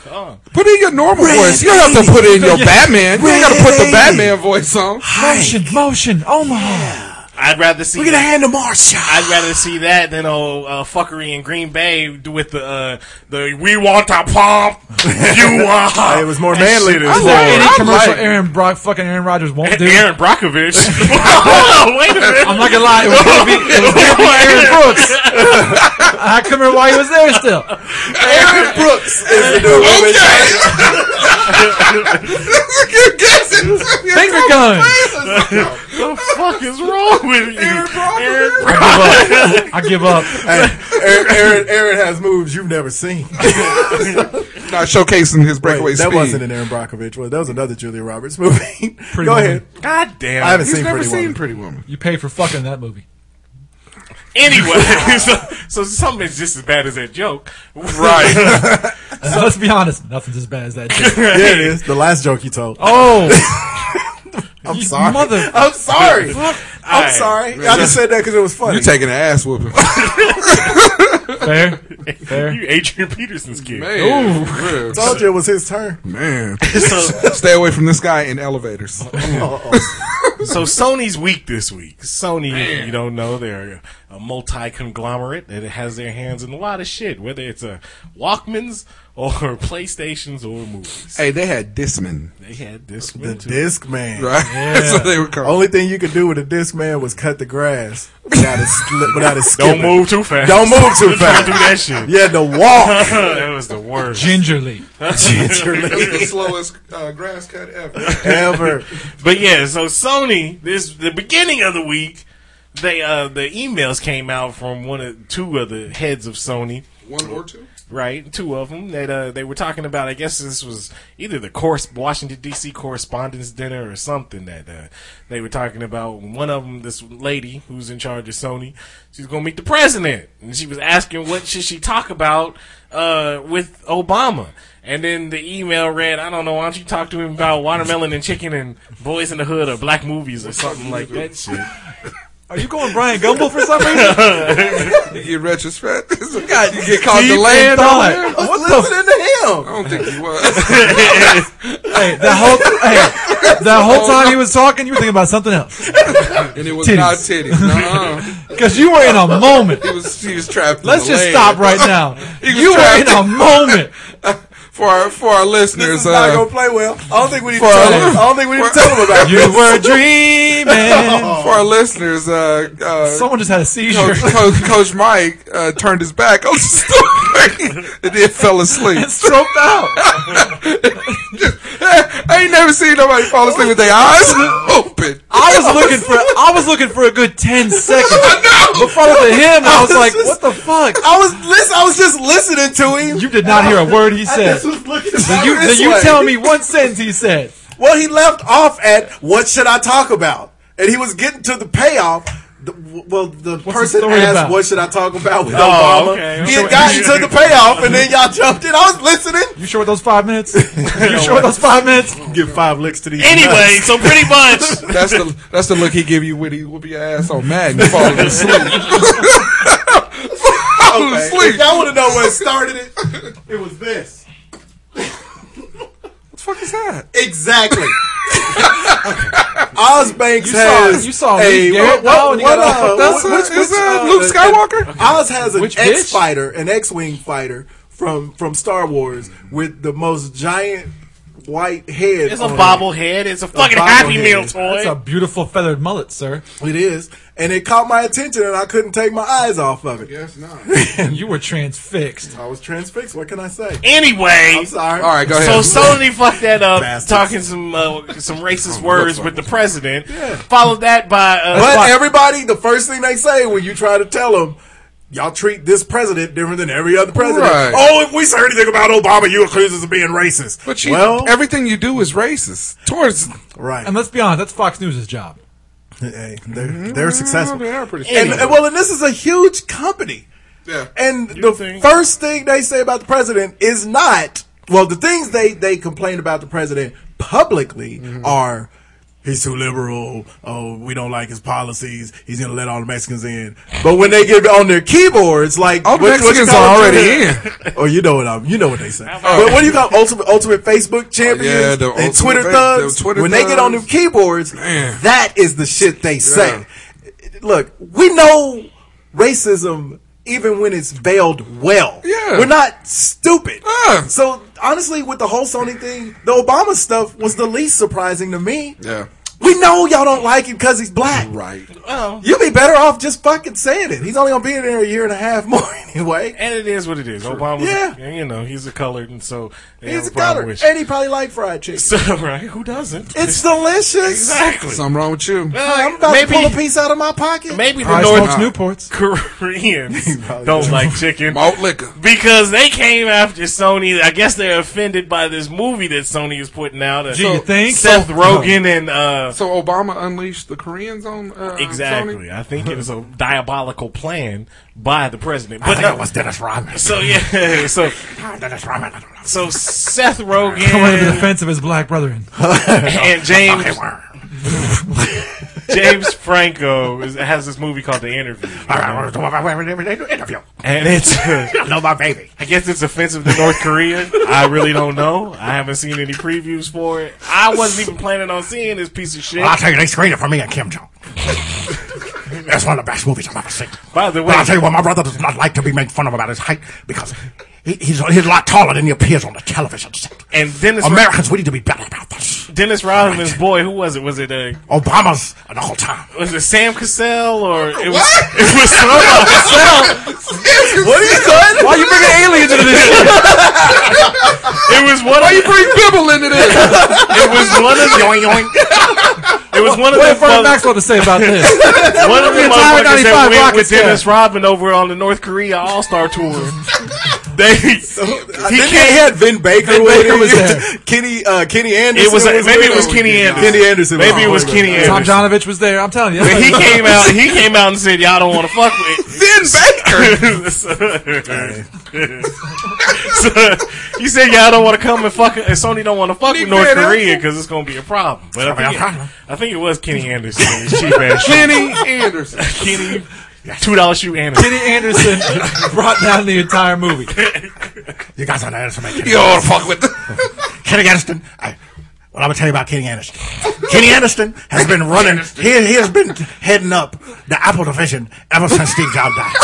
[SPEAKER 12] Put in your normal voice. You don't have to put in your Batman. You ain't got to put the Batman voice on.
[SPEAKER 8] Motion, motion, Omaha.
[SPEAKER 9] I'd rather see.
[SPEAKER 10] Look at the hand to Marshall.
[SPEAKER 9] I'd rather see that than old uh, fuckery in Green Bay with the uh, the we want to pump you are.
[SPEAKER 10] It was more manly than
[SPEAKER 12] I
[SPEAKER 8] Is there
[SPEAKER 12] Lord,
[SPEAKER 8] any
[SPEAKER 12] I
[SPEAKER 8] commercial
[SPEAKER 12] like-
[SPEAKER 8] Aaron Brock, fucking Aaron Rodgers won't do?
[SPEAKER 9] Aaron Brockovich. Hold on, wait a minute.
[SPEAKER 8] I'm not gonna lie, it was gonna be, it was gonna be Aaron Brooks. I couldn't remember why he was there still.
[SPEAKER 10] Aaron Brooks is the dude.
[SPEAKER 12] you guess it.
[SPEAKER 8] Finger gun.
[SPEAKER 9] What the fuck is wrong with you? Aaron Brockovich.
[SPEAKER 8] I give up. I
[SPEAKER 10] Hey, Aaron, Aaron, Aaron has moves you've never seen.
[SPEAKER 12] Not showcasing his breakaway
[SPEAKER 10] Wait, that
[SPEAKER 12] speed.
[SPEAKER 10] wasn't an Aaron Brockovich. Well, that was another Julia Roberts movie. Go
[SPEAKER 8] Woman.
[SPEAKER 10] ahead.
[SPEAKER 9] God damn.
[SPEAKER 10] I haven't
[SPEAKER 12] He's
[SPEAKER 10] seen
[SPEAKER 12] never
[SPEAKER 10] Pretty
[SPEAKER 12] seen
[SPEAKER 10] Woman.
[SPEAKER 12] Pretty Woman.
[SPEAKER 8] give up. You paid for fucking that movie.
[SPEAKER 9] Anyway, so, so something is just as bad as that joke.
[SPEAKER 12] Right.
[SPEAKER 8] So let's be honest, nothing's as bad as that. joke.
[SPEAKER 10] yeah, it is. The last joke you told.
[SPEAKER 8] Oh,
[SPEAKER 10] I'm
[SPEAKER 8] you
[SPEAKER 10] sorry.
[SPEAKER 8] mother-
[SPEAKER 10] I'm sorry. I'm
[SPEAKER 9] right.
[SPEAKER 10] sorry. I just said that because it was funny.
[SPEAKER 12] You're taking an ass whooping.
[SPEAKER 8] fair, fair.
[SPEAKER 9] You Adrian Peterson's kid.
[SPEAKER 12] Man. real.
[SPEAKER 10] told you it was his turn.
[SPEAKER 12] Man. Stay away from this guy in elevators.
[SPEAKER 9] So Sony's weak this week. Sony, if you don't know, they're a multi conglomerate that has their hands in a lot of shit, whether it's a Walkmans or PlayStations or movies.
[SPEAKER 12] Hey, they had Disman.
[SPEAKER 9] They had this
[SPEAKER 10] The
[SPEAKER 9] one too.
[SPEAKER 10] disc man.
[SPEAKER 12] Right? so they were called.
[SPEAKER 10] Only thing you could do with a disc man was cut the grass without it, sli- without it
[SPEAKER 9] Don't
[SPEAKER 10] skipping.
[SPEAKER 9] move too fast.
[SPEAKER 10] Don't move too
[SPEAKER 9] Just don't
[SPEAKER 10] fast.
[SPEAKER 9] do that shit.
[SPEAKER 10] Yeah, the walk.
[SPEAKER 9] that was the worst.
[SPEAKER 8] Gingerly.
[SPEAKER 12] the slowest uh, grass cut ever.
[SPEAKER 10] Ever.
[SPEAKER 9] But yeah, so Sony, this the beginning of the week, they uh the emails came out from one of two of the heads of Sony,
[SPEAKER 12] One or two?
[SPEAKER 9] right? Two of them that uh they were talking about. I guess this was either the course Washington D.C. Correspondents' Dinner or something that uh, they were talking about. One of them, this lady who's in charge of Sony, she's gonna meet the president, and she was asking what should she talk about uh with Obama. And then the email read, I don't know, why don't you talk to him about watermelon and chicken and boys in the hood or black movies or something like that shit.
[SPEAKER 8] Are you going Brian Gumble for some reason?
[SPEAKER 12] you get retrospect. you
[SPEAKER 8] got
[SPEAKER 12] you get called
[SPEAKER 8] deep
[SPEAKER 12] delayed
[SPEAKER 8] in
[SPEAKER 12] thought.
[SPEAKER 8] on it.
[SPEAKER 12] I was
[SPEAKER 8] What the-
[SPEAKER 12] listening to him. I don't think he was.
[SPEAKER 8] hey, the whole hey, the whole time he was talking, you were thinking about something else
[SPEAKER 12] and it was
[SPEAKER 8] Titties.
[SPEAKER 12] not titties. Nuh-uh.
[SPEAKER 8] because you were in a moment.
[SPEAKER 12] He was he was trapped. in
[SPEAKER 8] Let's
[SPEAKER 12] the
[SPEAKER 8] just
[SPEAKER 12] lane.
[SPEAKER 8] stop right now.
[SPEAKER 12] He was
[SPEAKER 8] You were in
[SPEAKER 12] trapped
[SPEAKER 8] a moment.
[SPEAKER 12] for our for our listeners.
[SPEAKER 10] This is not
[SPEAKER 12] uh,
[SPEAKER 10] gonna play well. I don't think we need to
[SPEAKER 12] for-
[SPEAKER 10] tell him. I don't think we need to tell him about
[SPEAKER 8] You
[SPEAKER 10] this.
[SPEAKER 8] were dreaming.
[SPEAKER 12] for our listeners, uh, uh,
[SPEAKER 8] Someone just had a seizure.
[SPEAKER 12] Coach, Coach, Coach Mike uh, turned his back on the story and then fell asleep.
[SPEAKER 8] and stroked out.
[SPEAKER 12] I ain't never seen nobody fall asleep with their eyes open.
[SPEAKER 8] I was looking for I was looking for a good ten seconds. Before to him, I was like, "What the fuck?"
[SPEAKER 10] I was listen. I was just listening to him.
[SPEAKER 8] You did not hear a word he said.
[SPEAKER 10] Just looking
[SPEAKER 8] Then you,
[SPEAKER 10] this
[SPEAKER 8] then you
[SPEAKER 10] way.
[SPEAKER 8] tell me one sentence he said.
[SPEAKER 10] Well, he left off at what should I talk about, and he was getting to the payoff. The, well, the person
[SPEAKER 8] story
[SPEAKER 10] asked,
[SPEAKER 8] about?
[SPEAKER 10] "What should I talk about with
[SPEAKER 9] Oh,
[SPEAKER 10] Obama?"
[SPEAKER 9] okay.
[SPEAKER 10] He had gotten to the payoff, and then y'all jumped in. I was listening.
[SPEAKER 8] You sure with those five minutes? You sure with those five minutes?
[SPEAKER 10] Give five licks to these.
[SPEAKER 9] Anyway, so pretty much,
[SPEAKER 12] That's the that's the look he give you when he whoop your ass on Madden falling asleep. falling
[SPEAKER 10] Okay.
[SPEAKER 12] asleep.
[SPEAKER 10] If y'all want to know what started it, it was this.
[SPEAKER 12] What the fuck is that?
[SPEAKER 10] Exactly. Ozbanks
[SPEAKER 8] You saw,
[SPEAKER 10] has
[SPEAKER 8] you saw
[SPEAKER 10] a
[SPEAKER 8] me, Garrett.
[SPEAKER 10] what-
[SPEAKER 8] Dawg, and you
[SPEAKER 10] what,
[SPEAKER 8] got
[SPEAKER 10] uh,
[SPEAKER 8] all-
[SPEAKER 12] That's
[SPEAKER 10] Wh-
[SPEAKER 12] uh,
[SPEAKER 10] which-
[SPEAKER 12] is
[SPEAKER 10] which,
[SPEAKER 12] that
[SPEAKER 10] uh,
[SPEAKER 12] Luke
[SPEAKER 10] the-
[SPEAKER 12] Skywalker?
[SPEAKER 10] Oz has an
[SPEAKER 8] Which bitch?
[SPEAKER 10] X fighter, an X wing fighter from from Star Wars with the most giant white head.
[SPEAKER 9] it's a
[SPEAKER 10] on it.
[SPEAKER 9] bobblehead. It's a fucking Happy
[SPEAKER 10] bobblehead.
[SPEAKER 9] Meal
[SPEAKER 8] That's a
[SPEAKER 9] toy.
[SPEAKER 8] beautiful feathered mullet, sir.
[SPEAKER 10] It is, and it caught my attention, and I couldn't take my eyes off of it.
[SPEAKER 12] Yes, no.
[SPEAKER 8] You were transfixed.
[SPEAKER 10] I was transfixed. What can I say?
[SPEAKER 9] Anyway,
[SPEAKER 10] I'm sorry.
[SPEAKER 12] All right, go
[SPEAKER 9] So
[SPEAKER 12] ahead.
[SPEAKER 9] Sony fucked that up,
[SPEAKER 10] Oh, Bastards.
[SPEAKER 9] talking some uh, some racist words with the president.
[SPEAKER 10] Yeah.
[SPEAKER 9] Followed that by uh,
[SPEAKER 10] But
[SPEAKER 9] fuck-
[SPEAKER 10] everybody, the first thing they say when you try to tell them, y'all treat this president different than every other president.
[SPEAKER 12] Right.
[SPEAKER 10] Oh, if we say anything about Obama, you accuse us of being racist.
[SPEAKER 12] but you,
[SPEAKER 10] well,
[SPEAKER 12] everything you do is racist towards.
[SPEAKER 10] right.
[SPEAKER 8] And let's be honest, that's Fox News' job.
[SPEAKER 10] Hey, they're, they're successful.
[SPEAKER 12] Mm-hmm. They are pretty.
[SPEAKER 10] And, and well, and this is a huge company.
[SPEAKER 12] Yeah.
[SPEAKER 10] And the first thing they say about the president is not well. The things they they complain about the president publicly
[SPEAKER 12] Mm-hmm.
[SPEAKER 10] are he's too liberal. Oh, we don't like his policies. He's gonna let all the Mexicans in. But when they get on their keyboards, like
[SPEAKER 12] All the Mexicans
[SPEAKER 10] call
[SPEAKER 12] are
[SPEAKER 10] it?
[SPEAKER 12] already in.
[SPEAKER 10] Oh, you know what I'm. You know what they say. But what do you call ultimate ultimate Facebook champions
[SPEAKER 12] Oh, yeah, the
[SPEAKER 10] and
[SPEAKER 12] ultimate
[SPEAKER 10] Twitter
[SPEAKER 12] fa-
[SPEAKER 10] thugs?
[SPEAKER 12] the Twitter
[SPEAKER 10] when they get on them
[SPEAKER 12] thugs.
[SPEAKER 10] keyboards,
[SPEAKER 12] Man.
[SPEAKER 10] that is the shit they say. Look, we know racism even when it's veiled well.
[SPEAKER 12] Yeah.
[SPEAKER 10] We're not stupid.
[SPEAKER 12] Yeah.
[SPEAKER 10] So honestly, with the whole Sony thing, the Obama stuff was the least surprising to me.
[SPEAKER 12] Yeah.
[SPEAKER 10] We know y'all don't like him because he's black.
[SPEAKER 12] Right.
[SPEAKER 10] You'd be better off just fucking saying it. He's only gonna be in there a year and a half more anyway.
[SPEAKER 9] and it is what it is. Obama,
[SPEAKER 10] Yeah.
[SPEAKER 9] you know, he's a colored, and so they
[SPEAKER 10] He's
[SPEAKER 9] have
[SPEAKER 10] a
[SPEAKER 9] problem
[SPEAKER 10] color,
[SPEAKER 9] with
[SPEAKER 10] and he probably like fried chicken.
[SPEAKER 9] So, right? Who doesn't?
[SPEAKER 10] It's delicious.
[SPEAKER 9] Exactly.
[SPEAKER 12] Something wrong with you?
[SPEAKER 10] I'm about
[SPEAKER 9] maybe,
[SPEAKER 10] to pull a piece out of my pocket.
[SPEAKER 9] maybe the
[SPEAKER 8] I
[SPEAKER 9] North
[SPEAKER 8] smokes Newports.
[SPEAKER 9] Koreans don't like chicken
[SPEAKER 12] Malt Oh, liquor.
[SPEAKER 9] because they came after Sony. I guess they're offended by this movie that Sony is putting out. uh,
[SPEAKER 8] Do you think?
[SPEAKER 9] Seth Rogen and uh,
[SPEAKER 12] So Obama unleashed the Koreans on uh,
[SPEAKER 9] Exactly.
[SPEAKER 12] Sony?
[SPEAKER 9] I think it was a diabolical plan by the president. But
[SPEAKER 10] that
[SPEAKER 9] no,
[SPEAKER 10] was Dennis Rodman.
[SPEAKER 9] so yeah, so
[SPEAKER 10] Dennis Rodman. I don't know.
[SPEAKER 9] so Seth
[SPEAKER 8] Don't want to be
[SPEAKER 9] Rogen
[SPEAKER 8] defensive of his black brethren.
[SPEAKER 9] and James James Franco is, has this movie called The Interview,
[SPEAKER 10] Interview.
[SPEAKER 9] and it's uh,
[SPEAKER 10] Hello, my baby.
[SPEAKER 9] I guess it's offensive to North Korea. I really don't know. I haven't seen any previews for it. I wasn't even planning on seeing this piece of shit.
[SPEAKER 10] tell you, they screened it for me and Kim Jong. That's one of the best movies I've ever seen.
[SPEAKER 9] By the
[SPEAKER 10] But I'll
[SPEAKER 9] way,
[SPEAKER 10] tell you what, my brother does not like to be made fun of about his height because he, he's, he's a lot taller than he appears on the television set.
[SPEAKER 9] and Dennis
[SPEAKER 10] Americans, we need to be better about this.
[SPEAKER 9] Dennis Rodman's boy, who was it? Was it uh,
[SPEAKER 10] Obama's the whole time.
[SPEAKER 9] was it Sam Cassell or it was
[SPEAKER 12] What?
[SPEAKER 9] it was somebody?
[SPEAKER 12] What are you doing? Why you bringing aliens into this?
[SPEAKER 9] It was one.
[SPEAKER 12] Why
[SPEAKER 9] Of,
[SPEAKER 12] you bring Bibble into this?
[SPEAKER 9] it was one of the. It was one of
[SPEAKER 8] What
[SPEAKER 9] the.
[SPEAKER 8] did Vernon
[SPEAKER 9] Fuck,
[SPEAKER 8] Maxwell to say about this?
[SPEAKER 9] one of the
[SPEAKER 8] Entire
[SPEAKER 9] motherfuckers
[SPEAKER 8] 95
[SPEAKER 9] that went with
[SPEAKER 8] Rockets
[SPEAKER 9] Dennis Rodman over on the North Korea All Star tour. They
[SPEAKER 10] he can't had Vin Baker.
[SPEAKER 9] Vin
[SPEAKER 10] with
[SPEAKER 9] Baker
[SPEAKER 10] him.
[SPEAKER 9] was there.
[SPEAKER 10] Kenny uh, Kenny Anderson.
[SPEAKER 9] It was- maybe
[SPEAKER 10] with
[SPEAKER 9] it was
[SPEAKER 10] him.
[SPEAKER 9] Kenny Anderson.
[SPEAKER 10] Kenny Anderson.
[SPEAKER 9] Maybe it was Kenny
[SPEAKER 8] Tom
[SPEAKER 9] Anderson.
[SPEAKER 8] Johnovich was there. I'm telling you.
[SPEAKER 9] When he came out, he came out and said, "Y'all don't want to fuck with." Vin Baker. so, he said, "Y'all don't want to come and fuck." And Sony don't want to fuck with North
[SPEAKER 12] Van
[SPEAKER 9] Korea because it's going to be a problem. But I
[SPEAKER 12] gonna be
[SPEAKER 9] think,
[SPEAKER 12] a
[SPEAKER 9] it, I think it was Kenny Anderson. and his cheap ass shoe.
[SPEAKER 12] Kenny Anderson.
[SPEAKER 9] Kenny. Two dollar shoe Anderson.
[SPEAKER 8] Kenny Anderson brought down the entire movie.
[SPEAKER 10] You guys don't understand. Kenny
[SPEAKER 12] You all fuck with.
[SPEAKER 10] Kenny Anderson. I, well, I'm gonna tell you about Kenny Anderson. Kenny Anderson has been running. He, he has been heading up the Apple division ever since Steve Jobs died.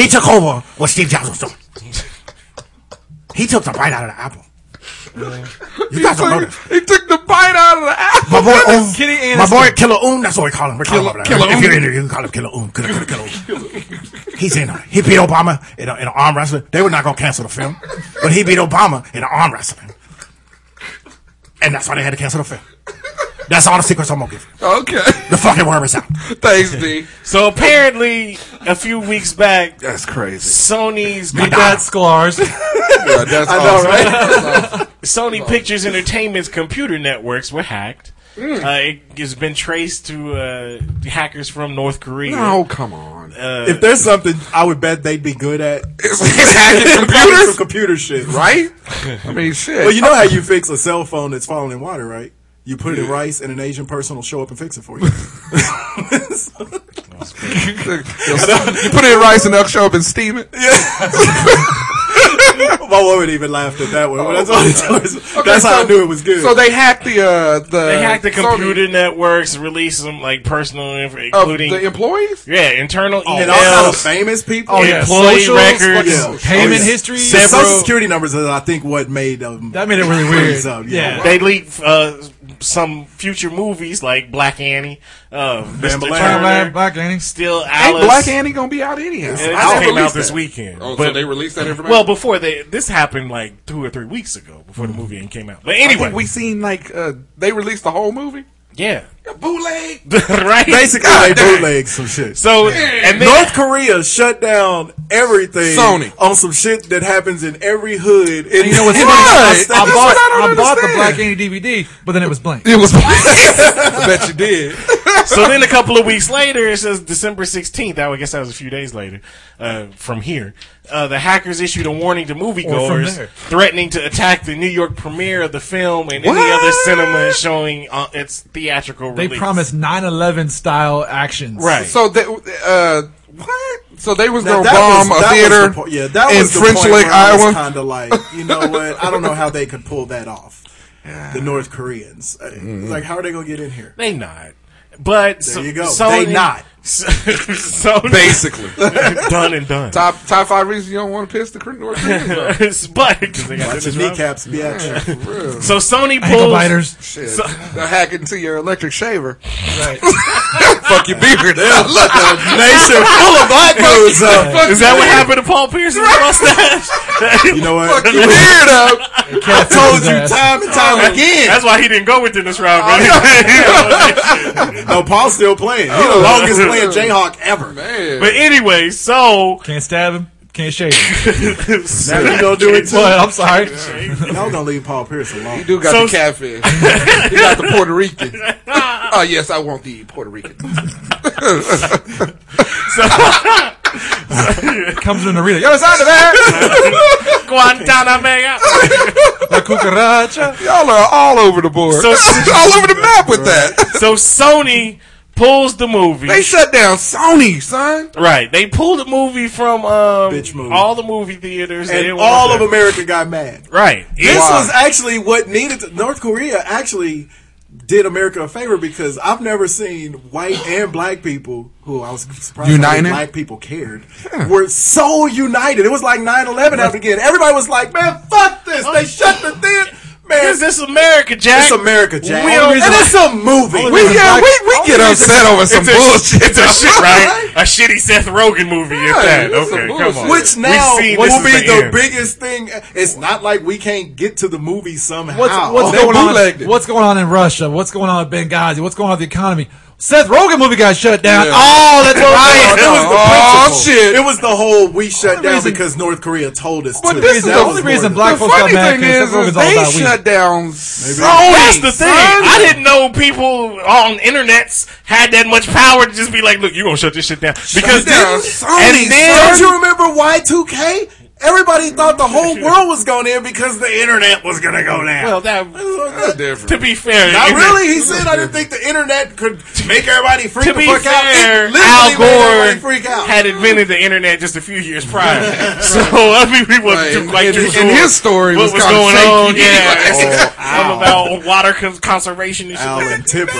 [SPEAKER 10] he took over what Steve Jobs was doing. He took the bite out of the apple. You guys don't know this.
[SPEAKER 12] He took the bite out of the apple.
[SPEAKER 10] My boy, Oom,
[SPEAKER 8] Kenny
[SPEAKER 10] my
[SPEAKER 8] Anderson.
[SPEAKER 10] boy, Killer Oom. That's what we call him. We call
[SPEAKER 12] Killer
[SPEAKER 10] him. Killer if
[SPEAKER 12] Oom.
[SPEAKER 10] you're in there, you can call him Killer Oom. Killer, killer, killer Oom. He's in on it. He beat Obama in, a, in an arm wrestling. They were not going to cancel the film, but he beat Obama in an arm wrestling, and that's why they had to cancel the film. That's all the secrets I'm gonna give you.
[SPEAKER 12] Okay.
[SPEAKER 10] The fucking worm is out.
[SPEAKER 12] Thanks, D.
[SPEAKER 9] So apparently, a few weeks back,
[SPEAKER 12] That's crazy.
[SPEAKER 9] Sony's
[SPEAKER 8] You got scars.
[SPEAKER 12] Yeah, that's
[SPEAKER 10] I know,
[SPEAKER 12] awesome.
[SPEAKER 10] right?
[SPEAKER 9] Sony Pictures Entertainment's computer networks were hacked. Uh, it has been traced to uh, hackers from North Korea.
[SPEAKER 12] Oh, come on.
[SPEAKER 10] If there's something I would bet they'd be good at,
[SPEAKER 12] It's, it's hacking computers,
[SPEAKER 10] computer shit.
[SPEAKER 12] right? I mean, shit.
[SPEAKER 10] Well, you know how you fix a cell phone that's falling in water, right? You put it in rice, and an Asian person will show up and fix it for you.
[SPEAKER 12] you put it in rice and they'll show up and steam it.
[SPEAKER 10] My woman even laughed at that one. but that's all it was. that's how I
[SPEAKER 12] Oh, so-
[SPEAKER 10] knew it was good.
[SPEAKER 12] So they hacked the uh, the
[SPEAKER 9] they hacked the
[SPEAKER 12] Sony-
[SPEAKER 9] computer networks, released some like personal info,
[SPEAKER 12] of
[SPEAKER 9] including
[SPEAKER 12] the employees.
[SPEAKER 9] yeah internal
[SPEAKER 12] Oh,
[SPEAKER 10] and all kind of
[SPEAKER 9] emails,
[SPEAKER 10] famous people.
[SPEAKER 8] Oh, yeah.
[SPEAKER 9] employee
[SPEAKER 8] Socials,
[SPEAKER 9] records.
[SPEAKER 10] fucking-
[SPEAKER 8] Payment
[SPEAKER 10] yeah.
[SPEAKER 8] history.
[SPEAKER 10] The social
[SPEAKER 8] several-
[SPEAKER 10] security numbers is, I think, what made them.
[SPEAKER 8] That made it really weird.
[SPEAKER 10] Up,
[SPEAKER 8] Yeah.
[SPEAKER 9] They leaked uh, some future movies like Black Annie, uh, Mr.
[SPEAKER 10] Black-
[SPEAKER 9] Turner,
[SPEAKER 8] Black, Black Annie.
[SPEAKER 9] Still
[SPEAKER 12] Ain't
[SPEAKER 9] Alice.
[SPEAKER 12] Black Annie gonna be out anyhow?
[SPEAKER 9] Yeah, it
[SPEAKER 12] I don't
[SPEAKER 9] just came
[SPEAKER 12] release
[SPEAKER 9] out this
[SPEAKER 12] that.
[SPEAKER 9] weekend.
[SPEAKER 12] Oh, so
[SPEAKER 9] But-
[SPEAKER 12] they released that information.
[SPEAKER 9] Well, before they this happened like two or three weeks ago before the movie even came out. But
[SPEAKER 12] Mm-hmm. I
[SPEAKER 9] anyway,
[SPEAKER 12] think we seen like uh, they released the whole movie.
[SPEAKER 9] yeah,
[SPEAKER 12] A bootleg.
[SPEAKER 9] right.
[SPEAKER 10] Basically, they bootleg some shit.
[SPEAKER 9] So and then
[SPEAKER 10] North Korea shut down everything
[SPEAKER 12] Sony.
[SPEAKER 10] on some shit that happens in every hood. In,
[SPEAKER 8] You know what's funny?
[SPEAKER 12] Right.
[SPEAKER 8] I
[SPEAKER 12] That's
[SPEAKER 8] bought,
[SPEAKER 12] what I don't
[SPEAKER 8] I bought the
[SPEAKER 12] understand.
[SPEAKER 8] Black Annie DVD, but then it was blank.
[SPEAKER 12] It was. I bet you did.
[SPEAKER 9] so then a couple of weeks later, it says December 16th. I would guess that was a few days later uh, from here. Uh, the hackers issued a warning to
[SPEAKER 8] from
[SPEAKER 9] moviegoers
[SPEAKER 8] there.
[SPEAKER 9] threatening to attack the New York premiere of the film and any
[SPEAKER 12] What?
[SPEAKER 9] other cinema showing uh, its theatrical
[SPEAKER 8] They
[SPEAKER 9] release.
[SPEAKER 8] promised 9/11 style actions.
[SPEAKER 9] Right.
[SPEAKER 12] So they uh, what? So they was
[SPEAKER 10] Now,
[SPEAKER 12] gonna bomb
[SPEAKER 10] was-
[SPEAKER 12] a
[SPEAKER 10] that was
[SPEAKER 12] theater
[SPEAKER 10] the po- yeah, that
[SPEAKER 12] in
[SPEAKER 10] was the
[SPEAKER 12] French
[SPEAKER 10] point
[SPEAKER 12] Lake,
[SPEAKER 10] where I was
[SPEAKER 12] Iowa.
[SPEAKER 10] kind of like, you know what? I don't know how they could pull that off. The North Koreans, Uh,
[SPEAKER 12] Mm-hmm.
[SPEAKER 10] like, how are they gonna get in here?
[SPEAKER 9] They not. But there
[SPEAKER 10] you go. They not.
[SPEAKER 9] Sony,
[SPEAKER 12] Basically,
[SPEAKER 9] done and done.
[SPEAKER 12] top top five reasons you don't want to piss the cr- North Koreans. off.
[SPEAKER 9] but 'cause they got
[SPEAKER 10] Watch your
[SPEAKER 9] this wrong.
[SPEAKER 10] kneecaps be at you.
[SPEAKER 12] For real.
[SPEAKER 9] so Sony
[SPEAKER 8] Ankle
[SPEAKER 9] pulls
[SPEAKER 8] biters.
[SPEAKER 12] Shit.
[SPEAKER 9] So-
[SPEAKER 12] They'll hack into your electric shaver. Fuck your beard. Look,
[SPEAKER 10] Nation full of black dudes up.
[SPEAKER 9] Is that what happened to Paul Pierce's mustache?
[SPEAKER 10] You know what?
[SPEAKER 12] your beard up.
[SPEAKER 10] I told you
[SPEAKER 8] His ass.
[SPEAKER 10] time and time again.
[SPEAKER 9] That's why he didn't go with it this
[SPEAKER 10] Oh,
[SPEAKER 9] round, buddy.
[SPEAKER 10] No, Paul's still playing. He's the longest playing Jayhawk ever.
[SPEAKER 12] Man.
[SPEAKER 9] But anyway, so
[SPEAKER 8] Can't stab him. Can't shave him.
[SPEAKER 10] Now you gonna do it too?
[SPEAKER 8] But I'm sorry.
[SPEAKER 10] Y'all gonna leave Paul Pierce alone?
[SPEAKER 12] You got
[SPEAKER 9] So-
[SPEAKER 12] the catfish. you got the Puerto Rican. Oh, yes, I want the Puerto Rican.
[SPEAKER 8] Comes in the arena. Yo, it's out of that.
[SPEAKER 9] Guantanamo.
[SPEAKER 8] La cucaracha.
[SPEAKER 12] Y'all are all over the board.
[SPEAKER 9] So-
[SPEAKER 12] all over the map with that.
[SPEAKER 9] so Sony pulls the movie.
[SPEAKER 12] They shut down Sony, son.
[SPEAKER 9] right. They pulled the movie from um,
[SPEAKER 10] Bitch movie.
[SPEAKER 9] all the movie theaters. They
[SPEAKER 10] And
[SPEAKER 9] didn't
[SPEAKER 10] all
[SPEAKER 9] want
[SPEAKER 10] of
[SPEAKER 9] that.
[SPEAKER 10] America got mad.
[SPEAKER 9] Right.
[SPEAKER 10] This
[SPEAKER 12] Why?
[SPEAKER 10] was actually what needed. To, North Korea actually did America a favor because I've never seen white and black people who I was surprised how many
[SPEAKER 12] United?
[SPEAKER 10] black people cared were so united. It was like 9-11 happened again. Everybody was like, "Man, fuck this! They shut the theater." Man,
[SPEAKER 9] Is this America, Jack?
[SPEAKER 10] it's America, Jack,
[SPEAKER 9] We don't-
[SPEAKER 10] and it's a movie.
[SPEAKER 12] We, yeah, we, we get upset over some
[SPEAKER 9] It's a,
[SPEAKER 12] bullshit.
[SPEAKER 9] it's a shit, right? A shitty Seth Rogen movie. if
[SPEAKER 12] Yeah,
[SPEAKER 9] that.
[SPEAKER 12] it's some
[SPEAKER 9] Okay, come
[SPEAKER 12] bullshit.
[SPEAKER 9] on.
[SPEAKER 10] Which now
[SPEAKER 9] We've seen this
[SPEAKER 10] will
[SPEAKER 9] is
[SPEAKER 10] be
[SPEAKER 9] the
[SPEAKER 10] the,
[SPEAKER 9] end.
[SPEAKER 10] biggest thing. It's not like we can't get to the movie somehow.
[SPEAKER 8] What's, what's
[SPEAKER 12] They
[SPEAKER 8] going on?
[SPEAKER 12] bootlegged it.
[SPEAKER 8] What's going on in Russia? What's going on in Benghazi? What's going on with the economy? Seth Rogen movie got shut down.
[SPEAKER 10] Yeah.
[SPEAKER 8] Oh, that's
[SPEAKER 10] it
[SPEAKER 8] right.
[SPEAKER 10] was the
[SPEAKER 8] oh,
[SPEAKER 10] principle.
[SPEAKER 8] shit.
[SPEAKER 10] It was the whole we shut down
[SPEAKER 8] reason-
[SPEAKER 10] because North Korea told us
[SPEAKER 8] But
[SPEAKER 10] to.
[SPEAKER 8] this is
[SPEAKER 10] That
[SPEAKER 8] the
[SPEAKER 10] was
[SPEAKER 8] only
[SPEAKER 10] more
[SPEAKER 8] reason
[SPEAKER 10] than-
[SPEAKER 8] black
[SPEAKER 12] The funny thing is, is they
[SPEAKER 10] weed.
[SPEAKER 12] shut down Sony.
[SPEAKER 9] That's the thing.
[SPEAKER 12] son.
[SPEAKER 9] I didn't know people on internets had that much power to just be like, "Look, you gonna shut this shit down?" Because
[SPEAKER 12] it down,
[SPEAKER 9] then-
[SPEAKER 12] Sony,
[SPEAKER 9] and then
[SPEAKER 10] Don't you remember Y2K? Everybody thought the whole world was going in because the internet was going to go down.
[SPEAKER 9] well, that to be fair,
[SPEAKER 10] Not
[SPEAKER 9] it-
[SPEAKER 10] really. He said I didn't think the internet could make everybody freak
[SPEAKER 9] To
[SPEAKER 10] the
[SPEAKER 9] be
[SPEAKER 10] fuck out. It
[SPEAKER 9] fair,
[SPEAKER 10] literally
[SPEAKER 9] Al
[SPEAKER 10] made everybody
[SPEAKER 9] Gore
[SPEAKER 10] freak out.
[SPEAKER 9] had invented the internet just a few years prior, so I mean, we
[SPEAKER 12] Right,
[SPEAKER 9] wasn't too- like
[SPEAKER 12] and-
[SPEAKER 9] too
[SPEAKER 12] and
[SPEAKER 9] sure
[SPEAKER 12] his story
[SPEAKER 9] what
[SPEAKER 12] was
[SPEAKER 9] was
[SPEAKER 12] kinda
[SPEAKER 9] going
[SPEAKER 12] shaky.
[SPEAKER 9] on. Yeah,
[SPEAKER 12] Like,
[SPEAKER 9] all about water cons- conservation and shit.
[SPEAKER 10] Al and Tipper.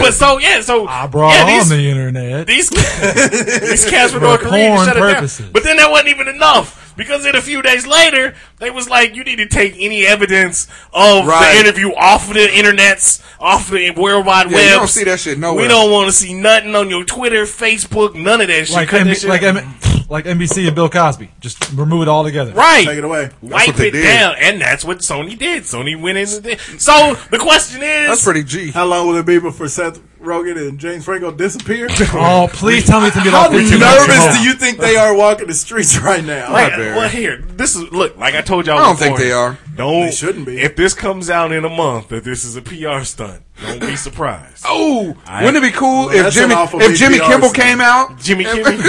[SPEAKER 9] But so yeah, so
[SPEAKER 8] I brought
[SPEAKER 9] yeah,
[SPEAKER 8] Ah, on
[SPEAKER 9] these,
[SPEAKER 8] the internet.
[SPEAKER 9] these these cats were North
[SPEAKER 8] For
[SPEAKER 9] Korea to
[SPEAKER 8] porn
[SPEAKER 9] shut it
[SPEAKER 8] purposes.
[SPEAKER 9] down. But then that wasn't even enough because then a few days later they was like, you need to take any evidence of
[SPEAKER 12] Right.
[SPEAKER 9] the interview off of the internets, off the World Wide
[SPEAKER 12] Yeah,
[SPEAKER 9] Web.
[SPEAKER 12] you don't see that shit nowhere.
[SPEAKER 9] We don't want to see nothing on your Twitter, Facebook, none of that shit.
[SPEAKER 8] Like,
[SPEAKER 9] Cut
[SPEAKER 8] M-
[SPEAKER 9] that shit
[SPEAKER 8] like,
[SPEAKER 9] out.
[SPEAKER 8] M- like NBC and Bill Cosby. Just remove it all together.
[SPEAKER 9] Right.
[SPEAKER 10] Take it away.
[SPEAKER 9] Wipe
[SPEAKER 12] what they
[SPEAKER 9] it
[SPEAKER 12] did.
[SPEAKER 9] down. And that's what Sony did. Sony went in. and did- So the question is.
[SPEAKER 12] That's pretty G.
[SPEAKER 10] How long will it be before Seth Rogen and James Franco disappear?
[SPEAKER 8] Oh, please tell me to get
[SPEAKER 10] How
[SPEAKER 8] off
[SPEAKER 10] nervous
[SPEAKER 8] YouTube.
[SPEAKER 10] do you think they are walking the streets right now?
[SPEAKER 9] Like,
[SPEAKER 12] Barry.
[SPEAKER 9] well, here, this is look. Like I told y'all,
[SPEAKER 12] I don't think
[SPEAKER 9] before,
[SPEAKER 12] they are.
[SPEAKER 9] Don't.
[SPEAKER 10] They shouldn't be.
[SPEAKER 9] If this comes out in a month, that this is a PR stunt, don't be surprised.
[SPEAKER 12] Oh, wouldn't it be cool if
[SPEAKER 10] that's
[SPEAKER 12] Jimmy
[SPEAKER 10] an awful
[SPEAKER 12] if Jimmy
[SPEAKER 10] VPR
[SPEAKER 12] Kimball
[SPEAKER 10] stuff.
[SPEAKER 12] came out,
[SPEAKER 9] Jimmy Kimmy,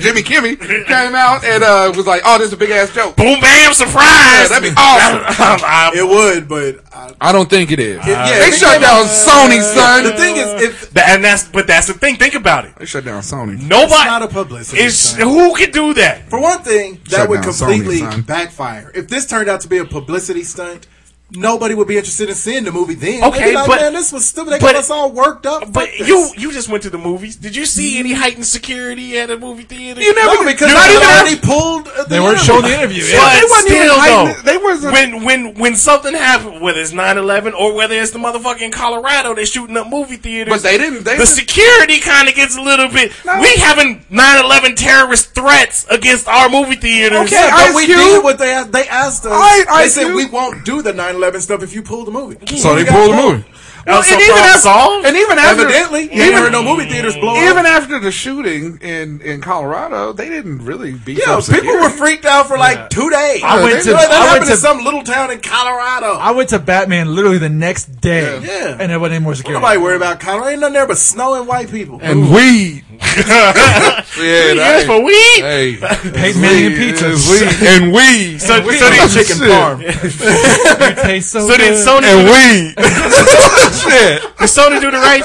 [SPEAKER 12] Jimmy Kimmy came out and uh, was like, "Oh, this is a big ass joke."
[SPEAKER 9] boom, bam,
[SPEAKER 12] Yeah,
[SPEAKER 9] surprise.
[SPEAKER 12] that'd be awesome.
[SPEAKER 9] I-
[SPEAKER 10] It would, but I,
[SPEAKER 12] I don't think it is.
[SPEAKER 10] yeah,
[SPEAKER 12] they
[SPEAKER 10] they
[SPEAKER 12] shut
[SPEAKER 10] came
[SPEAKER 12] down
[SPEAKER 10] out-
[SPEAKER 12] Sony, son.
[SPEAKER 10] the thing is, if
[SPEAKER 9] that- and that's but that's the thing. Think about it.
[SPEAKER 12] they shut down Sony.
[SPEAKER 9] Nobody.
[SPEAKER 10] it's not a publicity
[SPEAKER 9] it's-
[SPEAKER 10] stunt.
[SPEAKER 9] who can do that?
[SPEAKER 10] For one thing, that
[SPEAKER 12] Shut
[SPEAKER 10] would
[SPEAKER 12] down Sony,
[SPEAKER 10] completely
[SPEAKER 12] son.
[SPEAKER 10] backfire. If this turned out to be a publicity stunt, nobody would be interested in seeing the movie then.
[SPEAKER 9] Okay,
[SPEAKER 10] They'd be like,
[SPEAKER 9] but-
[SPEAKER 10] man, this was stupid. They
[SPEAKER 9] but-
[SPEAKER 10] got us all worked up. Fuck
[SPEAKER 9] But
[SPEAKER 10] this."
[SPEAKER 9] you you just went to the movies. Did you see any heightened security at a movie theater? You
[SPEAKER 10] no, because
[SPEAKER 9] not
[SPEAKER 10] they
[SPEAKER 9] even
[SPEAKER 10] already pulled. uh, The
[SPEAKER 8] They weren't
[SPEAKER 10] interview.
[SPEAKER 8] showing the interview.
[SPEAKER 9] But
[SPEAKER 8] Yeah.
[SPEAKER 12] wasn't even
[SPEAKER 9] still,
[SPEAKER 12] hiding-
[SPEAKER 9] though,
[SPEAKER 12] they wasn't-
[SPEAKER 9] when when when something happened, whether it's 9-11 or whether it's the motherfucking Colorado, they're shooting up movie theaters.
[SPEAKER 12] But they didn't. They
[SPEAKER 9] the
[SPEAKER 12] didn't-
[SPEAKER 9] security kind of gets a little bit. We having 9-11 terrorist threats against our movie theaters.
[SPEAKER 12] Okay,
[SPEAKER 10] Yeah, but
[SPEAKER 12] Ice
[SPEAKER 10] we
[SPEAKER 12] Cube?
[SPEAKER 10] did what they asked. They asked us.
[SPEAKER 12] I-
[SPEAKER 10] they
[SPEAKER 12] Ice
[SPEAKER 10] said
[SPEAKER 12] Cube?
[SPEAKER 10] we won't do the 9/11 stuff if you pull the movie.
[SPEAKER 12] So they pulled the movie.
[SPEAKER 9] Well,
[SPEAKER 12] and even after-
[SPEAKER 9] Saul?
[SPEAKER 12] And even after,
[SPEAKER 10] Evidently, yeah, there were no movie theaters blowing. up.
[SPEAKER 12] even after the shooting in in Colorado, they didn't really beat
[SPEAKER 10] Yeah,
[SPEAKER 12] up.
[SPEAKER 10] people were freaked out for like two days.
[SPEAKER 8] I went
[SPEAKER 10] They-
[SPEAKER 8] to-
[SPEAKER 10] that
[SPEAKER 8] I went
[SPEAKER 10] happened
[SPEAKER 8] to-
[SPEAKER 10] in some little town in Colorado.
[SPEAKER 8] I went to Batman literally the next day.
[SPEAKER 10] Yeah. Yeah.
[SPEAKER 8] And there wasn't any more security.
[SPEAKER 10] Nobody worry about Colorado. Ain't nothing there but snow and white people.
[SPEAKER 12] and weed. yeah,
[SPEAKER 9] Yes, for weed.
[SPEAKER 12] Hey,
[SPEAKER 8] Peyton Manning and pizza.
[SPEAKER 12] It's weed and weed.
[SPEAKER 9] So, so, then, so
[SPEAKER 10] Chicken farm.
[SPEAKER 8] You taste so,
[SPEAKER 9] then
[SPEAKER 8] good.
[SPEAKER 9] Sony,
[SPEAKER 12] and weed. Shit.
[SPEAKER 9] did Sony do the right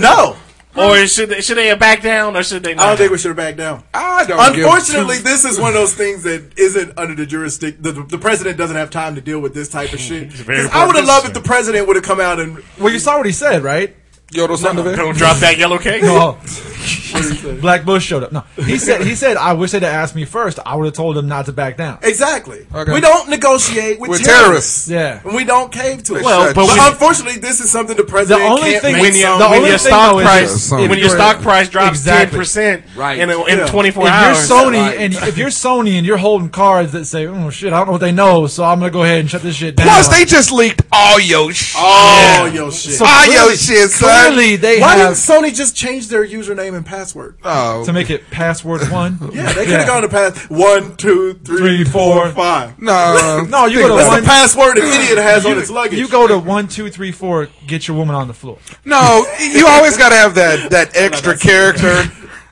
[SPEAKER 10] No,
[SPEAKER 9] or should they, should they have backed down, or should they? Not?
[SPEAKER 10] I don't think we should have backed down.
[SPEAKER 12] I don't.
[SPEAKER 10] Unfortunately, this is one of those things that isn't under the jurisdiction. The, the president doesn't have time to deal with this type of shit.
[SPEAKER 9] very
[SPEAKER 10] 'Cause I would have
[SPEAKER 9] important
[SPEAKER 10] loved if the president would have come out and
[SPEAKER 8] Well, you saw what he said, right?
[SPEAKER 12] give Yodo son of a-
[SPEAKER 9] Don't drop that yellow cake.
[SPEAKER 8] No. Black Bush showed up. No, he said. He said, "I wish they'd have asked me first. I would have told them not to back down."
[SPEAKER 10] exactly.
[SPEAKER 12] Okay.
[SPEAKER 10] We don't negotiate with,
[SPEAKER 12] With
[SPEAKER 10] terrorists.
[SPEAKER 12] terrorists.
[SPEAKER 8] Yeah.
[SPEAKER 10] and we don't cave to it.
[SPEAKER 9] Well,
[SPEAKER 10] but,
[SPEAKER 9] but when-
[SPEAKER 10] unfortunately, this is something the
[SPEAKER 8] The
[SPEAKER 10] president
[SPEAKER 8] only
[SPEAKER 10] can't
[SPEAKER 8] thing,
[SPEAKER 10] make.
[SPEAKER 9] when your,
[SPEAKER 8] the
[SPEAKER 9] when
[SPEAKER 8] only
[SPEAKER 9] your
[SPEAKER 8] thing,
[SPEAKER 9] stock
[SPEAKER 8] though, is
[SPEAKER 12] if
[SPEAKER 9] price when your
[SPEAKER 8] you're-
[SPEAKER 9] stock price drops ten
[SPEAKER 8] Exactly.
[SPEAKER 9] percent
[SPEAKER 5] Right.
[SPEAKER 9] in, a, in
[SPEAKER 10] Yeah.
[SPEAKER 9] twenty four
[SPEAKER 8] If you're
[SPEAKER 9] hours.
[SPEAKER 8] Sony
[SPEAKER 12] Right.
[SPEAKER 8] and if you're Sony and you're holding cards that say, "Oh shit, I don't know what they know," so I'm gonna go ahead and shut this shit down.
[SPEAKER 12] Plus, they just leaked all your shit.
[SPEAKER 10] Oh, yo, shit.
[SPEAKER 8] So
[SPEAKER 12] all
[SPEAKER 8] clearly-
[SPEAKER 12] your shit, son.
[SPEAKER 8] Clearly, they
[SPEAKER 10] Why didn't
[SPEAKER 8] have
[SPEAKER 10] Sony just change their username and password?
[SPEAKER 12] Oh.
[SPEAKER 8] to make it password one.
[SPEAKER 10] Yeah, they could have gone to pass one, two, three,
[SPEAKER 8] Three, four.
[SPEAKER 10] four, five.
[SPEAKER 12] No,
[SPEAKER 8] No, you
[SPEAKER 12] Think
[SPEAKER 8] go to
[SPEAKER 12] about
[SPEAKER 10] That's
[SPEAKER 8] one-
[SPEAKER 10] the password an idiot has on its
[SPEAKER 8] You
[SPEAKER 10] luggage.
[SPEAKER 8] go to one, two, three, four. Get your woman on the floor.
[SPEAKER 12] it. no. You always got to have that that extra character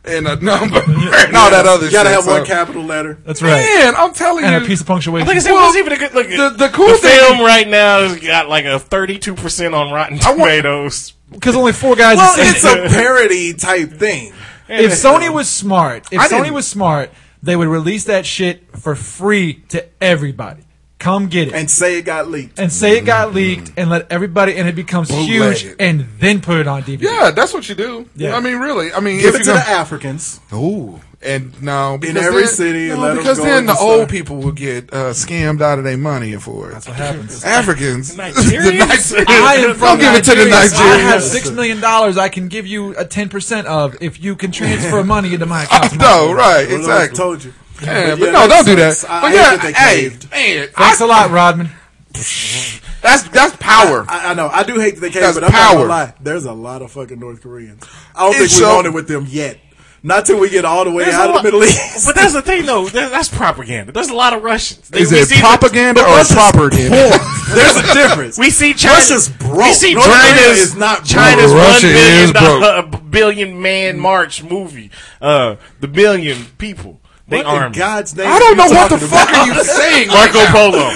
[SPEAKER 12] and a number and all that other.
[SPEAKER 10] You gotta
[SPEAKER 12] shit,
[SPEAKER 10] have
[SPEAKER 12] so-
[SPEAKER 10] one capital letter.
[SPEAKER 8] That's right.
[SPEAKER 12] Man, I'm telling
[SPEAKER 8] And a
[SPEAKER 12] you,
[SPEAKER 8] piece of punctuation.
[SPEAKER 9] Like I said,
[SPEAKER 12] Well,
[SPEAKER 9] what's even a good look?
[SPEAKER 12] the- the cool thing-
[SPEAKER 9] film right now has got like a thirty two percent on Rotten
[SPEAKER 12] I want-
[SPEAKER 9] Tomatoes.
[SPEAKER 8] Because only four guys.
[SPEAKER 10] Well,
[SPEAKER 8] have seen
[SPEAKER 10] it's a parody type thing.
[SPEAKER 8] if Sony was smart, if
[SPEAKER 12] I
[SPEAKER 8] Sony
[SPEAKER 12] didn't-
[SPEAKER 8] was smart, they would release that shit for free to everybody. Come get it and,
[SPEAKER 10] And say it got leaked.
[SPEAKER 8] say it got leaked and let everybody and it becomes
[SPEAKER 12] Bootleg
[SPEAKER 8] huge
[SPEAKER 12] it.
[SPEAKER 8] and then put it on DVD.
[SPEAKER 12] yeah, that's what you do.
[SPEAKER 8] Yeah.
[SPEAKER 12] I mean, really. I mean,
[SPEAKER 10] Give
[SPEAKER 12] if
[SPEAKER 10] it to
[SPEAKER 12] you
[SPEAKER 10] the Africans.
[SPEAKER 12] Oh, and no, because
[SPEAKER 10] every
[SPEAKER 12] then,
[SPEAKER 10] city,
[SPEAKER 12] no,
[SPEAKER 10] let 'em
[SPEAKER 12] because
[SPEAKER 10] go
[SPEAKER 12] then
[SPEAKER 10] and
[SPEAKER 12] the
[SPEAKER 10] just
[SPEAKER 12] old
[SPEAKER 10] start.
[SPEAKER 12] people will get uh, scammed out of their money for it. That's what happens. Africans, the
[SPEAKER 9] Nigerians?
[SPEAKER 12] Nigerians.
[SPEAKER 8] I am from
[SPEAKER 12] Don't give it to the
[SPEAKER 8] Nigeria, so I have
[SPEAKER 12] Nigerians.
[SPEAKER 8] six million dollars. I can give you a ten percent of if you can transfer money into my
[SPEAKER 12] Oh,
[SPEAKER 8] account.
[SPEAKER 12] no, right,
[SPEAKER 10] Well, look, I
[SPEAKER 12] exactly.
[SPEAKER 10] told you.
[SPEAKER 12] Yeah,
[SPEAKER 10] But
[SPEAKER 12] but
[SPEAKER 10] yeah,
[SPEAKER 12] no,
[SPEAKER 10] that
[SPEAKER 12] don't do that.
[SPEAKER 10] sucks. I
[SPEAKER 12] But
[SPEAKER 10] hate
[SPEAKER 12] yeah,
[SPEAKER 10] that they
[SPEAKER 12] hey,
[SPEAKER 10] caved.
[SPEAKER 12] man,
[SPEAKER 8] Thanks
[SPEAKER 12] I-
[SPEAKER 8] a lot, Rodman.
[SPEAKER 12] That's that's power.
[SPEAKER 10] I, I know. I do hate that they came,
[SPEAKER 12] That's
[SPEAKER 10] but I'm not
[SPEAKER 12] power.
[SPEAKER 10] gonna lie. There's a lot of fucking North Koreans. I don't
[SPEAKER 12] It's
[SPEAKER 10] think we're
[SPEAKER 12] so-
[SPEAKER 10] on it with them yet. Not till we get all the way
[SPEAKER 9] There's
[SPEAKER 10] out
[SPEAKER 9] a
[SPEAKER 10] of the
[SPEAKER 9] lot-
[SPEAKER 10] Middle East.
[SPEAKER 9] But that's the thing, though. That, that's propaganda. There's a lot of Russians. They-
[SPEAKER 12] Is
[SPEAKER 9] we
[SPEAKER 12] it
[SPEAKER 9] see the-
[SPEAKER 12] propaganda or propaganda?
[SPEAKER 10] There's a difference.
[SPEAKER 9] we see China.
[SPEAKER 10] Russia's broke.
[SPEAKER 9] We see
[SPEAKER 10] North Korea
[SPEAKER 9] China's,
[SPEAKER 10] is not broke.
[SPEAKER 9] China's
[SPEAKER 12] Russia
[SPEAKER 9] one
[SPEAKER 12] is
[SPEAKER 9] billion
[SPEAKER 12] broke.
[SPEAKER 9] dollar, billion man march movie. Uh, the billion people. They
[SPEAKER 10] What in
[SPEAKER 9] armed.
[SPEAKER 10] God's name?
[SPEAKER 12] I don't know what the
[SPEAKER 10] talking
[SPEAKER 12] fuck
[SPEAKER 10] about?
[SPEAKER 12] are you saying. Right
[SPEAKER 9] Marco Polo.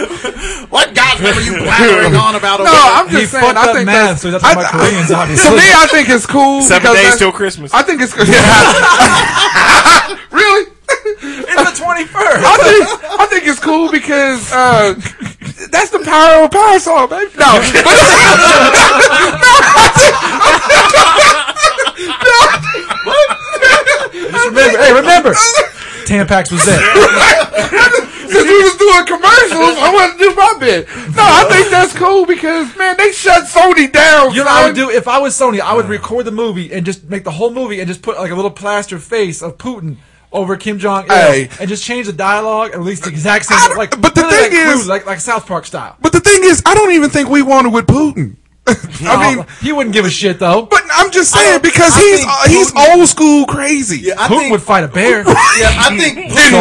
[SPEAKER 10] What God's name are you blathering on about?
[SPEAKER 12] no,
[SPEAKER 10] over there?
[SPEAKER 12] I'm
[SPEAKER 8] He
[SPEAKER 12] just saying.
[SPEAKER 8] fucked
[SPEAKER 12] I
[SPEAKER 8] up
[SPEAKER 12] think
[SPEAKER 8] math, so he's not
[SPEAKER 12] I-
[SPEAKER 8] talking about Koreans,
[SPEAKER 12] To
[SPEAKER 8] obviously.
[SPEAKER 12] me, I think it's cool.
[SPEAKER 9] Seven
[SPEAKER 12] because
[SPEAKER 9] days
[SPEAKER 12] that's-
[SPEAKER 9] till Christmas.
[SPEAKER 12] I think it's really.
[SPEAKER 8] It's the 21st.
[SPEAKER 12] I think I think it's cool because uh, that's the power of a power song, baby. No, no,
[SPEAKER 8] Just remember, hey, remember, Tampax was it.
[SPEAKER 12] since we was doing commercials, I want to do my bit. No, I think that's cool because man, they shut Sony down.
[SPEAKER 8] You know what I would
[SPEAKER 12] son.
[SPEAKER 8] do if I was Sony? I would record the movie and just make the whole movie and just put like a little plaster face of Putin over Kim Jong Il
[SPEAKER 12] Hey.
[SPEAKER 8] and just change the dialogue and release the exact same.
[SPEAKER 12] I don't-
[SPEAKER 8] Like,
[SPEAKER 12] but the
[SPEAKER 8] really,
[SPEAKER 12] thing
[SPEAKER 8] like,
[SPEAKER 12] is-
[SPEAKER 8] Clue, like like South Park style.
[SPEAKER 12] But the thing is, I don't even think we wanted with Putin. I mean,
[SPEAKER 8] Oh, he wouldn't give a shit though.
[SPEAKER 12] but I'm just saying because
[SPEAKER 10] I
[SPEAKER 12] he's
[SPEAKER 10] think
[SPEAKER 12] uh, he's
[SPEAKER 10] Putin-
[SPEAKER 12] old school crazy.
[SPEAKER 10] Yeah, I
[SPEAKER 8] Putin
[SPEAKER 10] think.
[SPEAKER 8] would fight a bear.
[SPEAKER 10] yeah, I think.
[SPEAKER 12] And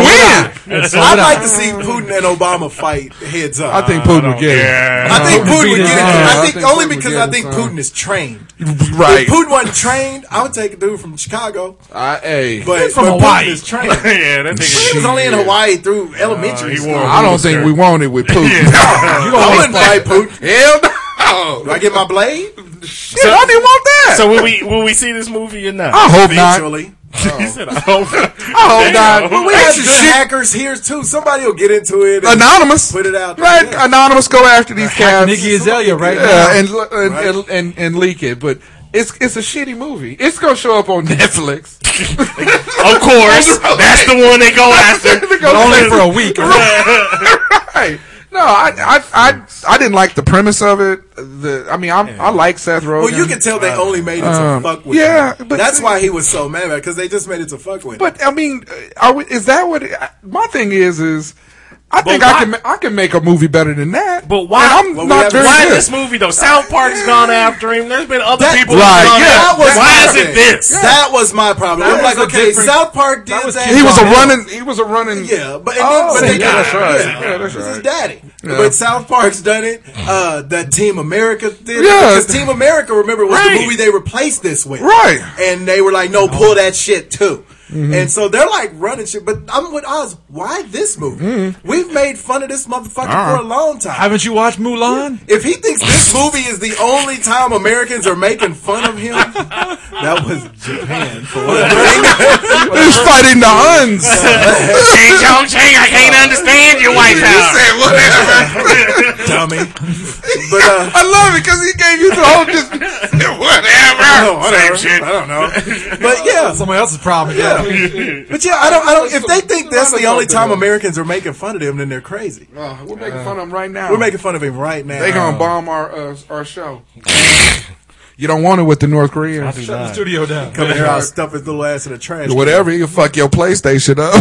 [SPEAKER 12] win.
[SPEAKER 8] And so
[SPEAKER 10] I'd
[SPEAKER 8] would I.
[SPEAKER 10] like to see Putin and Obama fight heads up.
[SPEAKER 12] I think Putin would get it.
[SPEAKER 10] I think
[SPEAKER 8] Putin
[SPEAKER 10] Putin
[SPEAKER 8] beat
[SPEAKER 10] would
[SPEAKER 8] his
[SPEAKER 10] get it. I
[SPEAKER 8] ass.
[SPEAKER 12] I
[SPEAKER 10] think
[SPEAKER 12] think Putin
[SPEAKER 10] only
[SPEAKER 12] would
[SPEAKER 10] because
[SPEAKER 12] get
[SPEAKER 10] I
[SPEAKER 12] it,
[SPEAKER 10] think
[SPEAKER 12] son.
[SPEAKER 10] Putin is trained.
[SPEAKER 12] Right.
[SPEAKER 10] If Putin wasn't trained, I would take a dude from Chicago.
[SPEAKER 12] I, hey,
[SPEAKER 10] But,
[SPEAKER 8] He's from
[SPEAKER 10] but
[SPEAKER 8] Hawaii.
[SPEAKER 10] Putin is trained.
[SPEAKER 9] yeah, that
[SPEAKER 10] He
[SPEAKER 9] nigga.
[SPEAKER 10] was only in Hawaii through elementary
[SPEAKER 9] he
[SPEAKER 10] school.
[SPEAKER 9] wore-
[SPEAKER 12] I don't think we wanted with Putin.
[SPEAKER 10] I
[SPEAKER 12] Oh,
[SPEAKER 10] wouldn't fight Putin.
[SPEAKER 12] Hell no.
[SPEAKER 10] Do I get my blade?
[SPEAKER 12] Shit, I didn't want that.
[SPEAKER 9] So will we will we see this movie or not?
[SPEAKER 12] I hope not.
[SPEAKER 10] Eventually.
[SPEAKER 9] he said, I hope not.
[SPEAKER 12] I hope not.
[SPEAKER 10] But we
[SPEAKER 12] Ain't
[SPEAKER 10] have
[SPEAKER 12] you
[SPEAKER 10] good
[SPEAKER 12] shit-
[SPEAKER 10] hackers here too. Somebody will get into it. and-
[SPEAKER 12] Anonymous.
[SPEAKER 10] Put it out there,
[SPEAKER 12] Right.
[SPEAKER 10] yeah.
[SPEAKER 12] Anonymous go after these cats.
[SPEAKER 8] Nikki Azalea right
[SPEAKER 12] yeah,
[SPEAKER 8] now.
[SPEAKER 12] and, and, and, and, and leak it. But it's it's a shitty movie. It's going to show up on Netflix.
[SPEAKER 9] Of course, that's the one they go after.
[SPEAKER 12] They're
[SPEAKER 8] But
[SPEAKER 12] gonna
[SPEAKER 8] only
[SPEAKER 12] say-
[SPEAKER 8] for a week.
[SPEAKER 12] Right. No, I, I I I didn't like the premise of it. The I mean, I'm, I like Seth Rogen.
[SPEAKER 10] Well, you can tell they only made it to
[SPEAKER 12] Um,
[SPEAKER 10] fuck with.
[SPEAKER 12] yeah,
[SPEAKER 10] him.
[SPEAKER 12] but-
[SPEAKER 10] that's why he was so mad because they just made it to fuck with. him.
[SPEAKER 12] But I mean, uh, are we, is that what? I- my thing is, is I think
[SPEAKER 9] why-
[SPEAKER 12] I can ma- I can make a movie better than that.
[SPEAKER 9] But why-
[SPEAKER 12] And I'm
[SPEAKER 10] Well, we
[SPEAKER 12] not
[SPEAKER 10] have-
[SPEAKER 12] very
[SPEAKER 9] Why
[SPEAKER 12] good.
[SPEAKER 9] this movie though? South Park's gone after him. There's been other
[SPEAKER 10] That-
[SPEAKER 9] people.
[SPEAKER 12] Right,
[SPEAKER 9] Right, gone
[SPEAKER 12] yeah.
[SPEAKER 9] after.
[SPEAKER 10] That was
[SPEAKER 9] Why
[SPEAKER 10] my
[SPEAKER 9] is it
[SPEAKER 10] thing.
[SPEAKER 9] this?
[SPEAKER 10] That was my problem.
[SPEAKER 8] That
[SPEAKER 10] I'm like,
[SPEAKER 8] was a
[SPEAKER 10] okay,
[SPEAKER 8] different-
[SPEAKER 10] South Park did
[SPEAKER 8] that was
[SPEAKER 10] that.
[SPEAKER 8] Kim
[SPEAKER 12] he was a
[SPEAKER 8] Jong-il.
[SPEAKER 12] running. He was a running.
[SPEAKER 10] Yeah, but, and then,
[SPEAKER 12] Oh,
[SPEAKER 10] but they
[SPEAKER 12] yeah,
[SPEAKER 10] got
[SPEAKER 12] that's right.
[SPEAKER 10] Yeah,
[SPEAKER 12] Yeah, that's
[SPEAKER 10] this is
[SPEAKER 12] right.
[SPEAKER 10] daddy.
[SPEAKER 12] Yeah.
[SPEAKER 10] But South Park's done it. Uh, that Team America did
[SPEAKER 12] Yeah.
[SPEAKER 10] it because Team America, remember, was
[SPEAKER 9] Right.
[SPEAKER 10] the movie they replaced this with,
[SPEAKER 12] Right. Mm-hmm.
[SPEAKER 10] And they were like, "No, pull that shit too." And so they're like running shit. But I'm with Oz. Why this movie?
[SPEAKER 12] Mm-hmm.
[SPEAKER 10] We've made fun of this motherfucker for a long time.
[SPEAKER 8] Haven't you watched Mulan?
[SPEAKER 10] if he thinks this movie is the only time Americans are making fun of him, that was Japan for what
[SPEAKER 12] He's fighting the Huns.
[SPEAKER 9] Ching Chong Ching, I can't understand your white
[SPEAKER 12] He said
[SPEAKER 9] power.
[SPEAKER 12] whatever.
[SPEAKER 10] dummy. But uh,
[SPEAKER 12] I love it because he gave you the whole just whatever.
[SPEAKER 9] Same shit.
[SPEAKER 10] I don't know. But yeah,
[SPEAKER 8] Someone else's problem. Yeah.
[SPEAKER 10] but yeah, I don't. I don't. If they think that's the only time
[SPEAKER 12] Something.
[SPEAKER 10] Americans are making fun of them, then they're crazy.
[SPEAKER 12] Oh, we're making fun of him right now.
[SPEAKER 10] We're making fun of him right now.
[SPEAKER 12] They gonna bomb our uh, our show. you don't want it with the North Koreans.
[SPEAKER 8] Shut the studio down.
[SPEAKER 10] come in here. I'll stuff his little ass in the trash.
[SPEAKER 12] Whatever, you can fuck your PlayStation up.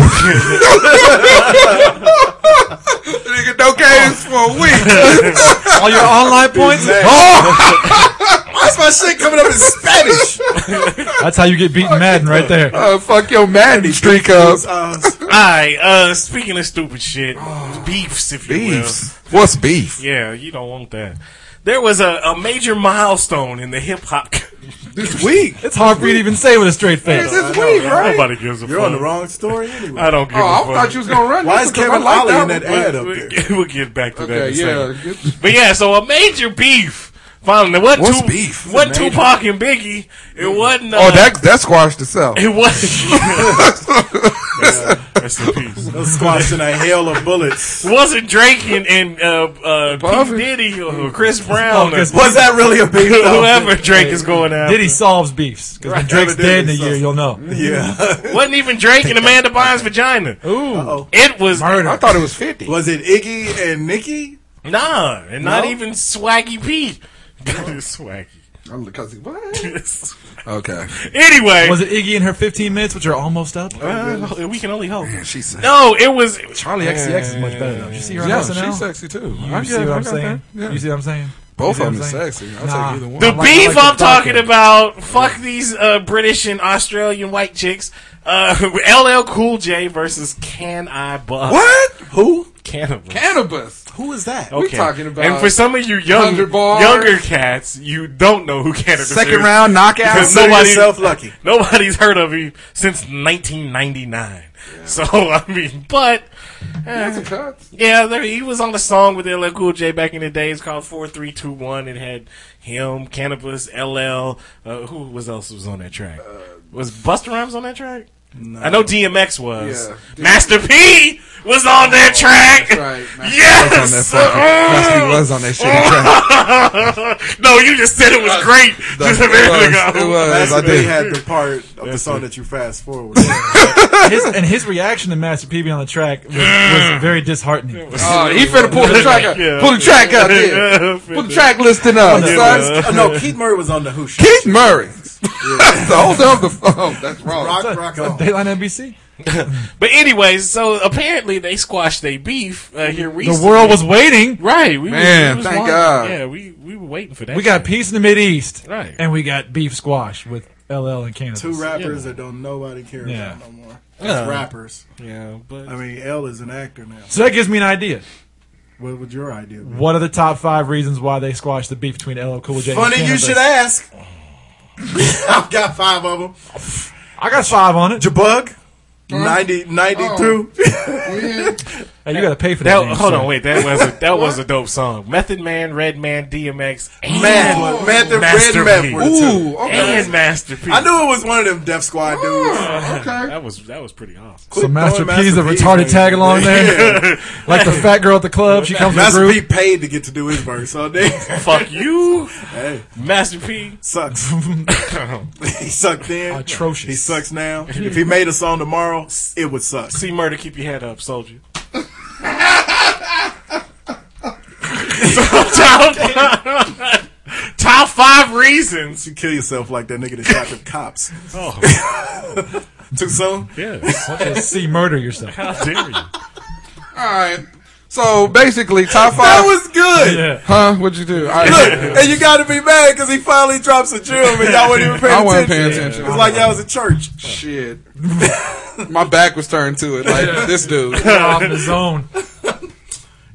[SPEAKER 12] Nigga, no games for a week.
[SPEAKER 8] All your online points.
[SPEAKER 10] Why's my shit coming up in Spanish?
[SPEAKER 8] That's how you get beaten Madden right there.
[SPEAKER 12] Uh, fuck your Madden streak up.
[SPEAKER 10] Uh,
[SPEAKER 9] Alright, uh, speaking of stupid shit, beefs, if you
[SPEAKER 12] Beefs. What's beef?
[SPEAKER 9] will. Yeah, you don't want that. There was a, a major milestone in the hip hop.
[SPEAKER 12] This week.
[SPEAKER 8] It's hard for you to even say with a straight face.
[SPEAKER 12] It's this week, right?
[SPEAKER 9] Nobody gives a
[SPEAKER 10] you're
[SPEAKER 9] fuck.
[SPEAKER 10] on the wrong story anyway.
[SPEAKER 9] I don't give
[SPEAKER 12] Oh,
[SPEAKER 9] a
[SPEAKER 12] I
[SPEAKER 9] fuck.
[SPEAKER 12] thought you was gonna run.
[SPEAKER 10] Why
[SPEAKER 12] this
[SPEAKER 10] is
[SPEAKER 12] because
[SPEAKER 10] Kevin
[SPEAKER 12] I like
[SPEAKER 10] Ollie in
[SPEAKER 12] one.
[SPEAKER 10] that ad up
[SPEAKER 9] we,
[SPEAKER 10] there?
[SPEAKER 9] we'll get back to that.
[SPEAKER 12] Okay,
[SPEAKER 9] in a second.
[SPEAKER 12] yeah.
[SPEAKER 9] But yeah, so a major beef. Finally, what
[SPEAKER 12] What's
[SPEAKER 9] two,
[SPEAKER 12] beef?
[SPEAKER 9] What Tupac and Biggie? It wasn't. Uh,
[SPEAKER 12] Oh, that that squashed itself.
[SPEAKER 9] It wasn't. Rest in peace. It
[SPEAKER 10] Those squats in a hail of bullets.
[SPEAKER 9] wasn't Drake and, and uh, uh,
[SPEAKER 12] Buffy.
[SPEAKER 9] P. Diddy or Chris Brown
[SPEAKER 8] Oh,
[SPEAKER 9] or
[SPEAKER 8] 'cause
[SPEAKER 10] Was that really a big though?
[SPEAKER 9] whoever Drake is going after?
[SPEAKER 8] Diddy solves beefs because when Drake's
[SPEAKER 10] Evidently
[SPEAKER 8] dead in a
[SPEAKER 10] so.
[SPEAKER 8] year, you'll know.
[SPEAKER 10] Yeah.
[SPEAKER 9] Wasn't even Drake and Amanda Bynes' vagina.
[SPEAKER 8] Ooh,
[SPEAKER 9] It was
[SPEAKER 12] I thought it was fifty.
[SPEAKER 10] Was it Iggy and Nikki?
[SPEAKER 9] nah, and not even Swaggy P. Swaggy.
[SPEAKER 12] Because what? okay.
[SPEAKER 9] Anyway,
[SPEAKER 8] was it Iggy and her 15 minutes, which are almost up?
[SPEAKER 9] Uh, we can only hope.
[SPEAKER 12] she's
[SPEAKER 9] no, it was
[SPEAKER 8] Charlie XCX is much better though. Did you see her on
[SPEAKER 12] Yeah,
[SPEAKER 8] SNL?
[SPEAKER 12] she's sexy, too.
[SPEAKER 8] You
[SPEAKER 12] I
[SPEAKER 8] see
[SPEAKER 12] get-
[SPEAKER 8] what
[SPEAKER 12] I
[SPEAKER 8] I'm
[SPEAKER 12] got
[SPEAKER 8] saying?
[SPEAKER 12] that. Yeah.
[SPEAKER 8] You see what I'm saying?
[SPEAKER 12] Both
[SPEAKER 8] You see
[SPEAKER 12] of
[SPEAKER 8] what
[SPEAKER 12] them
[SPEAKER 8] I'm
[SPEAKER 12] are
[SPEAKER 8] saying?
[SPEAKER 12] sexy. I'll
[SPEAKER 8] Nah.
[SPEAKER 12] take either one.
[SPEAKER 9] The
[SPEAKER 12] I like- I
[SPEAKER 9] beef
[SPEAKER 12] like the
[SPEAKER 9] I'm talking
[SPEAKER 12] dark
[SPEAKER 9] about, fuck these uh, British and Australian white chicks. Uh, LL Cool J versus Can I Bust?
[SPEAKER 12] What?
[SPEAKER 10] Who?
[SPEAKER 9] Cannibal.
[SPEAKER 12] Cannabis.
[SPEAKER 10] Who is that?
[SPEAKER 12] We talking about
[SPEAKER 9] And for some of you young,
[SPEAKER 12] 100 bar.
[SPEAKER 9] younger cats, you don't know who Cannabis is.
[SPEAKER 12] Second round knockout.
[SPEAKER 9] Because
[SPEAKER 10] Nobody,
[SPEAKER 9] nobody-
[SPEAKER 10] yourself lucky.
[SPEAKER 9] Nobody's heard of him since 1999. So, I mean, but,
[SPEAKER 12] That's a cut.
[SPEAKER 9] yeah, there, he was on the song with LL Cool J back in the day. It's called 4321. It had him, Cannabis, LL. Uh, who was else was on that track?
[SPEAKER 12] Uh,
[SPEAKER 9] was Buster Rhymes on that track? I know DMX was.
[SPEAKER 12] Yeah.
[SPEAKER 9] Master P was on that track.
[SPEAKER 12] Oh, Right. Master
[SPEAKER 9] Yes.
[SPEAKER 12] was on that fucking- Master was on that shitty track.
[SPEAKER 9] no, you just said it was great just a minute
[SPEAKER 12] It was.
[SPEAKER 9] ago.
[SPEAKER 12] It was. I
[SPEAKER 10] That's they
[SPEAKER 12] did.
[SPEAKER 10] had the part of the song that you fast forward.
[SPEAKER 8] his, and his reaction to Master P being on the track was, was very disheartening.
[SPEAKER 12] Oh, he finna pull the track up.
[SPEAKER 9] Yeah.
[SPEAKER 12] Pull the track up. Yeah. Pull the track listing up, son.
[SPEAKER 10] Oh, no, Keith Murray was on the Who show.
[SPEAKER 12] Keith Murray. the whole of the oh, that's wrong.
[SPEAKER 10] Rock, rock on.
[SPEAKER 8] Dayline NBC.
[SPEAKER 9] But anyways, so apparently they squashed their beef uh, here
[SPEAKER 8] The
[SPEAKER 9] recently.
[SPEAKER 8] world was waiting.
[SPEAKER 9] right. We
[SPEAKER 12] Man, thank
[SPEAKER 9] wanting-
[SPEAKER 12] God.
[SPEAKER 9] Yeah, we we were waiting for that.
[SPEAKER 8] We got peace in the Mid East,
[SPEAKER 9] Right.
[SPEAKER 8] And we got beef squash with LL and Canada.
[SPEAKER 10] Two rappers that don't nobody care
[SPEAKER 8] Yeah.
[SPEAKER 10] about no more. That's rappers.
[SPEAKER 9] Yeah, but
[SPEAKER 10] I mean, L is an actor now.
[SPEAKER 8] So that gives me an idea.
[SPEAKER 10] What would your idea be?
[SPEAKER 8] What are the top five reasons why they squashed the beef between LL Cool J? and
[SPEAKER 10] Funny you
[SPEAKER 8] Cannabis?
[SPEAKER 10] should ask. I've got five of them.
[SPEAKER 8] I got five on it.
[SPEAKER 10] Jabug, 90,
[SPEAKER 8] Oh.
[SPEAKER 10] 92.
[SPEAKER 8] Hey, you got to pay for that.
[SPEAKER 9] that,
[SPEAKER 8] damn
[SPEAKER 9] hold on,
[SPEAKER 8] song.
[SPEAKER 9] wait. That was a, that was a dope song. Method Man, Red Man, DMX, and
[SPEAKER 10] Meth. Meth and
[SPEAKER 9] Master
[SPEAKER 10] Red Meth
[SPEAKER 9] P.
[SPEAKER 10] were the two.
[SPEAKER 12] Ooh, okay.
[SPEAKER 9] and Masterpiece.
[SPEAKER 10] I knew it was one of them Def Squad dudes.
[SPEAKER 12] okay.
[SPEAKER 9] that was that was pretty awesome.
[SPEAKER 8] So Master
[SPEAKER 10] throwing
[SPEAKER 8] P's a
[SPEAKER 10] Master P
[SPEAKER 8] retarded
[SPEAKER 10] names.
[SPEAKER 8] tag along there, like the fat girl at the club. She comes to the
[SPEAKER 10] Master
[SPEAKER 8] group.
[SPEAKER 10] P paid to get to do his verse all day.
[SPEAKER 9] Fuck you,
[SPEAKER 10] hey,
[SPEAKER 9] Master P.
[SPEAKER 10] sucks. he sucked then.
[SPEAKER 8] Atrocious.
[SPEAKER 10] He sucks now. If he made a song tomorrow, it would suck.
[SPEAKER 9] See murder, keep your head up, soldier. top, top five reasons.
[SPEAKER 10] You kill yourself like that nigga that shot the cops.
[SPEAKER 9] Oh,
[SPEAKER 10] Too soon?
[SPEAKER 9] yes.
[SPEAKER 8] See murder yourself.
[SPEAKER 9] How dare you?
[SPEAKER 12] All right. So basically, top
[SPEAKER 10] That
[SPEAKER 12] five.
[SPEAKER 10] was good.
[SPEAKER 8] Yeah.
[SPEAKER 12] huh? What'd you do? All right.
[SPEAKER 10] Look, and you got to be mad because he finally drops a jewel, and y'all wouldn't even pay
[SPEAKER 12] I
[SPEAKER 10] attention.
[SPEAKER 12] wasn't paying attention.
[SPEAKER 10] It's like y'all was at church.
[SPEAKER 12] Shit. My back was turned to it, like this dude. All
[SPEAKER 8] off in the zone.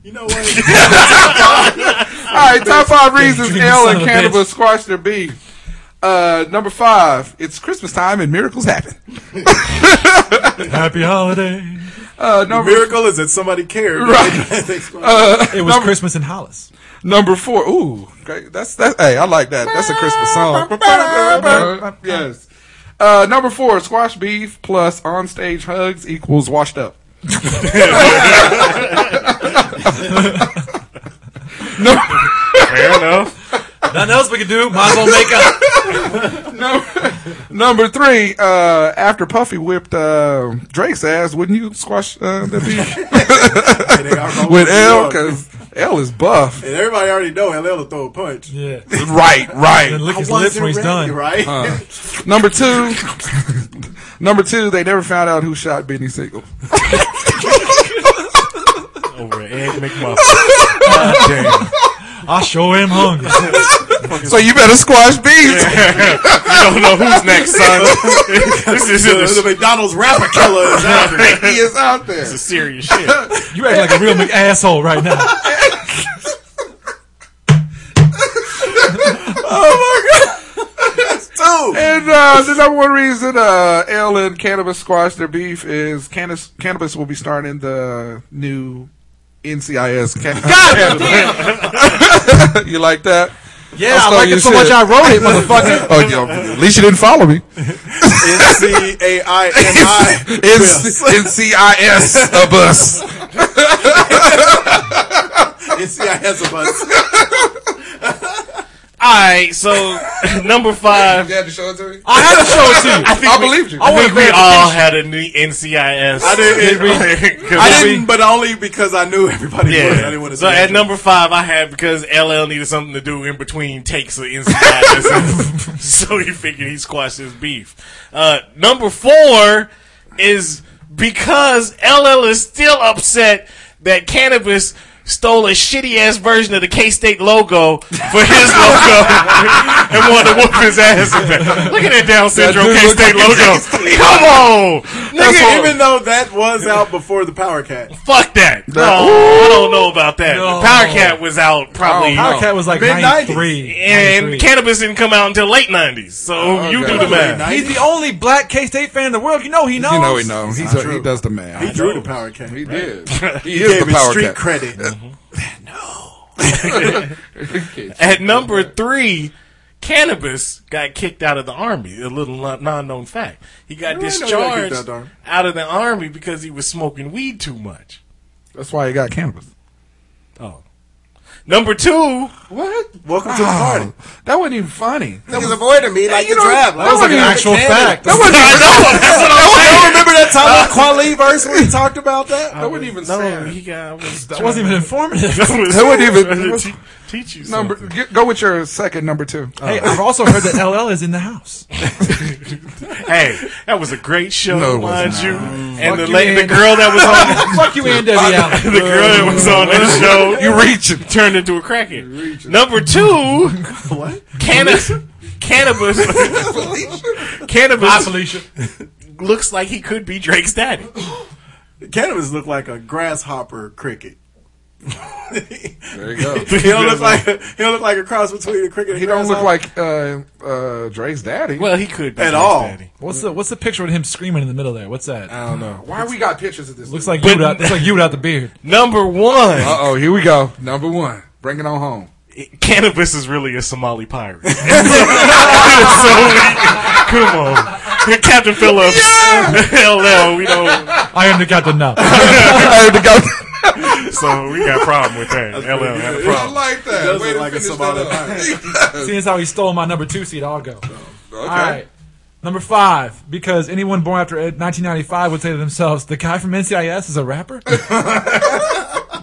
[SPEAKER 10] You know what?
[SPEAKER 12] right, top five reasons
[SPEAKER 8] Dream
[SPEAKER 12] L
[SPEAKER 8] son
[SPEAKER 12] and
[SPEAKER 8] of a
[SPEAKER 12] cannabis squash their beef. Uh, number five, it's Christmas time and miracles happen.
[SPEAKER 8] Happy holiday.
[SPEAKER 12] Uh, number
[SPEAKER 10] Miracle is that somebody cared.
[SPEAKER 8] It was Christmas in Hollis.
[SPEAKER 12] number four, ooh, okay, that's that. Hey, I like that. That's a Christmas song. yes. Uh, number four, squash beef plus onstage hugs equals washed up.
[SPEAKER 9] Fair enough.
[SPEAKER 8] Nothing else we could do. Might as well make up.
[SPEAKER 12] Number three, uh, after Puffy whipped uh, Drake's ass, wouldn't you squash uh, the beef with L? Because L is buff.
[SPEAKER 10] And everybody already know LL will throw a punch.
[SPEAKER 8] Yeah.
[SPEAKER 12] Right,
[SPEAKER 8] Then
[SPEAKER 12] right.
[SPEAKER 8] lick his lips when he's done.
[SPEAKER 10] Right?
[SPEAKER 12] Number two, number two, they never found out who shot Benny Siegel.
[SPEAKER 9] Over an egg McMuffin. God damn.
[SPEAKER 8] I sure am hungry.
[SPEAKER 12] So you better squash beef.
[SPEAKER 9] You don't know who's next, son. this is
[SPEAKER 10] The, the
[SPEAKER 9] this
[SPEAKER 10] McDonald's rapper killer is out there.
[SPEAKER 12] he is out there.
[SPEAKER 9] is serious shit.
[SPEAKER 8] You act like a real asshole right now.
[SPEAKER 10] Dude,
[SPEAKER 12] And uh, the number one reason uh, L and Cannabis squash their beef is cannabis, cannabis will be starting the new NCIS. Can- you like that?
[SPEAKER 8] Yeah,
[SPEAKER 12] I'll
[SPEAKER 8] I
[SPEAKER 12] throw
[SPEAKER 8] like
[SPEAKER 12] you
[SPEAKER 8] it so
[SPEAKER 12] shit.
[SPEAKER 8] much I wrote it, motherfucker.
[SPEAKER 12] Oh, yeah, at least you didn't follow me.
[SPEAKER 10] N-C-A-I-N-I.
[SPEAKER 12] It's NCIS a bus.
[SPEAKER 10] N-C-I-S of us.
[SPEAKER 9] All right, so number five.
[SPEAKER 12] You had to show it to me.
[SPEAKER 9] I had to show it to you.
[SPEAKER 12] I,
[SPEAKER 9] think we-
[SPEAKER 12] believed you.
[SPEAKER 9] I think we all had a new NCIS.
[SPEAKER 12] I didn't-
[SPEAKER 9] we-
[SPEAKER 10] I didn't, but only because I knew everybody would. I didn't want to
[SPEAKER 9] Yeah. So
[SPEAKER 10] say
[SPEAKER 9] at number five, I had because LL needed something to do in between takes of NCIS, so he figured he squashed his beef. Uh, number four is because LL is still upset that cannabis. Stole a shitty ass version of the K State logo for his logo and wanted to whoop his ass. about it. Look at that Down syndrome
[SPEAKER 12] dude
[SPEAKER 9] K
[SPEAKER 12] looked
[SPEAKER 9] State
[SPEAKER 12] like a
[SPEAKER 9] logo. Come on,
[SPEAKER 10] That's
[SPEAKER 9] nigga,
[SPEAKER 10] even though that was out before the Power Cat.
[SPEAKER 9] Fuck that. No, I don't know about that. Power Cat was out probably.
[SPEAKER 8] Oh, Power Cat was like
[SPEAKER 10] Mid-nineties.
[SPEAKER 8] 93.
[SPEAKER 9] and
[SPEAKER 8] 93.
[SPEAKER 9] cannabis didn't come out until late 90s. So you do the math.
[SPEAKER 8] He's the only black K State fan in the world. You know he knows.
[SPEAKER 12] You know he knows. He's a, he does the math.
[SPEAKER 10] He drew the Power Cat.
[SPEAKER 12] He
[SPEAKER 10] He
[SPEAKER 12] did. He is
[SPEAKER 10] gave
[SPEAKER 12] the
[SPEAKER 10] it
[SPEAKER 12] power
[SPEAKER 10] street
[SPEAKER 12] cat.
[SPEAKER 10] credit.
[SPEAKER 9] At number three, cannabis got kicked out of the army. A little non known fact. He got
[SPEAKER 10] didn't know he got kicked
[SPEAKER 9] discharged
[SPEAKER 10] out of the army.
[SPEAKER 9] out of the army because he was smoking weed too much.
[SPEAKER 12] That's why he got cannabis.
[SPEAKER 9] Oh. Number two,
[SPEAKER 12] What?
[SPEAKER 10] Welcome to the party.
[SPEAKER 12] Oh. That wasn't even funny. That
[SPEAKER 10] Niggas avoided me like
[SPEAKER 12] you
[SPEAKER 10] the
[SPEAKER 12] know,
[SPEAKER 10] draft.
[SPEAKER 12] that wasn't even-
[SPEAKER 10] fact.
[SPEAKER 12] That wasn't even
[SPEAKER 10] I remember that time with Kweli verse when we talked about that?
[SPEAKER 12] That wasn't even
[SPEAKER 9] no,
[SPEAKER 12] sad.
[SPEAKER 9] Oh, he got, I was
[SPEAKER 8] That wasn't even informative.
[SPEAKER 9] that
[SPEAKER 12] That wasn't even-
[SPEAKER 9] teach you
[SPEAKER 12] Number,
[SPEAKER 9] something.
[SPEAKER 12] get- go with your second number two.
[SPEAKER 8] Hey, I've also heard that LL is in the house.
[SPEAKER 9] hey, that was a great show,
[SPEAKER 12] No, it
[SPEAKER 9] mind
[SPEAKER 12] wasn't.
[SPEAKER 9] you. And the,
[SPEAKER 8] Fuck you,
[SPEAKER 9] la- the
[SPEAKER 8] Andy.
[SPEAKER 9] girl that was on
[SPEAKER 8] Fuck you, and Debbie Allen.
[SPEAKER 9] the girl that was on that show
[SPEAKER 12] you reaching?
[SPEAKER 9] turned into a crackhead. Number two,
[SPEAKER 10] What?
[SPEAKER 9] cannabis. Cannabis.
[SPEAKER 8] Hi,
[SPEAKER 9] cannabis
[SPEAKER 8] Felicia.
[SPEAKER 9] looks like he could be Drake's daddy.
[SPEAKER 10] Cannabis looked like a grasshopper cricket.
[SPEAKER 12] There you go.
[SPEAKER 10] He don't look like a, he don't look like a cross between a cricket. And
[SPEAKER 12] He don't look
[SPEAKER 10] grasshopper.
[SPEAKER 12] like uh, uh, Dre's daddy.
[SPEAKER 9] Well, he could be
[SPEAKER 10] At
[SPEAKER 9] Drake's
[SPEAKER 10] all.
[SPEAKER 9] daddy.
[SPEAKER 8] What's the What's the picture with him screaming in the middle there? What's that?
[SPEAKER 12] I don't know. Why we got pictures of this?
[SPEAKER 8] looks like you without, looks like you without the beard.
[SPEAKER 9] Number one,
[SPEAKER 12] Uh oh, here we go. Number one, bring it on home.
[SPEAKER 9] cannabis is really a Somali pirate. It's so weak. Come on. Captain Phillips, LL, we don't.
[SPEAKER 8] I am the captain now.
[SPEAKER 12] I had to go.
[SPEAKER 9] So we got a problem with that. LL had a
[SPEAKER 12] I
[SPEAKER 9] problem.
[SPEAKER 12] like that.
[SPEAKER 10] does
[SPEAKER 12] Way
[SPEAKER 10] look
[SPEAKER 12] to
[SPEAKER 10] like a
[SPEAKER 12] finish
[SPEAKER 10] Somali
[SPEAKER 12] that up.
[SPEAKER 8] Seeing as how he stole my number two seat, I'll go.
[SPEAKER 12] okay.
[SPEAKER 8] All right. Number five, because anyone born after 1995 would say to themselves, the guy from NCIS is a rapper?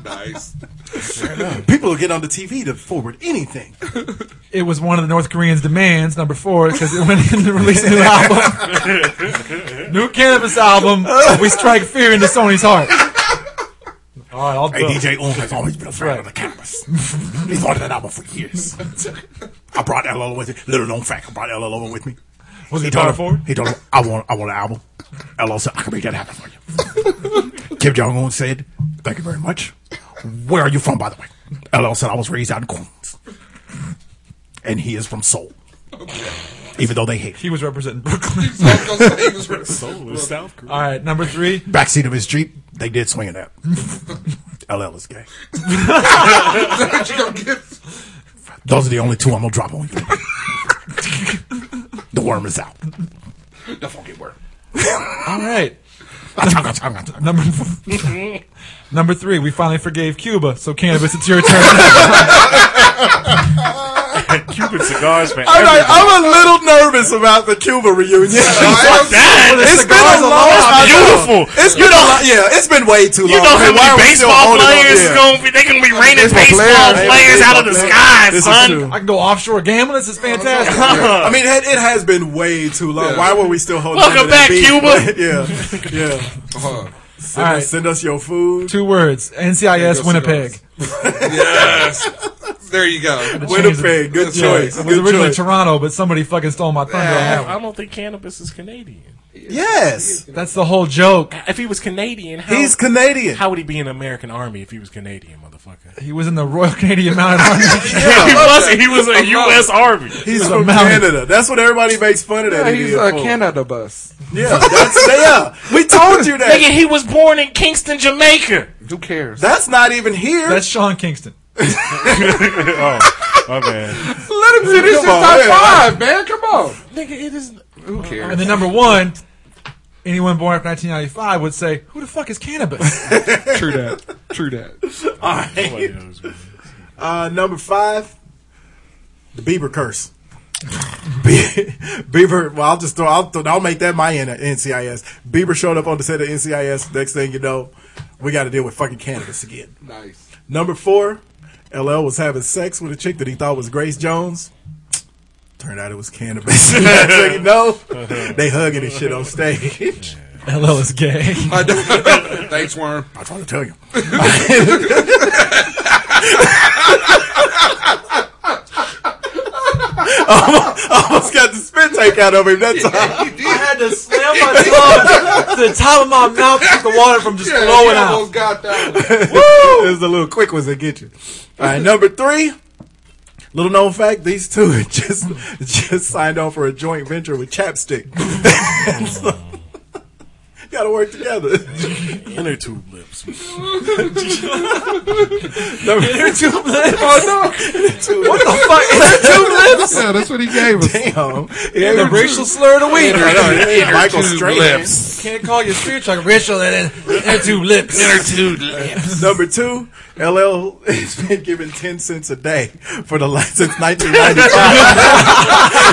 [SPEAKER 12] Nice.
[SPEAKER 10] people will get on the TV to forward anything.
[SPEAKER 8] it was one of the North Koreans' demands, number four, because it went in to release a new album. new cannabis album, We Strike Fear into Sony's Heart. All right, I'll
[SPEAKER 2] Hey,
[SPEAKER 8] do
[SPEAKER 2] DJ
[SPEAKER 8] it.
[SPEAKER 2] Ohm has always been a fan of the
[SPEAKER 8] Right.
[SPEAKER 2] cannabis. He's wanted that album for years. I brought LL with me. Little known fact, I brought LL over with me.
[SPEAKER 8] Was
[SPEAKER 2] he
[SPEAKER 8] it
[SPEAKER 2] told
[SPEAKER 8] Power
[SPEAKER 2] him,
[SPEAKER 8] Forward?
[SPEAKER 2] He told him, I want, I want an album. LL said, I can make that happen for you. Kim Jong Un said, Thank you very much. Where are you from, by the way? LL said, I was raised out in Queens, and he is from Seoul. Even though they hate him.
[SPEAKER 8] He was representing Brooklyn.
[SPEAKER 9] South Korea.
[SPEAKER 8] All right, number three.
[SPEAKER 2] Backseat of his jeep, they did swing it up. LL is gay. Those are the only two I'm gonna drop on you. the worm is out. The funky worm.
[SPEAKER 8] All right,
[SPEAKER 2] Number
[SPEAKER 8] number number three. We finally forgave Cuba, so cannabis, it's your turn.
[SPEAKER 9] Cuban cigars, man.
[SPEAKER 10] I'm, like, I'm a little nervous about the Cuba reunion. it's been a long time.
[SPEAKER 9] Beautiful.
[SPEAKER 10] It's been a lot. Yeah, it's been way too
[SPEAKER 9] You
[SPEAKER 10] long.
[SPEAKER 9] know
[SPEAKER 10] man.
[SPEAKER 9] how
[SPEAKER 10] Why are
[SPEAKER 9] many
[SPEAKER 10] we still
[SPEAKER 9] baseball
[SPEAKER 10] holding on?
[SPEAKER 9] players is
[SPEAKER 10] Yeah.
[SPEAKER 9] gonna be? They gonna be raining
[SPEAKER 12] Baseball
[SPEAKER 9] baseball
[SPEAKER 12] players.
[SPEAKER 9] players out of the
[SPEAKER 10] Baseball
[SPEAKER 9] sky,
[SPEAKER 10] players. This is true.
[SPEAKER 9] son.
[SPEAKER 8] I can go offshore gambling. This is
[SPEAKER 10] Oh,
[SPEAKER 8] fantastic.
[SPEAKER 10] I mean, it, it has been way too long. Why were we still holding?
[SPEAKER 9] Welcome
[SPEAKER 10] on to
[SPEAKER 9] back,
[SPEAKER 10] that beef?
[SPEAKER 9] Cuba.
[SPEAKER 10] yeah, yeah.
[SPEAKER 12] Uh-huh.
[SPEAKER 10] Send,
[SPEAKER 8] All
[SPEAKER 10] us,
[SPEAKER 8] right.
[SPEAKER 10] send us your food.
[SPEAKER 8] Two words: NCIS Winnipeg.
[SPEAKER 12] Yes. There you go.
[SPEAKER 10] Winnipeg, good
[SPEAKER 8] Yeah,
[SPEAKER 10] choice.
[SPEAKER 8] it was
[SPEAKER 10] Good
[SPEAKER 8] originally
[SPEAKER 10] choice.
[SPEAKER 8] Toronto, but somebody fucking stole my thunder. on that one.
[SPEAKER 9] I don't think cannabis is Canadian.
[SPEAKER 10] yes,
[SPEAKER 8] That's the whole joke.
[SPEAKER 9] If he was Canadian, how,
[SPEAKER 10] he's Canadian.
[SPEAKER 9] how would he be in the American Army if he was Canadian, motherfucker?
[SPEAKER 8] He was in the Royal Canadian Mounted Army.
[SPEAKER 9] he wasn't. He was a U.S. Army.
[SPEAKER 10] He's
[SPEAKER 8] He's a
[SPEAKER 10] from
[SPEAKER 8] mountain.
[SPEAKER 10] Canada. That's what everybody makes fun of. That
[SPEAKER 12] Yeah,
[SPEAKER 10] idiot
[SPEAKER 12] he's a
[SPEAKER 10] for.
[SPEAKER 12] Canada bus.
[SPEAKER 10] Yeah, that's yeah. We told you that.
[SPEAKER 9] Nigga, he was born in Kingston, Jamaica.
[SPEAKER 12] Who cares?
[SPEAKER 10] That's not even here.
[SPEAKER 8] That's Sean Kingston.
[SPEAKER 9] My man.
[SPEAKER 12] Let him finish his
[SPEAKER 10] Come on,
[SPEAKER 12] top
[SPEAKER 10] yeah.
[SPEAKER 12] five, man. Come on.
[SPEAKER 9] Nigga, it is.
[SPEAKER 12] Who cares?
[SPEAKER 8] And then number one, anyone born after 1995 would say, "Who the fuck is cannabis?"
[SPEAKER 12] True that. True that.
[SPEAKER 10] Uh, number five. The Bieber curse. Be- Bieber, well, I'll just throw, I'll, throw, I'll make that my N- NCIS. Bieber showed up on the set of NCIS. Next thing you know, we got to deal with fucking cannabis again.
[SPEAKER 7] Nice.
[SPEAKER 10] Number four, LL was having sex with a chick that he thought was Grace Jones. Turned out it was cannabis. Next thing you know, they hugging and shit on stage.
[SPEAKER 8] LL is gay.
[SPEAKER 7] I don't- Thanks, Worm.
[SPEAKER 10] I trying to tell you. almost, almost got the spit take out of him that time.
[SPEAKER 8] I had to slam my tongue to the top of my mouth to keep the water from just flowing out.
[SPEAKER 7] got that
[SPEAKER 10] Woo! It was the little quick ones that get you. All right, number three. Little known fact: these two had just just signed on for a joint venture with Chapstick. So, gotta work together.
[SPEAKER 9] And their two lips.
[SPEAKER 10] Number
[SPEAKER 8] Two lips.
[SPEAKER 10] oh no!
[SPEAKER 8] What the fuck? Is there two lips?
[SPEAKER 12] Yeah, that's what he gave us.
[SPEAKER 10] Damn.
[SPEAKER 8] The racial slur of the week.
[SPEAKER 10] Michael
[SPEAKER 12] Two
[SPEAKER 10] Strahan.
[SPEAKER 12] lips.
[SPEAKER 8] Can't call your spirit like racial and then there are two lips.
[SPEAKER 10] Number two, LL has been given ten cents a day for the last since 1995,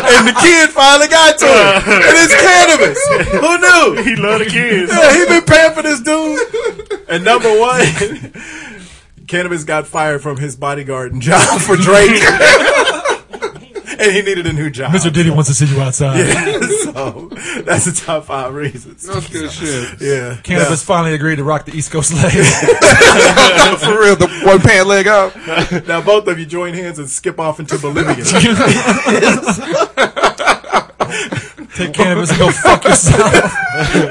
[SPEAKER 10] and the kid finally got to him. And it's cannabis. Who knew?
[SPEAKER 9] He love the kids.
[SPEAKER 10] Yeah, he been paying for this dude. And number one, cannabis got fired from his bodyguarding job for Drake, and he needed a new job.
[SPEAKER 8] Mr. Diddy wants to see you outside.
[SPEAKER 10] so that's the top five reasons.
[SPEAKER 7] That's good shit.
[SPEAKER 10] Yeah,
[SPEAKER 8] Cannabis finally agreed to rock the East Coast leg.
[SPEAKER 12] For real, the one pant leg up.
[SPEAKER 10] Now, now both of you join hands and skip off into Bolivia.
[SPEAKER 8] Take cannabis and go fuck yourself.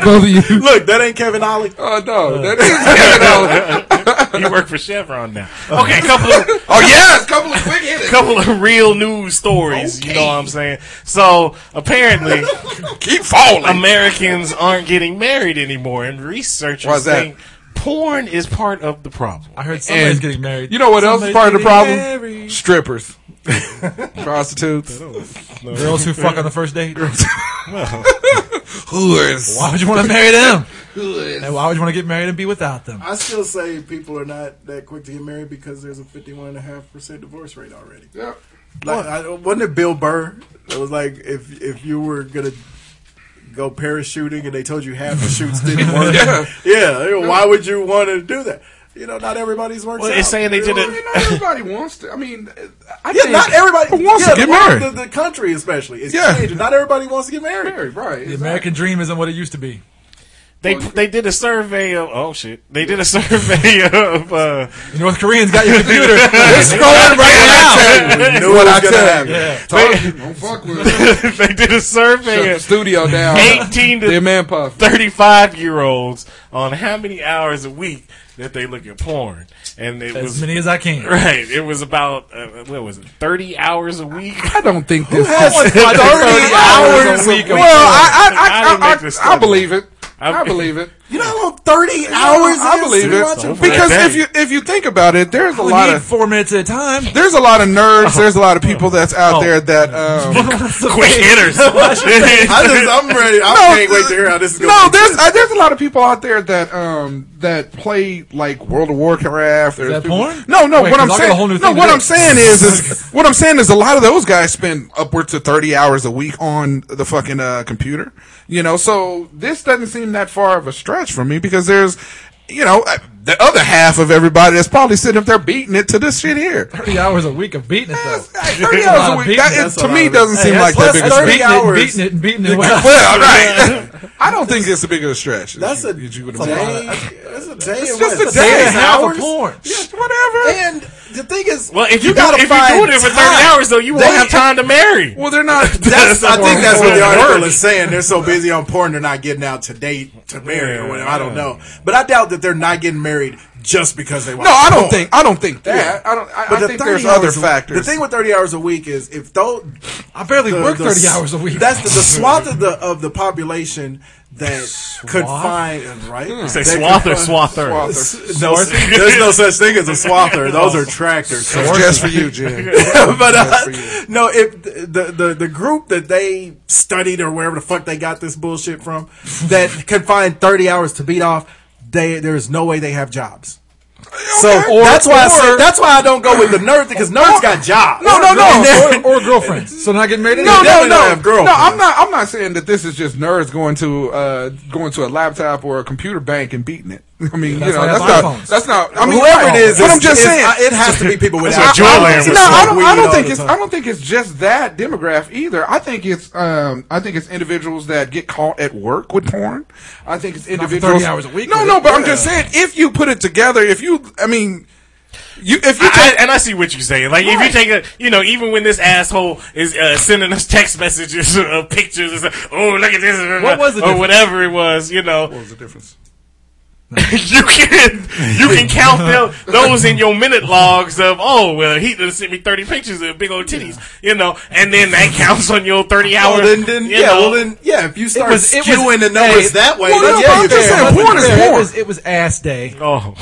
[SPEAKER 12] Both of you.
[SPEAKER 10] Look, that ain't Kevin Ollie.
[SPEAKER 7] Oh no, that is
[SPEAKER 9] He work for Chevron now. Okay, couple of
[SPEAKER 7] Oh yes, couple of quick hitters.
[SPEAKER 9] couple of real news stories. You know what I'm saying? So apparently,
[SPEAKER 7] Keep falling.
[SPEAKER 9] Americans aren't getting married anymore, and researchers
[SPEAKER 7] Why's that?
[SPEAKER 9] think porn is part of the problem.
[SPEAKER 8] I heard somebody's
[SPEAKER 7] And
[SPEAKER 8] getting married.
[SPEAKER 7] You know what else is part of the problem?
[SPEAKER 8] Somebody's getting
[SPEAKER 7] Strippers, prostitutes,
[SPEAKER 8] married. Girls who fuck on the first date.
[SPEAKER 7] whores.
[SPEAKER 8] Why would you want to marry them? And why would you want to get married and be without them?
[SPEAKER 10] I still say people are not that quick to get married because there's a 51.5% divorce rate already.
[SPEAKER 7] Yeah.
[SPEAKER 10] Like, I, wasn't it Bill Burr? It was like if if you were going to go parachuting and they told you half the shoots didn't work. yeah. why would you want to do that? You know, not everybody's works
[SPEAKER 9] Well,
[SPEAKER 10] out.
[SPEAKER 9] it's saying they did
[SPEAKER 7] Well,
[SPEAKER 9] it.
[SPEAKER 7] you know, everybody wants to. I mean,
[SPEAKER 12] uh,
[SPEAKER 7] I
[SPEAKER 10] Yeah,
[SPEAKER 7] think-
[SPEAKER 10] not everybody
[SPEAKER 12] wants to
[SPEAKER 10] yeah,
[SPEAKER 12] get
[SPEAKER 10] the world-
[SPEAKER 12] married?
[SPEAKER 10] The, the country, especially, is
[SPEAKER 12] Yeah.
[SPEAKER 10] changing. Not everybody wants to get married.
[SPEAKER 7] Right.
[SPEAKER 8] The
[SPEAKER 7] exactly.
[SPEAKER 8] American dream isn't what it used to be.
[SPEAKER 9] They they did a survey of oh shit. They did a survey of uh,
[SPEAKER 8] The North Koreans got your computer.
[SPEAKER 12] Scrolling right now.
[SPEAKER 10] We knew
[SPEAKER 7] What
[SPEAKER 10] it was
[SPEAKER 7] I
[SPEAKER 10] gonna
[SPEAKER 7] tell
[SPEAKER 10] happen.
[SPEAKER 7] you. Told you, Don't fuck with it.
[SPEAKER 9] they did a survey
[SPEAKER 7] Shut the
[SPEAKER 9] of
[SPEAKER 7] studio down.
[SPEAKER 9] 18
[SPEAKER 7] They're
[SPEAKER 9] to
[SPEAKER 7] man puff.
[SPEAKER 9] 35 year olds on how many hours a week that they look at porn. And it
[SPEAKER 8] As
[SPEAKER 9] was
[SPEAKER 8] many as I can.
[SPEAKER 9] right. It was about uh, what was it? 30 hours a week.
[SPEAKER 7] I don't think this.
[SPEAKER 10] Yes.
[SPEAKER 8] hours a week.
[SPEAKER 7] Well, I
[SPEAKER 9] I didn't
[SPEAKER 7] I I,
[SPEAKER 9] make this
[SPEAKER 7] I, I,
[SPEAKER 9] stuff
[SPEAKER 7] believe it.
[SPEAKER 9] I-
[SPEAKER 7] I believe it.
[SPEAKER 10] You know how long thirty hours?
[SPEAKER 7] I
[SPEAKER 10] is
[SPEAKER 7] believe
[SPEAKER 10] to watch a
[SPEAKER 7] it because
[SPEAKER 9] Dang.
[SPEAKER 7] if you if you think about it, there's a
[SPEAKER 8] We
[SPEAKER 7] lot
[SPEAKER 8] need
[SPEAKER 7] of
[SPEAKER 8] four minutes at a time.
[SPEAKER 12] There's a lot of nerds.
[SPEAKER 8] Oh.
[SPEAKER 12] There's a lot of people that's out there that. Um,
[SPEAKER 9] Quick hitters.
[SPEAKER 10] I just, I'm ready. I
[SPEAKER 12] No,
[SPEAKER 10] can't wait to hear how this is going.
[SPEAKER 12] no, there's uh, there's a lot of people out there that um that play like World of Warcraft. Is
[SPEAKER 8] that porn?
[SPEAKER 12] No, no.
[SPEAKER 8] Wait,
[SPEAKER 12] what I'm
[SPEAKER 8] 'cause I got
[SPEAKER 12] saying,
[SPEAKER 8] a whole new
[SPEAKER 12] no,
[SPEAKER 8] thing to
[SPEAKER 12] what
[SPEAKER 8] do.
[SPEAKER 12] I'm saying is, is what I'm saying is a lot of those guys spend upwards to 30 hours a week on the fucking uh, computer. You know, so this doesn't seem that far of a stretch for me because there's. You know, uh, the other half of everybody that's probably sitting up there beating it to this shit here.
[SPEAKER 8] Thirty hours a week of beating it though.
[SPEAKER 12] Thirty
[SPEAKER 8] a lot
[SPEAKER 12] hours a
[SPEAKER 8] of
[SPEAKER 12] week.
[SPEAKER 8] beating.
[SPEAKER 12] That,
[SPEAKER 10] That's
[SPEAKER 12] it, to
[SPEAKER 10] a lot
[SPEAKER 12] me,
[SPEAKER 10] of
[SPEAKER 12] doesn't seam like that
[SPEAKER 10] that's
[SPEAKER 12] big of a
[SPEAKER 10] less Thirty
[SPEAKER 8] Beating
[SPEAKER 10] hours.
[SPEAKER 8] it, beating it, and beating it. Well,
[SPEAKER 12] well, right. I don't think it's a big of a stretch.
[SPEAKER 10] That's a,
[SPEAKER 12] Did you- did you
[SPEAKER 10] that's
[SPEAKER 12] would
[SPEAKER 10] a
[SPEAKER 12] imagine.
[SPEAKER 10] day. That's a day.
[SPEAKER 12] It's
[SPEAKER 10] and
[SPEAKER 12] just
[SPEAKER 10] what,
[SPEAKER 12] a day.
[SPEAKER 10] and a half of porn.
[SPEAKER 12] Yeah, whatever.
[SPEAKER 10] And the thing is,
[SPEAKER 9] well, if you,
[SPEAKER 10] you
[SPEAKER 9] do,
[SPEAKER 10] gotta
[SPEAKER 9] if
[SPEAKER 10] find
[SPEAKER 9] you're doing it for 30
[SPEAKER 10] time.
[SPEAKER 9] hours though, you won't
[SPEAKER 10] They-
[SPEAKER 9] have time to marry.
[SPEAKER 12] Well, they're not.
[SPEAKER 10] that's, I think that's what the
[SPEAKER 9] Work.
[SPEAKER 10] article is saying. They're so busy on porn, they're not getting out to date to marry or whatever. I don't know, but I doubt that they're not getting married just because they want.
[SPEAKER 12] no, I don't think. I don't think that.
[SPEAKER 7] Yeah.
[SPEAKER 12] I don't. I,
[SPEAKER 10] But
[SPEAKER 12] I
[SPEAKER 10] the
[SPEAKER 12] think
[SPEAKER 10] 30
[SPEAKER 12] there's other
[SPEAKER 10] hours a-
[SPEAKER 12] factors.
[SPEAKER 10] The thing with thirty hours a week is if though
[SPEAKER 8] I barely
[SPEAKER 10] the-
[SPEAKER 8] work
[SPEAKER 10] the
[SPEAKER 8] thirty
[SPEAKER 10] s-
[SPEAKER 8] hours a week.
[SPEAKER 10] That's the, the swath of the of the population that could find right.
[SPEAKER 9] Say
[SPEAKER 10] That
[SPEAKER 9] swath or
[SPEAKER 10] could fi-
[SPEAKER 9] swather.
[SPEAKER 10] S- No, there's no such thing as a swather. Those are tractors.
[SPEAKER 12] It's just for you, Jim.
[SPEAKER 10] but uh, no, if the, the the group that they studied or wherever the fuck they got this bullshit from, that can find thirty hours to beat off, they there is no way they have jobs. So that's why I said, that's why I don't go with the nerd because nerds got jobs.
[SPEAKER 12] No, no, no.
[SPEAKER 8] or, or girlfriends. So not getting married.
[SPEAKER 12] No, no,
[SPEAKER 10] definitely don't
[SPEAKER 12] no,
[SPEAKER 10] have
[SPEAKER 12] no.
[SPEAKER 10] girlfriends.
[SPEAKER 12] I'm not. I'm not saying that this is just nerds going to uh, going to a laptop or a computer bank and beating it. I mean, you
[SPEAKER 8] That's
[SPEAKER 12] know,
[SPEAKER 8] why they
[SPEAKER 12] that's
[SPEAKER 8] have
[SPEAKER 12] not.
[SPEAKER 8] iPhones.
[SPEAKER 12] That's not. I mean,
[SPEAKER 10] Whoever
[SPEAKER 12] right.
[SPEAKER 10] it is,
[SPEAKER 12] But
[SPEAKER 10] it's-
[SPEAKER 12] I'm just
[SPEAKER 10] it's-
[SPEAKER 12] saying.
[SPEAKER 10] I- it has to be people with
[SPEAKER 12] I-
[SPEAKER 10] allergies.
[SPEAKER 12] I-
[SPEAKER 10] Joy Land
[SPEAKER 12] no,
[SPEAKER 10] was
[SPEAKER 12] I
[SPEAKER 10] smoking
[SPEAKER 12] don't,
[SPEAKER 10] weed
[SPEAKER 12] I don't
[SPEAKER 10] all
[SPEAKER 12] think
[SPEAKER 10] the
[SPEAKER 12] it's.
[SPEAKER 10] time.
[SPEAKER 12] I don't think it's just that demographic either. I think it's. Um, I think it's individuals that get caught at work with porn. I think it's
[SPEAKER 8] for 30
[SPEAKER 12] individuals.
[SPEAKER 8] hours a week
[SPEAKER 12] No,
[SPEAKER 8] with
[SPEAKER 12] no.
[SPEAKER 8] it.
[SPEAKER 12] But I'm just saying, if you put it together, if you, I mean, you, if you
[SPEAKER 9] I, I- and I see what you're saying. Like if you take a, you know, even when this asshole is uh, sending us text messages or uh, pictures, and stuff, oh look at this, or,
[SPEAKER 8] What was the difference?
[SPEAKER 9] whatever it was, you know,
[SPEAKER 12] the difference.
[SPEAKER 9] you can you can count them, those in your minute logs of oh well he done sent me thirty pictures of big old titties, you know, and then that counts on your thirty
[SPEAKER 12] Oh,
[SPEAKER 9] hours.
[SPEAKER 10] Well, then, then
[SPEAKER 9] you
[SPEAKER 10] yeah,
[SPEAKER 9] know.
[SPEAKER 10] well, then, yeah. If you start
[SPEAKER 8] was- it was-
[SPEAKER 10] skewing the
[SPEAKER 8] hey,
[SPEAKER 10] numbers that way,
[SPEAKER 12] well,
[SPEAKER 10] then
[SPEAKER 12] no, but
[SPEAKER 10] yeah,
[SPEAKER 12] I'm
[SPEAKER 10] you're
[SPEAKER 12] just
[SPEAKER 10] there.
[SPEAKER 12] saying, porn is
[SPEAKER 8] It
[SPEAKER 12] porn.
[SPEAKER 8] was, it was ass day.
[SPEAKER 9] oh.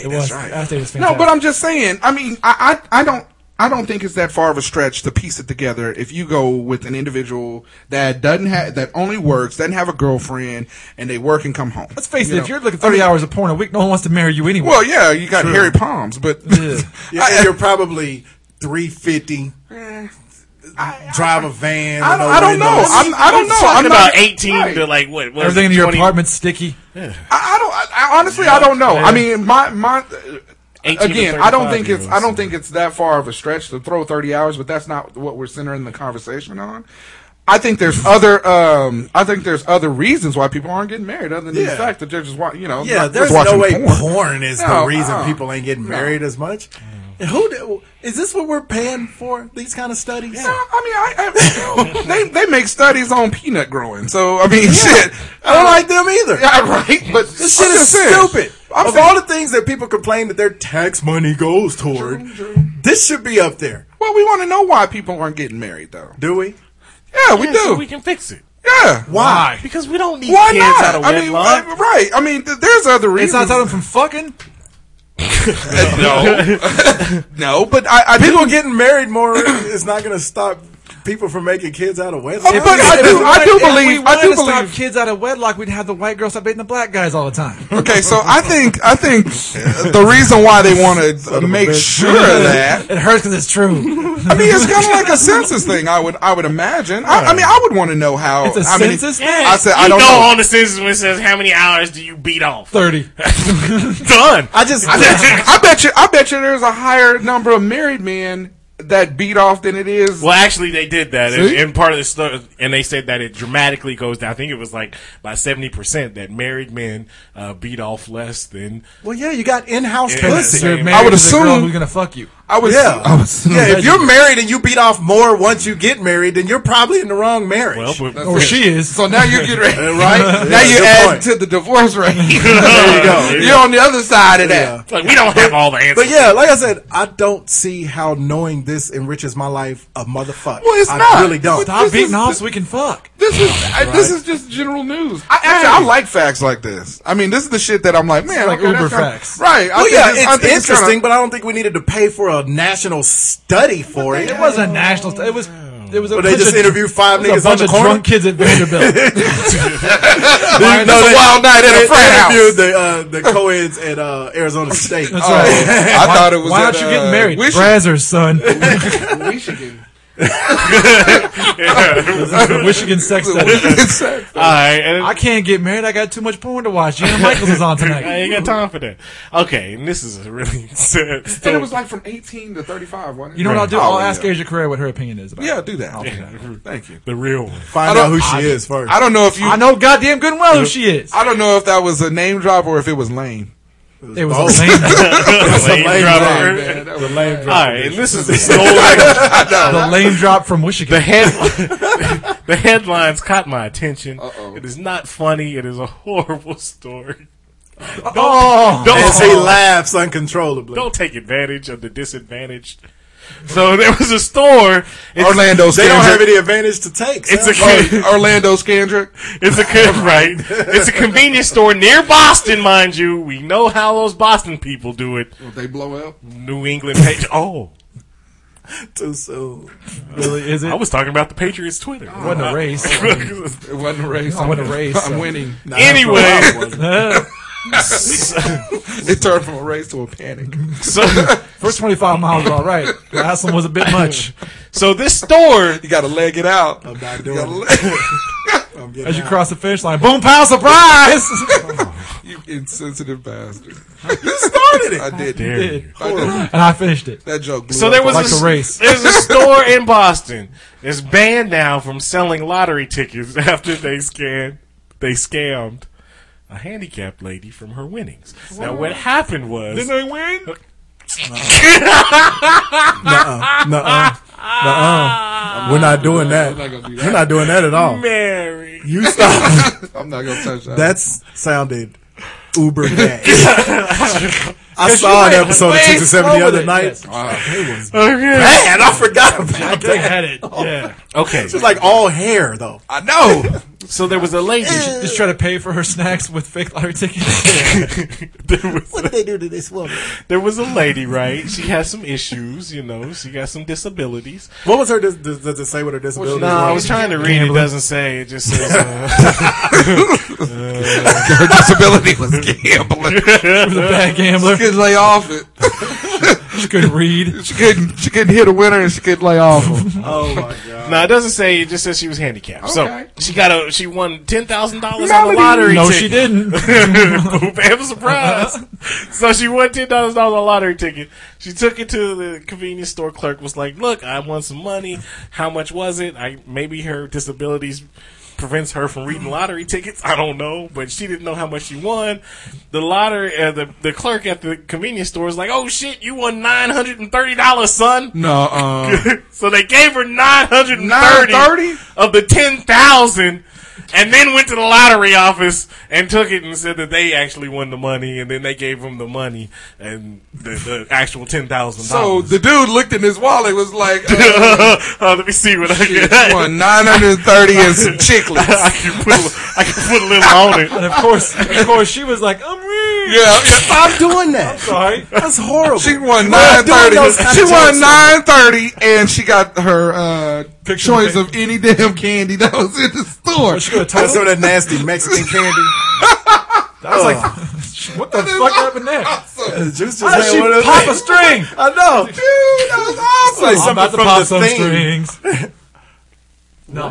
[SPEAKER 8] It was ass day was
[SPEAKER 12] No,
[SPEAKER 8] fantastic.
[SPEAKER 12] but I'm just saying. I mean, I, I, I don't. I don't think it's that far of a stretch to piece it together if you go with an individual that doesn't have that only works, doesn't have a girlfriend, and they work and come home.
[SPEAKER 8] let's face it.
[SPEAKER 12] You
[SPEAKER 8] If
[SPEAKER 12] know?
[SPEAKER 8] you're looking thirty hours of porn a week, no one wants to marry you anyway.
[SPEAKER 12] well, yeah, you got hairy palms, but
[SPEAKER 10] Yeah, and you're probably three fifty. Drive a van.
[SPEAKER 12] I
[SPEAKER 10] with
[SPEAKER 12] don't,
[SPEAKER 10] no
[SPEAKER 12] I don't know.
[SPEAKER 10] windows.
[SPEAKER 12] I'm, I don't know. I'm
[SPEAKER 9] Talking
[SPEAKER 12] not-
[SPEAKER 9] about eighteen
[SPEAKER 12] Right.
[SPEAKER 9] to like what, what
[SPEAKER 8] Everything in your
[SPEAKER 9] 20
[SPEAKER 8] apartment's sticky.
[SPEAKER 12] I, I don't. I, I honestly, I don't know. I mean, my my. uh,
[SPEAKER 9] 18 to
[SPEAKER 12] Again, I don't
[SPEAKER 9] 35
[SPEAKER 12] think it's I
[SPEAKER 9] years.
[SPEAKER 12] don't think it's that far of a stretch to throw thirty hours, but that's not what we're centering the conversation on. I think there's other um, I think there's other reasons why people aren't getting married other than the
[SPEAKER 10] Yeah.
[SPEAKER 12] fact that they're just watching you know
[SPEAKER 10] Yeah,
[SPEAKER 12] not-
[SPEAKER 10] there's
[SPEAKER 12] just
[SPEAKER 10] no
[SPEAKER 12] watching
[SPEAKER 10] way porn, is
[SPEAKER 12] No,
[SPEAKER 10] the reason
[SPEAKER 12] uh-uh.
[SPEAKER 10] people ain't getting married as much. And Who do- is this? What we're paying for these kind of studies?
[SPEAKER 12] No, I mean, I, I they they make studies on peanut growing, so I mean, shit. Uh,
[SPEAKER 10] I don't like them either.
[SPEAKER 12] Yeah, right. But
[SPEAKER 10] This shit
[SPEAKER 12] I'm
[SPEAKER 10] is
[SPEAKER 12] just saying.
[SPEAKER 10] stupid.
[SPEAKER 12] I'm
[SPEAKER 10] of
[SPEAKER 12] saying-
[SPEAKER 10] all the things that people complain that their tax money goes toward, this should be up there.
[SPEAKER 12] Well, we want to know why people aren't getting married, though.
[SPEAKER 10] Do we?
[SPEAKER 12] Yeah, we
[SPEAKER 9] Yeah,
[SPEAKER 12] do.
[SPEAKER 9] so we can fix it
[SPEAKER 12] yeah.
[SPEAKER 10] Why?
[SPEAKER 9] because we don't need
[SPEAKER 12] Why
[SPEAKER 9] kids
[SPEAKER 12] not?
[SPEAKER 9] out of
[SPEAKER 12] I mean,
[SPEAKER 9] wedlock.
[SPEAKER 12] I- right? I mean, th- there's other
[SPEAKER 8] It's
[SPEAKER 12] reasons.
[SPEAKER 8] not stopping them from fucking.
[SPEAKER 12] no, but I, I
[SPEAKER 10] People
[SPEAKER 12] do,
[SPEAKER 10] getting married more is not going to stop people from making kids out of wedlock.
[SPEAKER 12] Oh, but I do, I do
[SPEAKER 8] If we
[SPEAKER 12] believe,
[SPEAKER 8] wanted
[SPEAKER 12] I do
[SPEAKER 8] to stop
[SPEAKER 12] believe.
[SPEAKER 8] kids out of wedlock, we'd have the white girls stop dating the black guys all the time.
[SPEAKER 12] Okay, so I think, I think uh, the reason why they want to make sure that
[SPEAKER 8] It hurts because it's true.
[SPEAKER 12] I mean, it's kind of like a census thing. I would, I would imagine. I, I mean, I would want to know how.
[SPEAKER 8] It's a
[SPEAKER 12] I mean,
[SPEAKER 8] census?
[SPEAKER 9] Yeah,
[SPEAKER 12] I said, I
[SPEAKER 9] you
[SPEAKER 12] don't
[SPEAKER 9] go
[SPEAKER 12] know.
[SPEAKER 9] on the census when it says how many hours do you beat off?
[SPEAKER 8] Thirty.
[SPEAKER 9] Done.
[SPEAKER 10] I just
[SPEAKER 12] I bet, you, I bet you, I bet you, there's a higher number of married men that beat off than it is.
[SPEAKER 9] Well, actually, they did that, and, and part of the story, and they said that it dramatically goes down. I think it was like by seventy percent that married men uh, beat off less than.
[SPEAKER 10] well, yeah, you got in-house
[SPEAKER 9] Yeah,
[SPEAKER 10] pussy.
[SPEAKER 9] same.
[SPEAKER 8] You're married
[SPEAKER 12] I would
[SPEAKER 8] to the girl
[SPEAKER 12] assume-
[SPEAKER 8] who's gonna fuck you.
[SPEAKER 12] I would,
[SPEAKER 10] Yeah.
[SPEAKER 12] I would assume
[SPEAKER 10] Yeah, if you're married and you beat off more once you get married, then you're probably in the wrong marriage.
[SPEAKER 9] Well, but,
[SPEAKER 8] Or
[SPEAKER 12] Oh,
[SPEAKER 8] she is.
[SPEAKER 12] So now you're getting ready,
[SPEAKER 10] right?
[SPEAKER 12] right? now
[SPEAKER 10] Yeah,
[SPEAKER 12] you
[SPEAKER 10] good
[SPEAKER 12] add
[SPEAKER 10] point.
[SPEAKER 12] to the divorce rate.
[SPEAKER 9] there
[SPEAKER 12] you're on the other side of
[SPEAKER 10] Yeah.
[SPEAKER 12] that.
[SPEAKER 9] Like, we don't have all the answers.
[SPEAKER 10] But yeah, like I said, I don't see how knowing this enriches my life a motherfucker.
[SPEAKER 12] Well, it's
[SPEAKER 10] I
[SPEAKER 12] not.
[SPEAKER 10] really don't.
[SPEAKER 12] But-
[SPEAKER 8] Stop
[SPEAKER 12] This
[SPEAKER 8] beating
[SPEAKER 12] is-
[SPEAKER 8] off so we can fuck.
[SPEAKER 12] This is I, this is just general news. I, actually, I like facts like this. I mean, this is the shit that I'm like, man,
[SPEAKER 8] like
[SPEAKER 12] okay,
[SPEAKER 8] Uber
[SPEAKER 12] that's kinda-
[SPEAKER 8] facts.
[SPEAKER 12] right? I
[SPEAKER 10] Well,
[SPEAKER 12] think
[SPEAKER 10] yeah,
[SPEAKER 12] I
[SPEAKER 10] it's
[SPEAKER 12] think kinda-
[SPEAKER 10] interesting, but I don't think we needed to pay for a national study for it.
[SPEAKER 8] It wasn't a national. St- it was. It was. A
[SPEAKER 10] Well, they
[SPEAKER 8] bunch
[SPEAKER 10] just
[SPEAKER 8] of-
[SPEAKER 10] interviewed five
[SPEAKER 8] it
[SPEAKER 10] niggas
[SPEAKER 8] was A bunch
[SPEAKER 10] on the
[SPEAKER 8] of
[SPEAKER 10] corner.
[SPEAKER 8] drunk kids at Vanderbilt.
[SPEAKER 12] It's a wild night at a frat house.
[SPEAKER 10] interviewed the uh, the co-eds at uh, Arizona State.
[SPEAKER 8] That's right.
[SPEAKER 12] I thought it was.
[SPEAKER 8] Why
[SPEAKER 12] at,
[SPEAKER 8] aren't you
[SPEAKER 12] uh,
[SPEAKER 8] getting married,
[SPEAKER 12] We should,
[SPEAKER 8] Brazzers, son?
[SPEAKER 12] we should get.
[SPEAKER 8] Michigan sex study.
[SPEAKER 9] all right, and
[SPEAKER 8] I
[SPEAKER 9] I,
[SPEAKER 8] can't get married. I got too much porn to watch. Jana Michaels is on tonight.
[SPEAKER 9] ain't got time for that. Okay, and this is a really sad
[SPEAKER 12] and
[SPEAKER 9] story.
[SPEAKER 12] it was like from 18 to 35. Wasn't it?
[SPEAKER 8] You know what I'll do?
[SPEAKER 12] Oh,
[SPEAKER 8] I'll ask
[SPEAKER 12] yeah.
[SPEAKER 8] Asia Carrera what her opinion is about. it.
[SPEAKER 12] Yeah, do that. Thank you.
[SPEAKER 9] the real one.
[SPEAKER 10] Find
[SPEAKER 12] I
[SPEAKER 10] out
[SPEAKER 12] don't-
[SPEAKER 10] who she is first.
[SPEAKER 12] I don't know if you.
[SPEAKER 8] I know goddamn good and well who she is.
[SPEAKER 12] I don't know if that was a name drop or if it was lame.
[SPEAKER 8] It
[SPEAKER 10] Oh.
[SPEAKER 8] was the lame,
[SPEAKER 9] Lane
[SPEAKER 10] lame
[SPEAKER 9] Driver.
[SPEAKER 12] Man, that was lame.
[SPEAKER 9] All right, and this is the story.
[SPEAKER 8] the lame drop from Michigan.
[SPEAKER 9] The head, the headlines caught my attention. It is not funny. It is a horrible story.
[SPEAKER 8] oh,
[SPEAKER 9] Don't
[SPEAKER 10] and she laughs uncontrollably.
[SPEAKER 9] don't take advantage of the disadvantaged. So there was a store. It's,
[SPEAKER 12] Orlando
[SPEAKER 10] they don't have
[SPEAKER 12] Skandrick.
[SPEAKER 10] any advantage to take.
[SPEAKER 9] It's
[SPEAKER 10] son.
[SPEAKER 9] a
[SPEAKER 12] Oh,
[SPEAKER 9] kid.
[SPEAKER 12] Orlando Skandrick.
[SPEAKER 9] It's a good right. It's a convenience store near Boston, mind you. We know how those Boston people do it.
[SPEAKER 12] They blow up.
[SPEAKER 9] New England. Patri- oh,
[SPEAKER 10] too soon.
[SPEAKER 8] really? Oh, Is it?
[SPEAKER 9] I was talking about the Patriots Twitter.
[SPEAKER 8] wasn't a race.
[SPEAKER 12] It wasn't a race.
[SPEAKER 8] I won a race,
[SPEAKER 12] I'm
[SPEAKER 8] so-
[SPEAKER 12] winning.
[SPEAKER 9] anyway,
[SPEAKER 12] it turned from a race to a panic.
[SPEAKER 9] So
[SPEAKER 8] first twenty five miles was all right. The last one was a bit much.
[SPEAKER 9] So this store,
[SPEAKER 12] you got to leg it out.
[SPEAKER 10] I'm not doing it. I'm getting
[SPEAKER 8] As you
[SPEAKER 10] out.
[SPEAKER 8] cross the finish line, boom, pow, surprise!
[SPEAKER 12] You insensitive bastard.
[SPEAKER 10] started it.
[SPEAKER 12] I did.
[SPEAKER 9] dare you.
[SPEAKER 12] I did.
[SPEAKER 8] and I finished it.
[SPEAKER 12] That joke blew
[SPEAKER 9] so
[SPEAKER 12] up.
[SPEAKER 9] there was
[SPEAKER 8] Like
[SPEAKER 9] a,
[SPEAKER 8] a race.
[SPEAKER 9] There's a store in Boston that's banned now from selling lottery tickets after they scanned they scammed a handicapped lady from her winnings. Now what happened was did they win?
[SPEAKER 10] Nuh-uh. Nuh-uh. We're not doing that.
[SPEAKER 12] not gonna do that.
[SPEAKER 10] We're not doing that at all.
[SPEAKER 9] Mary.
[SPEAKER 10] You stop.
[SPEAKER 12] I'm not gonna touch that.
[SPEAKER 10] That's sounded uber bad. I saw an
[SPEAKER 8] went
[SPEAKER 10] episode of
[SPEAKER 8] way
[SPEAKER 10] Six and Seven the
[SPEAKER 8] slow with
[SPEAKER 10] other
[SPEAKER 8] it.
[SPEAKER 10] night.
[SPEAKER 8] Yes.
[SPEAKER 10] It was
[SPEAKER 9] Okay.
[SPEAKER 10] bad. I forgot about
[SPEAKER 8] They
[SPEAKER 10] that.
[SPEAKER 8] had it.
[SPEAKER 10] Oh.
[SPEAKER 8] Yeah.
[SPEAKER 9] okay.
[SPEAKER 10] It's like all hair though.
[SPEAKER 12] I know.
[SPEAKER 9] So there was a lady.
[SPEAKER 8] Just try to pay for her snacks with fake lottery tickets.
[SPEAKER 9] there was
[SPEAKER 10] What did they do to this woman?
[SPEAKER 9] there was a lady, right? She had some issues, you know. She got some disabilities.
[SPEAKER 10] What was her? Does, does, does it say what her disability?
[SPEAKER 9] No, I was trying to read. It doesn't say. It just says. Uh,
[SPEAKER 12] Her disability was gambling.
[SPEAKER 8] was a bad gambler.
[SPEAKER 12] She couldn't lay off it.
[SPEAKER 8] She couldn't read.
[SPEAKER 12] She couldn't. She couldn't hit a winner, and she couldn't lay off him.
[SPEAKER 10] Oh my god!
[SPEAKER 9] no, it doesn't say. It just says she was handicapped.
[SPEAKER 12] Okay.
[SPEAKER 9] So she got a. She won ten thousand dollars on the lottery. ticket.
[SPEAKER 8] No, Oh, she didn't.
[SPEAKER 9] Boom, bam, surprise. so she won ten dollars on a lottery ticket. She took it to the convenience store clerk, was like, Look, I won some money. How much was it? I maybe her disabilities prevents her from reading lottery tickets. I don't know, but she didn't know how much she won. The lottery uh, the, the clerk at the convenience store is like, Oh shit, you won nine hundred and thirty dollars, son.
[SPEAKER 12] No, uh,
[SPEAKER 9] so they gave her nine hundred and thirty
[SPEAKER 12] 930?
[SPEAKER 9] of the ten thousand, and then went to the lottery office and took it and said that they actually won the money, and then they gave them the money and the, the actual ten thousand
[SPEAKER 12] so
[SPEAKER 9] dollars.
[SPEAKER 12] the dude looked in his wallet, was like, uh,
[SPEAKER 9] Uh, let me see what I
[SPEAKER 12] "It's
[SPEAKER 9] can.
[SPEAKER 12] one nine hundred thirty and some
[SPEAKER 9] I
[SPEAKER 12] chicklets."
[SPEAKER 9] can put a, li- I can put a little on
[SPEAKER 8] And
[SPEAKER 9] it.
[SPEAKER 8] of course, of course, she was like, "I'm read."
[SPEAKER 12] Yeah, yeah.
[SPEAKER 10] Stop doing that.
[SPEAKER 8] Sorry.
[SPEAKER 10] That's horrible.
[SPEAKER 12] She won
[SPEAKER 10] Why
[SPEAKER 12] nine
[SPEAKER 10] doing those
[SPEAKER 12] thirty.
[SPEAKER 10] kind
[SPEAKER 12] She
[SPEAKER 10] of
[SPEAKER 12] won
[SPEAKER 10] jokes?
[SPEAKER 12] nine thirty, and she got her uh,
[SPEAKER 8] Picture
[SPEAKER 12] choice
[SPEAKER 8] of
[SPEAKER 12] of any damn candy that was in the store.
[SPEAKER 8] She could have
[SPEAKER 10] I saw
[SPEAKER 8] told.
[SPEAKER 10] that nasty Mexican candy.
[SPEAKER 8] I was like, "What the fuck happened there?
[SPEAKER 10] Juice just
[SPEAKER 8] How did
[SPEAKER 10] had one of those
[SPEAKER 8] she pop a
[SPEAKER 10] things.
[SPEAKER 8] string?"
[SPEAKER 10] I know.
[SPEAKER 12] Dude, that was awesome.
[SPEAKER 10] Like
[SPEAKER 8] I'm
[SPEAKER 10] something
[SPEAKER 8] about to
[SPEAKER 10] from
[SPEAKER 8] pop
[SPEAKER 10] the
[SPEAKER 8] some
[SPEAKER 10] thing.
[SPEAKER 8] strings. No.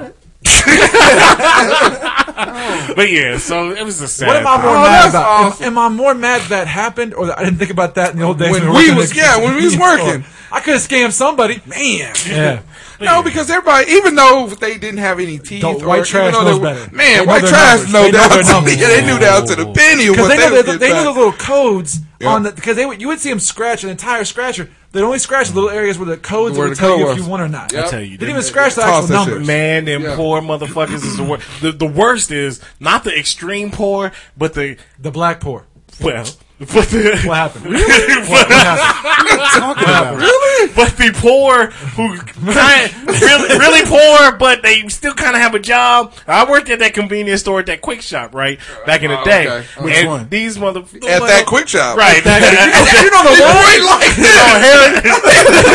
[SPEAKER 9] But yeah, so it was a sad.
[SPEAKER 8] What am I more
[SPEAKER 12] Oh,
[SPEAKER 8] mad
[SPEAKER 12] that's
[SPEAKER 8] about?
[SPEAKER 12] awesome.
[SPEAKER 8] Am, am I more mad that happened, or that I didn't think about that in the old days
[SPEAKER 12] When
[SPEAKER 8] we were
[SPEAKER 12] we
[SPEAKER 8] working
[SPEAKER 12] was-
[SPEAKER 8] at-
[SPEAKER 12] yeah, when we was working.
[SPEAKER 8] I could have scammed somebody. Man, yeah.
[SPEAKER 12] No, because everybody, even though they didn't have any teeth,
[SPEAKER 8] Don't-
[SPEAKER 12] or
[SPEAKER 8] white
[SPEAKER 12] even
[SPEAKER 8] trash
[SPEAKER 12] though
[SPEAKER 8] knows
[SPEAKER 12] they,
[SPEAKER 8] better.
[SPEAKER 12] Man,
[SPEAKER 8] They know
[SPEAKER 12] white
[SPEAKER 8] their
[SPEAKER 12] trash
[SPEAKER 8] numbers.
[SPEAKER 12] know
[SPEAKER 8] They know
[SPEAKER 12] down
[SPEAKER 8] their
[SPEAKER 12] to
[SPEAKER 8] numbers.
[SPEAKER 12] yeah, they knew down to the penny
[SPEAKER 8] Because
[SPEAKER 12] what
[SPEAKER 8] they know
[SPEAKER 12] would
[SPEAKER 8] the,
[SPEAKER 12] get
[SPEAKER 8] they know the
[SPEAKER 12] back.
[SPEAKER 8] little codes
[SPEAKER 12] Yeah.
[SPEAKER 8] on the because they would you would see them scratch an entire scratcher. They'd only scratch little areas where the codes
[SPEAKER 12] Where
[SPEAKER 8] would
[SPEAKER 12] the
[SPEAKER 8] tell
[SPEAKER 12] code
[SPEAKER 8] you
[SPEAKER 12] was.
[SPEAKER 8] if you won or not.
[SPEAKER 12] Yep.
[SPEAKER 9] I tell you,
[SPEAKER 8] They didn't
[SPEAKER 9] they-
[SPEAKER 8] even scratch the
[SPEAKER 12] Toss
[SPEAKER 8] actual
[SPEAKER 12] that shit.
[SPEAKER 8] numbers.
[SPEAKER 9] Man, them
[SPEAKER 12] Yeah.
[SPEAKER 9] poor motherfuckers is the worst. The, the worst is not the extreme poor, but the
[SPEAKER 8] The black poor.
[SPEAKER 9] well, but the
[SPEAKER 8] What happened? What happened?
[SPEAKER 10] Talking about
[SPEAKER 9] but the poor who kind really, really poor, but they still kind of have a job. I worked at that convenience store at that quick shop, right? Back in the
[SPEAKER 12] Oh,
[SPEAKER 9] day.
[SPEAKER 12] okay.
[SPEAKER 10] Which
[SPEAKER 9] and
[SPEAKER 10] one?
[SPEAKER 9] These mother the
[SPEAKER 12] at
[SPEAKER 9] one-
[SPEAKER 12] that quick shop.
[SPEAKER 9] Right.
[SPEAKER 12] You know the one like that.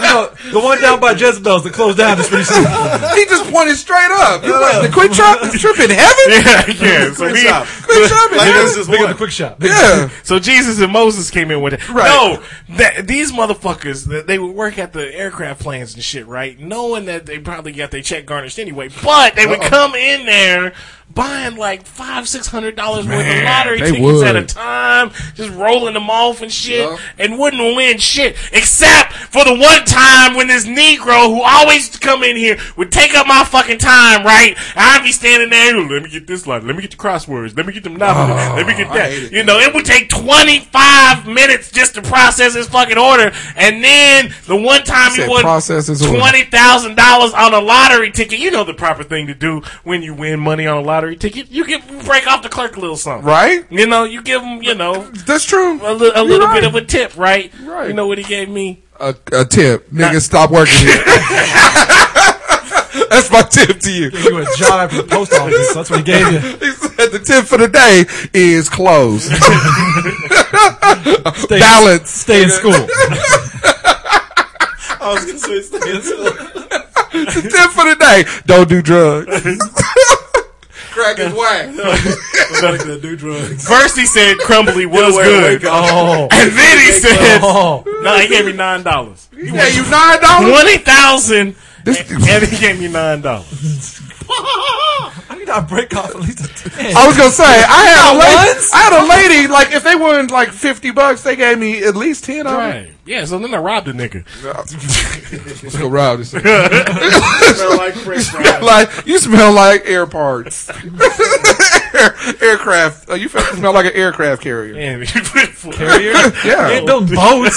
[SPEAKER 8] No, the one down by Jezebel's that closed down just pretty soon.
[SPEAKER 12] He just pointed straight up. You went the quick shop is tripping heaven.
[SPEAKER 9] yeah, yeah. So, he,
[SPEAKER 10] shop.
[SPEAKER 12] Quick shop in
[SPEAKER 10] like this
[SPEAKER 12] heaven.
[SPEAKER 10] is
[SPEAKER 8] Bigger than
[SPEAKER 10] one.
[SPEAKER 8] the quick shop.
[SPEAKER 12] Yeah.
[SPEAKER 9] so Jesus and Moses came in with it.
[SPEAKER 12] Right.
[SPEAKER 9] No, that, these motherfuckers, th- they would work at the aircraft plans and shit, right? Knowing that they probably got their check garnished anyway, but they would come in there buying like five, six hundred dollars worth of lottery
[SPEAKER 12] they
[SPEAKER 9] tickets
[SPEAKER 12] would.
[SPEAKER 9] at a time, just rolling them off and shit,
[SPEAKER 12] Yeah.
[SPEAKER 9] and wouldn't win shit except for the one time when this Negro who always come in here would take up my fucking time, right? I'd be standing there, "Ooh, let me get this lottery, let me get the crosswords, let me get them novels, let me get
[SPEAKER 12] Oh, I
[SPEAKER 9] that.
[SPEAKER 12] hate it.
[SPEAKER 9] You know, it would take 25 minutes just to process his fucking order, and then the one time
[SPEAKER 12] He
[SPEAKER 9] he
[SPEAKER 12] said
[SPEAKER 9] won
[SPEAKER 12] process his order.
[SPEAKER 9] twenty thousand dollars on a lottery ticket, you know the proper thing to do when you win money on a lottery ticket, you can break off the clerk a little something,
[SPEAKER 12] Right?
[SPEAKER 9] You know, you give him, you know,
[SPEAKER 12] That's true.
[SPEAKER 9] a, li- a
[SPEAKER 12] You're
[SPEAKER 9] little
[SPEAKER 12] right.
[SPEAKER 9] bit of a tip, right?
[SPEAKER 12] Right.
[SPEAKER 9] You know what he gave me?
[SPEAKER 12] a, a tip. Nigga, stop working here. That's my tip to you.
[SPEAKER 8] You a job at the post office. That's what he gave you.
[SPEAKER 12] He said the tip for the day is close.
[SPEAKER 8] Stay,
[SPEAKER 12] Balance.
[SPEAKER 8] Stay in school.
[SPEAKER 10] I was gonna say stay in school.
[SPEAKER 12] The tip for the day. Don't do drugs.
[SPEAKER 7] Crack is whack.
[SPEAKER 10] that do drugs.
[SPEAKER 9] First he said Crumbly was
[SPEAKER 7] wait,
[SPEAKER 9] good.
[SPEAKER 7] wait, God.
[SPEAKER 9] And then he said,
[SPEAKER 8] Oh.
[SPEAKER 9] no, he gave me $9.
[SPEAKER 7] Yeah, you nine dollars.
[SPEAKER 9] 20000 And he gave me $9.
[SPEAKER 8] I need to break off at least a ten.
[SPEAKER 12] I was gonna say I had a lady.
[SPEAKER 8] once?
[SPEAKER 12] I had a lady. Like if they wanted like fifty bucks, they gave me at least ten. of them.
[SPEAKER 9] Right. Yeah, so then I robbed a nigga.
[SPEAKER 12] Let's go rob this. thing.
[SPEAKER 10] Smell like French fries.
[SPEAKER 12] like you smell like air parts. Air- aircraft. Uh, you fe- smell like an aircraft carrier.
[SPEAKER 9] And
[SPEAKER 8] Carrier?
[SPEAKER 12] Yeah.
[SPEAKER 8] Get them boats.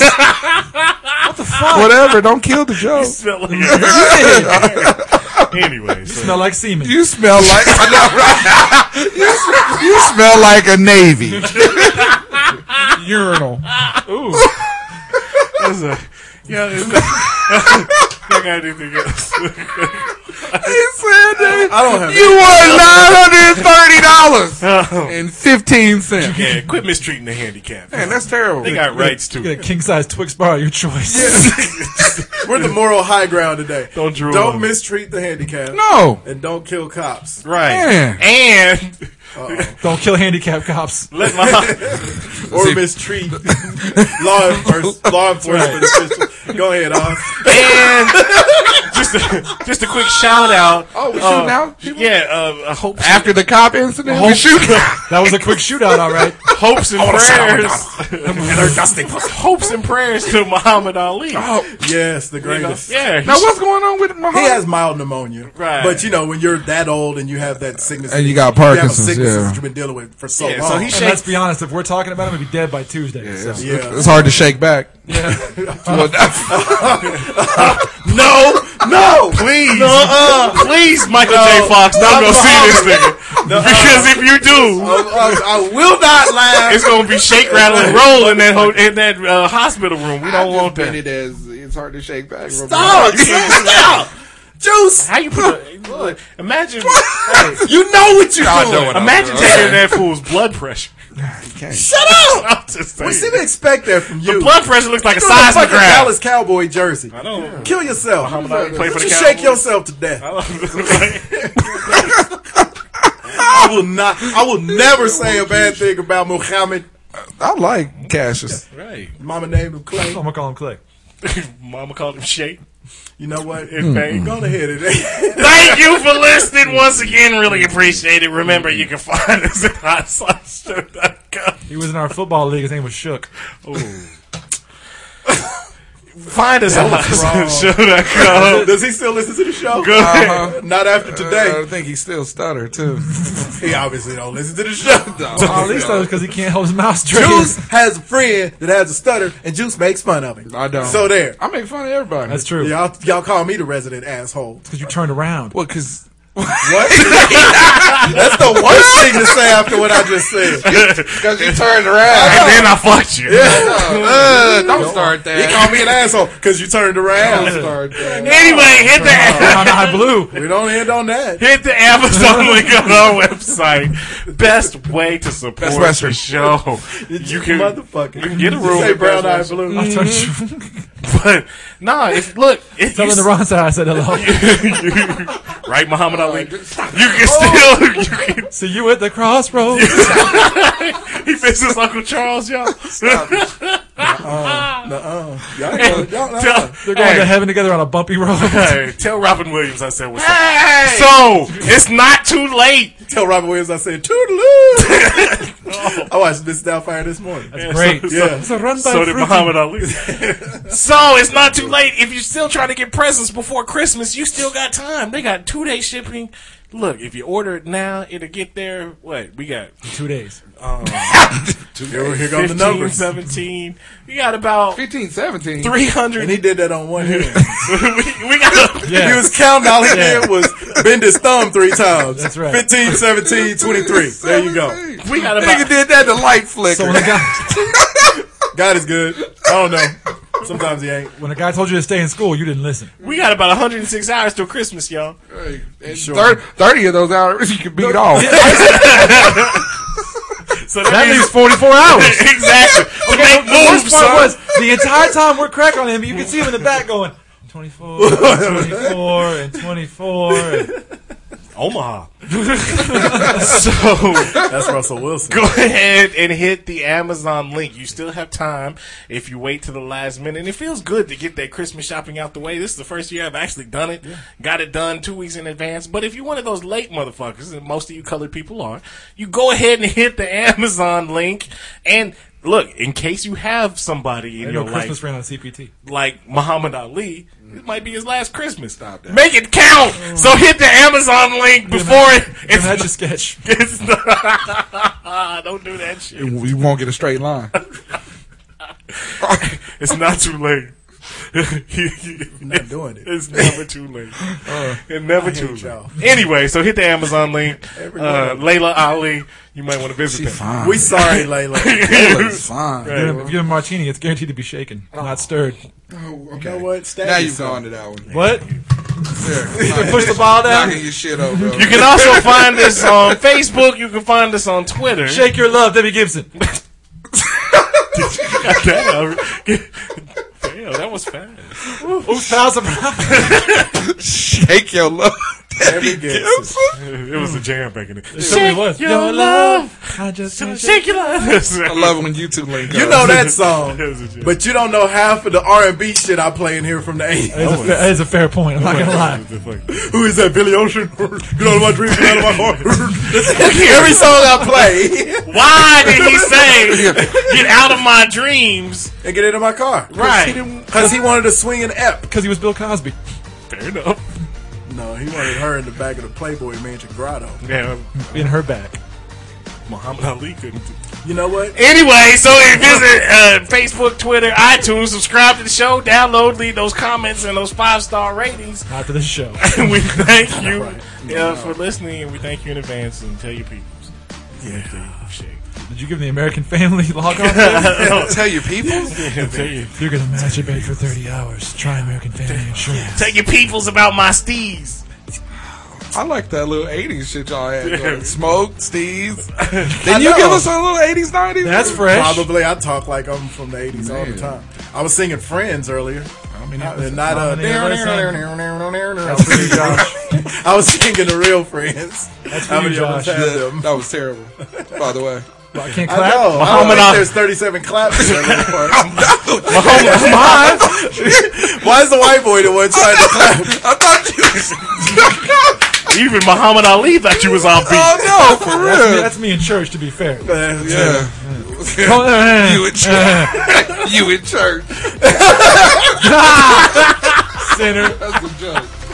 [SPEAKER 12] Whatever. Don't kill the joke.
[SPEAKER 9] smell like a- anyway, so-
[SPEAKER 8] Smell like semen.
[SPEAKER 12] You smell like I know, right? you, s- you smell like a navy.
[SPEAKER 8] urinal.
[SPEAKER 9] that's a, yeah, it's a, I got anything else.
[SPEAKER 12] He said that
[SPEAKER 10] I don't have
[SPEAKER 12] you won nine hundred and thirty dollars and fifteen cents.
[SPEAKER 9] yeah, quit mistreating the handicap.
[SPEAKER 12] Man, that's terrible.
[SPEAKER 9] they got rights to
[SPEAKER 8] Get a
[SPEAKER 9] it.
[SPEAKER 8] king size Twix bar, your choice.
[SPEAKER 10] We're the moral high ground today.
[SPEAKER 9] Don't drool on
[SPEAKER 10] Don't
[SPEAKER 9] it.
[SPEAKER 10] mistreat the handicap.
[SPEAKER 12] no.
[SPEAKER 10] And don't kill cops.
[SPEAKER 9] Right.
[SPEAKER 12] Man.
[SPEAKER 9] And
[SPEAKER 8] Don't kill handicapped cops.
[SPEAKER 9] let my
[SPEAKER 10] Or mistreat law enforcement. Law enforcement officials. Go ahead, Oz.
[SPEAKER 9] and just a, just a quick shout out.
[SPEAKER 12] Oh, we
[SPEAKER 9] uh,
[SPEAKER 12] shooting out people?
[SPEAKER 9] Yeah, uh, uh, hopes
[SPEAKER 12] After the cop incident, we
[SPEAKER 9] Hope-
[SPEAKER 12] shoot.
[SPEAKER 8] That was a quick shootout, all right.
[SPEAKER 9] hopes and prayers,
[SPEAKER 10] And her dusty pussy.
[SPEAKER 9] hopes and prayers to Muhammad Ali.
[SPEAKER 10] Oh. Yes, the
[SPEAKER 9] You know?
[SPEAKER 10] greatest.
[SPEAKER 9] Yeah,
[SPEAKER 12] Now what's going on with my
[SPEAKER 10] He has mild pneumonia,
[SPEAKER 9] Right.
[SPEAKER 10] But you know, when you're that old and you have that sickness,
[SPEAKER 12] And you got
[SPEAKER 10] have a
[SPEAKER 12] Parkinson's,
[SPEAKER 10] sickness
[SPEAKER 12] yeah.
[SPEAKER 10] that you've been dealing with for so
[SPEAKER 9] Yeah, so
[SPEAKER 10] long.
[SPEAKER 9] he
[SPEAKER 8] And let's be honest, if we're talking about him, he'd be dead by Tuesday. so.
[SPEAKER 12] It's,
[SPEAKER 10] Yeah.
[SPEAKER 12] it's hard to shake back.
[SPEAKER 9] no, no, please, uh, please, Michael J. Fox, don't go see this nigga because if you do,
[SPEAKER 10] I, I- I will not laugh.
[SPEAKER 9] it's gonna be shake, rattle, and roll in that ho- in that uh, hospital room. We don't want that.
[SPEAKER 12] It is. It's hard to shake back.
[SPEAKER 10] Stop! Stop! Juice,
[SPEAKER 9] How you put? The, look, imagine, hey,
[SPEAKER 10] you know what you're doing.
[SPEAKER 9] imagine taking that fool's blood pressure.
[SPEAKER 10] Shut up!
[SPEAKER 9] I'm just saying.
[SPEAKER 10] We seem to expect that from you.
[SPEAKER 9] the blood pressure looks like a
[SPEAKER 10] You're in a fucking
[SPEAKER 9] seismograph.
[SPEAKER 10] Dallas Cowboy jersey. I
[SPEAKER 9] know.
[SPEAKER 10] Kill yourself.
[SPEAKER 9] Ali played for the
[SPEAKER 10] you
[SPEAKER 9] Cowboys.
[SPEAKER 10] shake yourself to death. I will not. I will never say a bad thing about Muhammad.
[SPEAKER 12] I like Cassius.
[SPEAKER 9] right,
[SPEAKER 10] Mama named him Clay.
[SPEAKER 8] I'm gonna call him Clay.
[SPEAKER 9] Mama called him shake.
[SPEAKER 10] You know what?
[SPEAKER 9] In pain.
[SPEAKER 10] Go ahead. and-
[SPEAKER 8] Mm-hmm.
[SPEAKER 9] Thank you for listening once again. Really appreciate it. Remember, you can find us at hotslasher.com.
[SPEAKER 8] He was in our football league. His name was Shook.
[SPEAKER 9] Find us at hotslasher.com.
[SPEAKER 10] Does he still listen to the show?
[SPEAKER 9] Go ahead.
[SPEAKER 10] Not after
[SPEAKER 12] Uh, I
[SPEAKER 10] today.
[SPEAKER 12] think he still stutter too.
[SPEAKER 10] He obviously don't listen to the show.
[SPEAKER 8] At least that was because he can't hold his mouth straight.
[SPEAKER 10] Juice has a friend that has a stutter, and Juice makes fun of him.
[SPEAKER 12] I don't.
[SPEAKER 10] So there.
[SPEAKER 12] I make fun of everybody.
[SPEAKER 8] That's true.
[SPEAKER 10] Y'all, y'all call me the resident asshole.
[SPEAKER 8] Because you turned around.
[SPEAKER 12] Well, because
[SPEAKER 10] What? That's the worst thing to say after what I just said.
[SPEAKER 12] because you turned around.
[SPEAKER 9] And then I fucked you.
[SPEAKER 12] Uh, don't start
[SPEAKER 10] He
[SPEAKER 12] that.
[SPEAKER 10] called me an asshole because you turned
[SPEAKER 12] Don't
[SPEAKER 10] around.
[SPEAKER 12] start that.
[SPEAKER 9] Anyway, hit the
[SPEAKER 8] I'm not blue.
[SPEAKER 10] We don't end on that.
[SPEAKER 9] hit the Amazon link on our website. Best way to support
[SPEAKER 12] Best
[SPEAKER 9] the
[SPEAKER 12] Western.
[SPEAKER 9] show. You can
[SPEAKER 10] Motherfucker.
[SPEAKER 9] you can get a
[SPEAKER 10] Did
[SPEAKER 9] room.
[SPEAKER 10] You say
[SPEAKER 9] at
[SPEAKER 10] brown eye
[SPEAKER 9] Best
[SPEAKER 10] blue.
[SPEAKER 8] I turned you.
[SPEAKER 9] Western. But nah, if look, if
[SPEAKER 8] Tell
[SPEAKER 9] you
[SPEAKER 8] him the wrong side. I said hello.
[SPEAKER 9] right, Muhammad Ali. You can
[SPEAKER 8] Oh.
[SPEAKER 9] still you can
[SPEAKER 8] So you at the crossroads.
[SPEAKER 9] He misses Uncle Charles, y'all.
[SPEAKER 8] Uh,
[SPEAKER 10] Y'all go- y'all- y'all-
[SPEAKER 9] tell,
[SPEAKER 8] They're going
[SPEAKER 9] hey,
[SPEAKER 8] to heaven together on a bumpy road.
[SPEAKER 9] hey, tell Robin Williams I said what's up. So it's not too late.
[SPEAKER 10] Tell Robert Williams I said, toodaloo. I watched Miss Doubtfire this morning.
[SPEAKER 8] Great.
[SPEAKER 9] So,
[SPEAKER 10] Yeah.
[SPEAKER 8] So run by
[SPEAKER 9] so did
[SPEAKER 8] Fruity.
[SPEAKER 9] Muhammad Ali. so it's not too late. If you're still trying to get presents before Christmas, you still got time. They got two day shipping. Look, if you order it now, it'll get there. What we got?
[SPEAKER 8] Two days.
[SPEAKER 10] Here, here go the
[SPEAKER 9] 15,
[SPEAKER 10] numbers.
[SPEAKER 9] 17. We got about
[SPEAKER 12] 15, 17.
[SPEAKER 9] three hundred.
[SPEAKER 10] And he did that on one hand.
[SPEAKER 9] we, we got
[SPEAKER 8] Yeah.
[SPEAKER 10] He was counting. All he did was bend his thumb three times.
[SPEAKER 8] That's right.
[SPEAKER 10] 15, 17, 23. There you go.
[SPEAKER 9] we got about
[SPEAKER 12] Nigga did that to light flicker.
[SPEAKER 8] So when a guy
[SPEAKER 10] God is good. I don't know. Sometimes he ain't.
[SPEAKER 8] when a guy told you to stay in school, you didn't listen.
[SPEAKER 9] We got about 106 hours till Christmas, y'all.
[SPEAKER 12] And thir- 30 of those hours you can beat off.
[SPEAKER 9] So
[SPEAKER 8] That
[SPEAKER 9] means-
[SPEAKER 8] leaves 44 hours.
[SPEAKER 9] exactly. To make
[SPEAKER 8] The worst
[SPEAKER 9] moves,
[SPEAKER 8] part
[SPEAKER 9] son.
[SPEAKER 8] was the entire time we're cracking on him, you can see him in the back going 24, 24, and 24. And
[SPEAKER 9] Omaha. so
[SPEAKER 2] That's Russell Wilson.
[SPEAKER 9] Go ahead and hit the Amazon link. You still have time if you wait to the last minute. And it feels good to get that Christmas shopping out the way. This is the first year I've actually done it. Got it done two weeks in advance. But if you're one of those late motherfuckers, and most of you colored people are, you go ahead and hit the Amazon link. And look, in case you have somebody in
[SPEAKER 8] You
[SPEAKER 9] your
[SPEAKER 8] know,
[SPEAKER 9] life
[SPEAKER 8] Christmas ran on CPT.
[SPEAKER 9] like Muhammad Ali, it might be his last Christmas. Stop that. Mm. Make it count. So hit the Amazon link before it. It's
[SPEAKER 8] That's
[SPEAKER 9] not,
[SPEAKER 8] a sketch.
[SPEAKER 9] it's not, don't do that shit.
[SPEAKER 12] You won't get a straight line.
[SPEAKER 9] It's not too late. I'm
[SPEAKER 10] not doing it.
[SPEAKER 9] It's never too late. it's never too late. Anyway, so hit the Amazon link. Uh, Layla Ali, you might want to visit them.
[SPEAKER 12] Fine.
[SPEAKER 10] We sorry, Layla.
[SPEAKER 12] It's fine.
[SPEAKER 8] If you give him a martini, it's guaranteed to be shaken, not stirred.
[SPEAKER 10] You know what? Stab
[SPEAKER 12] Now you've
[SPEAKER 10] yourself.
[SPEAKER 12] gone to that one.
[SPEAKER 8] What?
[SPEAKER 12] There.
[SPEAKER 8] Push the ball down.
[SPEAKER 12] Knocking your shit over.
[SPEAKER 9] You can also find us on Facebook. You can find us on Twitter.
[SPEAKER 8] Shake your love, Debbie Gibson.
[SPEAKER 9] Got that over. Damn, that was fast.
[SPEAKER 8] Ooh, pal, surprise.
[SPEAKER 12] Shake your love.
[SPEAKER 10] Debbie Gibson.
[SPEAKER 9] It was a jam back in the day.
[SPEAKER 8] Shake was.
[SPEAKER 9] your love.
[SPEAKER 8] I just can't shake.
[SPEAKER 9] Shake your love.
[SPEAKER 12] I love it when you two link up.
[SPEAKER 10] You know that song,
[SPEAKER 9] That was a joke.
[SPEAKER 10] but you don't know half of the R and B shit I play in here from the '80s.
[SPEAKER 8] That is, a fair, that is a fair point. I'm not gonna lie.
[SPEAKER 10] Who is that? Billy Ocean? Get out of my dreams, get out of my heart. Every song I play
[SPEAKER 9] Why did he say, get out of my dreams?
[SPEAKER 10] and get into my car,
[SPEAKER 9] Right.
[SPEAKER 10] Because he wanted to swing an ep.
[SPEAKER 8] Because he was Bill Cosby.
[SPEAKER 9] Fair enough.
[SPEAKER 10] No, he wanted her in the back of the Playboy Mansion grotto.
[SPEAKER 9] Yeah,
[SPEAKER 8] In her back.
[SPEAKER 9] Muhammad Ali couldn't do
[SPEAKER 10] You know what?
[SPEAKER 9] Anyway, so if visit uh, Facebook, Twitter, iTunes, subscribe to the show, download, leave those comments and those five star ratings.
[SPEAKER 8] After this show.
[SPEAKER 9] And we thank you uh, for listening, and we thank you in advance. And tell your peoples. Yeah, shake.
[SPEAKER 8] Did you give the American family log off? there?
[SPEAKER 12] Tell your people.
[SPEAKER 9] Tell your
[SPEAKER 8] You're gonna masturbate for 30 hours. Try American Family Insurance.
[SPEAKER 9] tell your peoples about my steez.
[SPEAKER 12] I like that little 80s shit y'all had. Like, Smoke, Steve's. Didn't you give us a little 80s, 90s?
[SPEAKER 8] That's fresh.
[SPEAKER 10] Probably I talk like I'm from the '80s all the time. I was singing Friends earlier. I mean, not uh,
[SPEAKER 8] Nominated for something.
[SPEAKER 10] I was singing- I was singing the real Friends. That's How
[SPEAKER 8] you,
[SPEAKER 10] many of us
[SPEAKER 8] Josh.
[SPEAKER 10] have them?
[SPEAKER 12] That was terrible, by the way.
[SPEAKER 8] I can't
[SPEAKER 10] I
[SPEAKER 8] clap.
[SPEAKER 10] know. I don't
[SPEAKER 9] Muhammad
[SPEAKER 10] think
[SPEAKER 9] Ali.
[SPEAKER 10] there's 37 claps in that little part.
[SPEAKER 9] Come on.
[SPEAKER 10] Why is the white boy the one trying to clap?
[SPEAKER 12] I thought you.
[SPEAKER 9] Even Muhammad Ali thought you was off beat.
[SPEAKER 12] Oh, no, for
[SPEAKER 8] That's me,
[SPEAKER 12] real.
[SPEAKER 8] that's me in church, to be fair.
[SPEAKER 12] Yeah. you in church. you in church.
[SPEAKER 8] Sinner.
[SPEAKER 12] That's a joke.